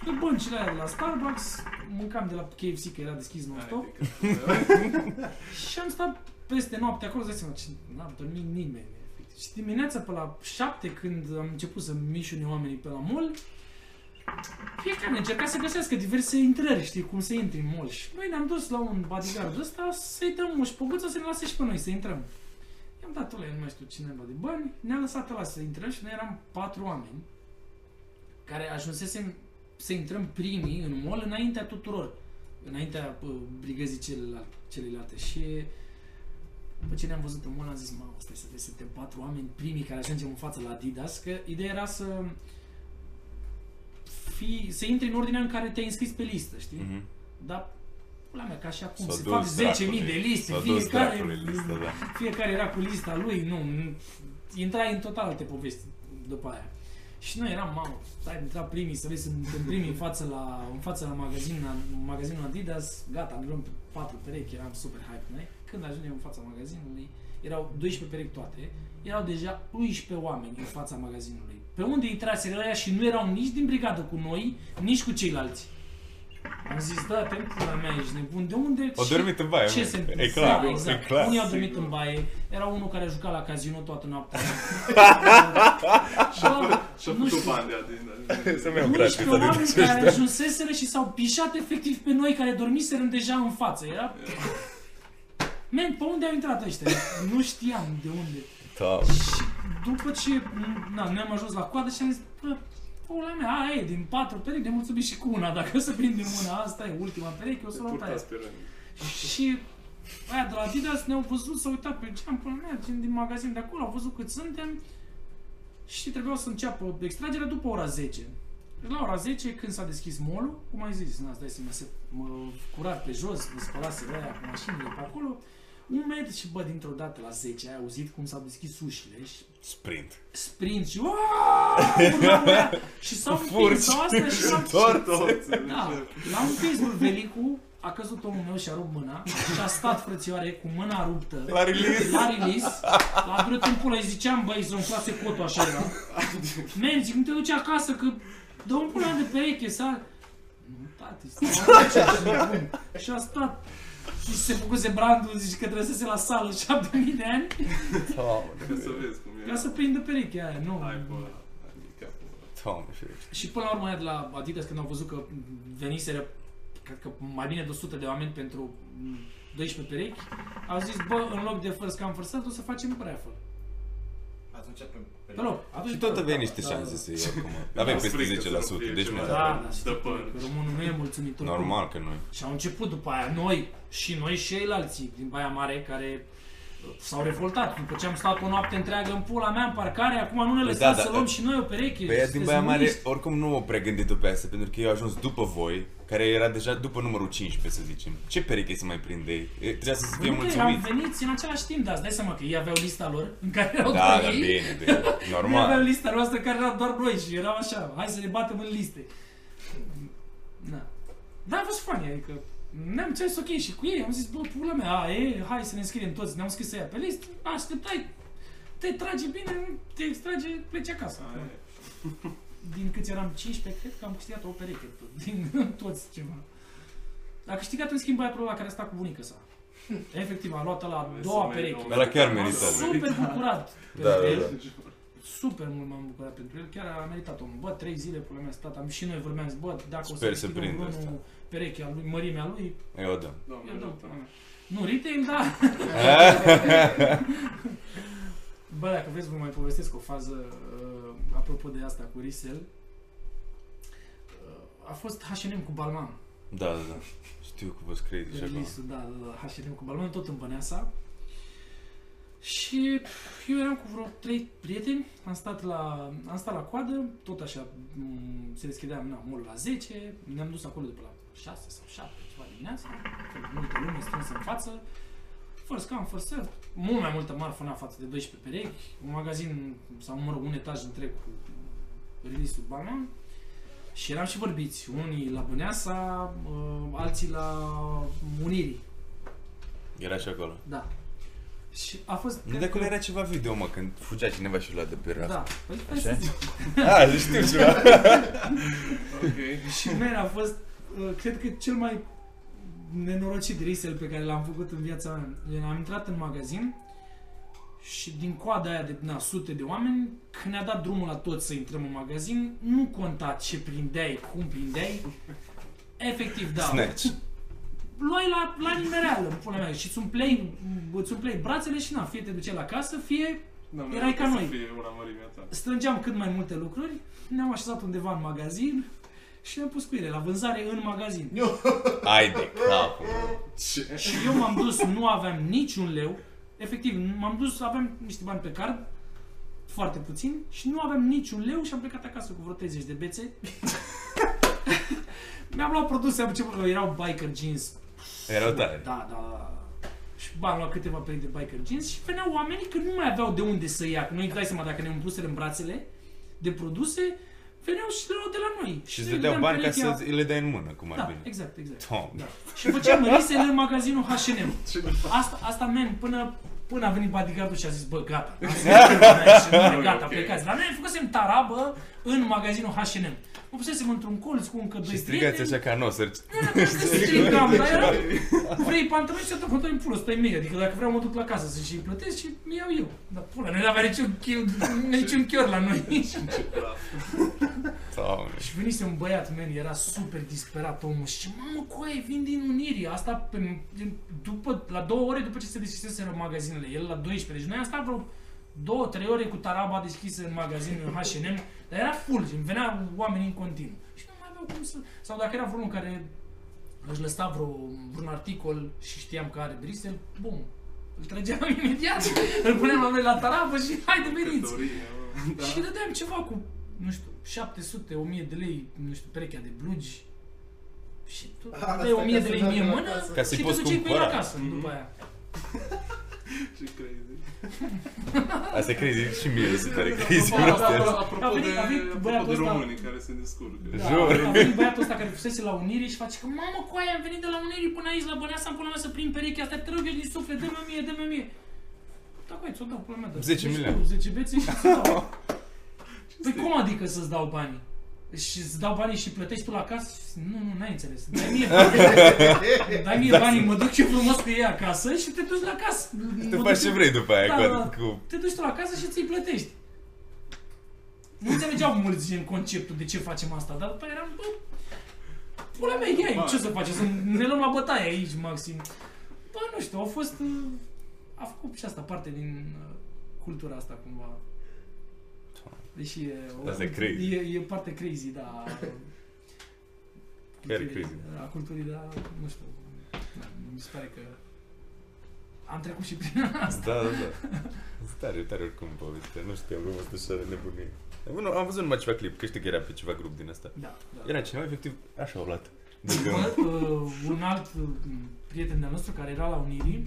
Speaker 4: Pe băncile alea de la Starbucks, mâncam de la KFC, că era deschis non-stop. Și am stat peste noapte acolo, îți dai seama, ce- n-am dormit nimeni. efectiv. Și dimineața pe la 7, când am început să mișune oamenii pe la mall, fiecare încerca să găsească diverse intrări, știi, cum să intri în mall. Și noi ne-am dus la un bodyguard ăsta să-i dăm o șpoguță să ne lase și pe noi să intrăm. I-am dat ăla, nu mai știu cineva de bani, ne-a lăsat ăla să intrăm și noi eram patru oameni care ajunsesem să intrăm primii în mall înaintea tuturor, înaintea bă, brigăzii celelalte, celelalte. Și după ce ne-am văzut în mall am zis, mamă, stai să vezi, suntem patru oameni primii care ajungem în față la Adidas, că ideea era să fii, să intri în ordinea în care te-ai înscris pe listă, știi? Mm-hmm.
Speaker 2: Mhm.
Speaker 4: Dar, pula mea, ca și acum,
Speaker 2: S-a
Speaker 4: se
Speaker 2: dus
Speaker 4: fac 10.000 de
Speaker 2: dracului.
Speaker 4: liste,
Speaker 2: S-a dus
Speaker 4: fiecare,
Speaker 2: dracului lista, da.
Speaker 4: fiecare era cu lista lui, nu, nu- intrai în total alte povesti după aia. Și noi eram, mamă, stai, am intrat primii, să vezi, suntem primii în față la, în față la magazin, la, magazinul Adidas, gata, am luăm patru perechi, eram super hype noi. Când ajungem în fața magazinului, erau 12 perechi toate, erau deja 11 oameni în fața magazinului. Pe unde intraseră ăia și nu erau nici din brigadă cu noi, nici cu ceilalți. Am zis, da, te pula mea, ești nebun, de unde?
Speaker 2: Au
Speaker 4: Și-
Speaker 2: dormit în baie,
Speaker 4: ce
Speaker 2: mă.
Speaker 4: se
Speaker 2: E
Speaker 4: întâmplă?
Speaker 2: clar,
Speaker 4: da,
Speaker 2: e
Speaker 4: exact.
Speaker 2: clar.
Speaker 4: Unii au dormit
Speaker 1: sigur.
Speaker 4: în baie, era unul care a jucat la casino toată noaptea. Bă,
Speaker 1: Și-a
Speaker 4: nu
Speaker 1: făcut
Speaker 4: știu,
Speaker 1: bani de adin.
Speaker 2: Să-mi iau gratis
Speaker 4: 11
Speaker 2: atât
Speaker 4: oameni
Speaker 2: ce
Speaker 4: care ajunseseră și s-au pișat efectiv pe noi care dormiserăm deja în față. Era... Men, pe unde au intrat ăștia? Nu știam de unde.
Speaker 2: Da.
Speaker 4: Și după ce m, na, noi am ajuns la coadă și am zis, bă, pula mea, aia e, din patru perechi, de mulțumit și cu una. Dacă o să prindem una asta, e ultima pereche, o să o luăm pe aia.
Speaker 1: Purtați pe rând.
Speaker 4: Și aia de la Adidas ne-au văzut, s-au uitat pe geam, până mea, gen din magazin de acolo, au văzut cât suntem și trebuiau să înceapă extragerea după ora 10. Deci la ora 10, când s-a deschis mall cum ai zis, na, îți dai seama, se mă curat pe jos, mă spălase aia cu mașinile pe acolo, umed și bă, dintr-o dată la 10 ai auzit cum s-au deschis ușile și
Speaker 2: Sprint.
Speaker 4: sprint și "Uaaah!" urlau ăia și s-au
Speaker 2: Furci.
Speaker 4: împins sau astea și s-au
Speaker 2: Doar
Speaker 1: Toți,
Speaker 4: da, l-am împins lui Velicu, a căzut omul meu și a rupt mâna și a stat frățioare cu mâna ruptă
Speaker 2: La release.
Speaker 4: la release, la durut în pula, îi ziceam, băi, să-mi clase cotul așa era. Men, zic, nu te duci acasă, că dă un pula de pereche, să... Nu, tati, stai aici, ești nebun. Și a stat. Și se făcuse brandul, zici că trăsese la sală 7000 de ani
Speaker 1: Ca să vezi cum e.
Speaker 4: ca să prindă perechea aia, nu.
Speaker 1: Hai, bă, adică,
Speaker 2: Doamne ferește.
Speaker 4: Și până la urmă aia de la Adidas când au văzut că veniseră cred că mai bine de 100 de oameni pentru mm, 12 perechi, au zis, bă, în loc de first come first served, o să facem raffle.
Speaker 5: Atunci pe...
Speaker 4: Pe loc.
Speaker 2: Și
Speaker 3: Păi
Speaker 4: Atunci
Speaker 2: tot
Speaker 4: pe-
Speaker 2: aveai
Speaker 4: da,
Speaker 2: niște
Speaker 4: da,
Speaker 2: șanse să iei acum.
Speaker 1: Da,
Speaker 2: Aveai peste
Speaker 1: sprint,
Speaker 2: 10%,
Speaker 1: că
Speaker 2: deci
Speaker 1: să nu
Speaker 2: mai
Speaker 1: fie
Speaker 4: Da, da,
Speaker 1: ceva.
Speaker 2: aveai.
Speaker 4: da,
Speaker 1: Dă
Speaker 4: știu,
Speaker 1: păr.
Speaker 4: că românul nu e mulțumitor.
Speaker 2: Normal că nu.
Speaker 4: Și au început după aia noi și noi și ceilalți din Baia Mare care uh, S-au revoltat după ce am stat o noapte întreagă în pula mea în parcare, acum nu ne
Speaker 3: da,
Speaker 4: lăsați
Speaker 3: da,
Speaker 4: să
Speaker 3: da.
Speaker 4: luăm și noi o pereche.
Speaker 3: Pe ea din
Speaker 4: sunteți
Speaker 3: Baia Mare,
Speaker 4: comuniști.
Speaker 3: oricum nu o prea gândit-o pe asta, pentru că eu ajuns după voi, care era deja după numărul 15, să zicem. Ce pereche să mai prinde? E, Trebuia să fie
Speaker 4: Ok, am
Speaker 3: mulțumit.
Speaker 4: venit în același timp, dar îți dai seama că ei aveau lista lor în care erau
Speaker 3: Da,
Speaker 4: doar
Speaker 3: da,
Speaker 4: ei.
Speaker 3: bine, bine.
Speaker 4: Noi aveam
Speaker 3: normal.
Speaker 4: lista noastră care era doar noi și eram așa, hai să ne batem în liste. Da. Da, a fost funny, adică ne-am înțeles ok și cu ei, am zis, bă, pula mea, a, e, hai să ne înscriem toți, ne-am scris să ia pe listă, așteptai, te trage bine, nu te extrage, pleci acasă.
Speaker 1: Aia e.
Speaker 4: Din câți eram 15, cred că am câștigat o pereche, tot, din toți ceva. A câștigat în schimb băiatul ăla care a stat cu bunica sa. Efectiv, a luat la
Speaker 1: Hai să
Speaker 4: doua
Speaker 1: mai
Speaker 4: pereche.
Speaker 1: luăm.
Speaker 3: Ăla chiar merita.
Speaker 4: Super bucurat
Speaker 3: Da, da,
Speaker 4: pentru el
Speaker 3: da.
Speaker 4: super mult m-am bucurat pentru el, chiar a meritat omul. Bă, trei zile până mi-a stat, am și noi vorbeam, zis, bă, dacă
Speaker 3: Sper
Speaker 4: o
Speaker 3: să
Speaker 4: să deschidem
Speaker 3: prindă
Speaker 4: vreunul perechea lui, mărimea lui,
Speaker 3: Eu da.
Speaker 1: Doamne,
Speaker 4: eu dau
Speaker 1: ajută.
Speaker 4: până mea. Nu retail, da. bă, dacă vreți vă mai povestesc o fază, uh, apropo de asta cu resell. Uh, a fost H&M cu Balman.
Speaker 3: Da, da, da. Știu că vă scrieți și acum.
Speaker 4: Release-ul, da, da, da, H&M cu balon, tot în Băneasa. Și eu eram cu vreo trei prieteni, am stat la, am stat la coadă, tot așa, m- se deschidea na, mall la 10, ne-am dus acolo de pe la 6 sau 7, ceva dimineața, cu multă lume strânsă în față, fără scam, fără serv, mult mai multă marfă în față de 12 perechi, un magazin sau, mă rog, un etaj întreg cu release-ul Balmain. Și eram și vorbiți, unii la Băneasa, uh, alții la Unirii,
Speaker 3: Era și acolo.
Speaker 4: da. Și a fost...
Speaker 3: Nu,
Speaker 4: cred
Speaker 3: de
Speaker 4: că-
Speaker 3: acolo era ceva video, mă, când fugea cineva și lua de pe raft.
Speaker 4: Da, păi hai să zic. Da.
Speaker 3: A, le știu ceva.
Speaker 1: Ok.
Speaker 4: Și man, a fost, uh, cred că cel mai nenorocit resell pe care l-am făcut în viața mea. Gen, Am intrat în magazin și din coada aia de na, sute de oameni, când ne-a dat drumul la toți să intrăm în magazin, nu conta ce prindeai, cum prindeai, efectiv, da,
Speaker 3: Snatch.
Speaker 4: luai la, la nimereală, în pula mea, și îți umplei, îți umplei brațele și na, fie te duceai la casă, fie
Speaker 1: Doamne,
Speaker 4: Erai ca
Speaker 1: ajută
Speaker 4: noi.
Speaker 1: Să fie una mărimea ta.
Speaker 4: strângeam cât mai multe lucruri, ne-am așezat undeva în magazin și ne-am pus cu ele la vânzare în magazin.
Speaker 3: Ai de capul, mă.
Speaker 1: Ce?
Speaker 4: Și eu m-am dus, nu aveam niciun leu, efectiv, m-am dus, aveam niște bani pe card, foarte puțin, și nu aveam niciun leu și am plecat acasă cu vreo 30 de bețe. Mi-am luat produse, am început că erau biker jeans,
Speaker 3: Erau tare.
Speaker 4: da, da, da. Și bani luat câteva perechi de biker jeans și veneau oamenii că nu mai aveau de unde să ia. Că noi îți dai seama dacă ne umpluseră în brațele de produse, veneau și le luau de la noi.
Speaker 3: Și
Speaker 4: noi
Speaker 3: îți
Speaker 4: le
Speaker 3: dădeau
Speaker 4: dădeam
Speaker 3: bani ca
Speaker 4: perechea-
Speaker 3: să le dai în mână, cum ar
Speaker 4: Da,
Speaker 3: veni.
Speaker 4: exact, exact.
Speaker 3: Tom.
Speaker 4: Da. Și făceam risele în magazinul H&M. Asta, asta men, până, până a venit bodyguardul și a zis, bă, gata, am zis, "Bă, gata,
Speaker 1: Ok.
Speaker 4: plecați. Dar noi am făcusem tarabă în magazinul H&M. Mă pusesem într-un colț cu încă doi
Speaker 3: Și strigați
Speaker 4: Păi prieteni. Da,
Speaker 3: așa ca n-o să
Speaker 4: Să strigam, dar era... Vrei pantaloni și atunci în pulă, stai mie, adică dacă vreau mă duc la casă să și îi plătesc și îmi iau eu. Dar pula, nu avea niciun, chiu- niciun chior la noi.
Speaker 3: Doamne.
Speaker 4: și venise un băiat, man, era super disperat omul și mamă, coaie, vin din Unirii, asta pe, din- după, la două ore după ce se deschiseseră magazinele, el la 12, deci noi am stat vreo două, trei ore cu taraba deschisă în magazin în H&M, dar era full, gen, venea oamenii în continuu. Și nu mai aveau cum să... Sau dacă era vreunul care își lăsa vreo, vreun articol și știam că are Bristol, bum, îl trăgeam imediat, îl puneam la noi la tarabă și haide veniți!
Speaker 1: Cătărie, mă.
Speaker 4: Da. Și îi dădeam ceva cu, nu știu, 700, 1000 de lei, nu știu, perechea de blugi. Și tu
Speaker 5: Asta
Speaker 4: dai 1000
Speaker 5: ca
Speaker 4: de
Speaker 5: să
Speaker 4: lei
Speaker 5: dai
Speaker 4: mie în
Speaker 5: la
Speaker 4: mână
Speaker 5: casă. Mm-hmm.
Speaker 3: Ca să-i
Speaker 4: și te
Speaker 3: poți
Speaker 4: duceai cu el
Speaker 3: cumpăra.
Speaker 4: acasă după aia.
Speaker 1: Ce crazy.
Speaker 3: Asta e crazy și mie mi se pare crazy.
Speaker 1: Apropo-
Speaker 4: Da, da, da. A
Speaker 1: Apropo
Speaker 4: venit-
Speaker 1: de,
Speaker 4: a venit
Speaker 1: apropo
Speaker 4: băiatul
Speaker 1: de
Speaker 4: ăsta-
Speaker 1: românii care se descurcă.
Speaker 4: Da,
Speaker 3: Jur.
Speaker 4: A venit băiatul ăsta care fusese la Unirii și face că Mamă, cu aia am venit de la Unirii până aici la Băneasa, am până mea să prind perechea asta, te rog eu din suflet, dă-mi mie, dă-mi mie. Da, cu aia, ți-o dau, până mea, dar
Speaker 3: 10
Speaker 4: ești
Speaker 3: milioane.
Speaker 4: tu, 10 bețe și ți-o dau. Păi cum adică să-ți dau banii? Și îți dau banii și plătești tu la casă? Nu, nu, n-ai înțeles. Dai mie banii, dai
Speaker 3: Da.
Speaker 4: mie banii, mă duc eu frumos cu ei acasă și te duci la casă. Mă
Speaker 3: Tu
Speaker 4: duc
Speaker 3: faci ce
Speaker 4: eu-
Speaker 3: vrei după aia
Speaker 4: Da, da.
Speaker 3: cu... cu...
Speaker 4: te duci tu la casă și ți-i plătești. Nu înțelegeau mulți în conceptul de ce facem asta, dar după aia eram, bă, pula mea, ia ce o să facem, să ne luăm la bătaie aici, maxim. Bă, nu știu, au fost, uh, a făcut și asta parte din uh, cultura asta, cumva. Deși e, o,
Speaker 3: Asta e crazy.
Speaker 4: E, e parte crazy, da.
Speaker 3: Chiar
Speaker 4: culturii-
Speaker 3: crazy.
Speaker 4: A culturii, da, nu știu, da, mi se pare că am trecut și prin asta.
Speaker 3: Da, da, da. Tare, tare oricum povestea. Nu știam cum asta așa de nebunie. Am văzut- Am văzut numai ceva clip, că știi că era pe ceva grup din asta.
Speaker 4: Da, da.
Speaker 3: Era cineva efectiv așa o luat.
Speaker 4: Bă,
Speaker 3: Adică,
Speaker 4: uh, un alt uh, prieten de-al nostru care era la Unirii,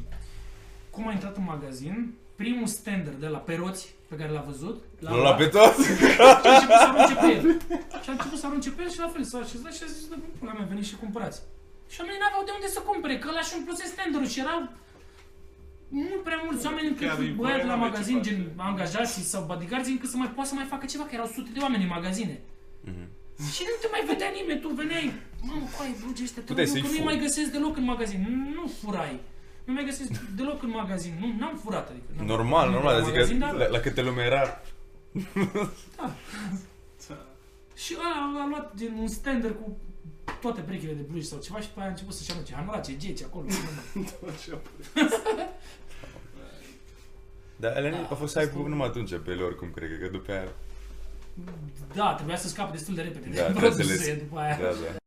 Speaker 4: cum a intrat în magazin, primul standard de la peroți pe care l-a văzut,
Speaker 3: l-a
Speaker 4: l-a
Speaker 3: luat
Speaker 4: luat
Speaker 3: pe toți.
Speaker 4: și a început să arunce pe el. Și a început să arunce pe el și la fel s-a așezat și a zis, de pula mea, veniți și cumpărați. Și oamenii n-aveau de unde să cumpere, că ăla și un plus standard și erau nu prea mulți oameni
Speaker 1: Chiar din
Speaker 4: încât băiatul la
Speaker 1: București n-avea
Speaker 4: magazin,
Speaker 1: ce
Speaker 4: gen
Speaker 1: face.
Speaker 4: angajații sau bodyguards, încât să mai poată să mai facă ceva, că erau sute de oameni în magazine.
Speaker 3: Mhm.
Speaker 4: Și nu te mai vedea nimeni, tu veneai, mamă, coai, blugi ăștia, te
Speaker 3: Puteai
Speaker 4: rog eu,
Speaker 3: să-i
Speaker 4: că nu-i
Speaker 3: furi.
Speaker 4: mai găsesc deloc în magazin. Nu furai. Nu mai găsesc deloc în magazin. Nu, n-am furat, adică. n-am-
Speaker 3: Normal, normal,
Speaker 4: În magazin,
Speaker 3: adică
Speaker 4: da.
Speaker 3: la, la câte lume era.
Speaker 4: Și ăla a luat din un stander cu toate brechile de blugi sau ceva și pe aia a început să-și arunce. Am luat ce geci acolo.
Speaker 3: Dar alea
Speaker 4: Da,
Speaker 3: a fost
Speaker 4: a fost
Speaker 3: hype
Speaker 4: un-
Speaker 3: numai atunci pe ele oricum, cred că, că după aia...
Speaker 4: da, trebuia să scape destul de repede
Speaker 3: Da,
Speaker 4: de
Speaker 3: trebuie să le-
Speaker 4: produse după aia.
Speaker 3: Da, da.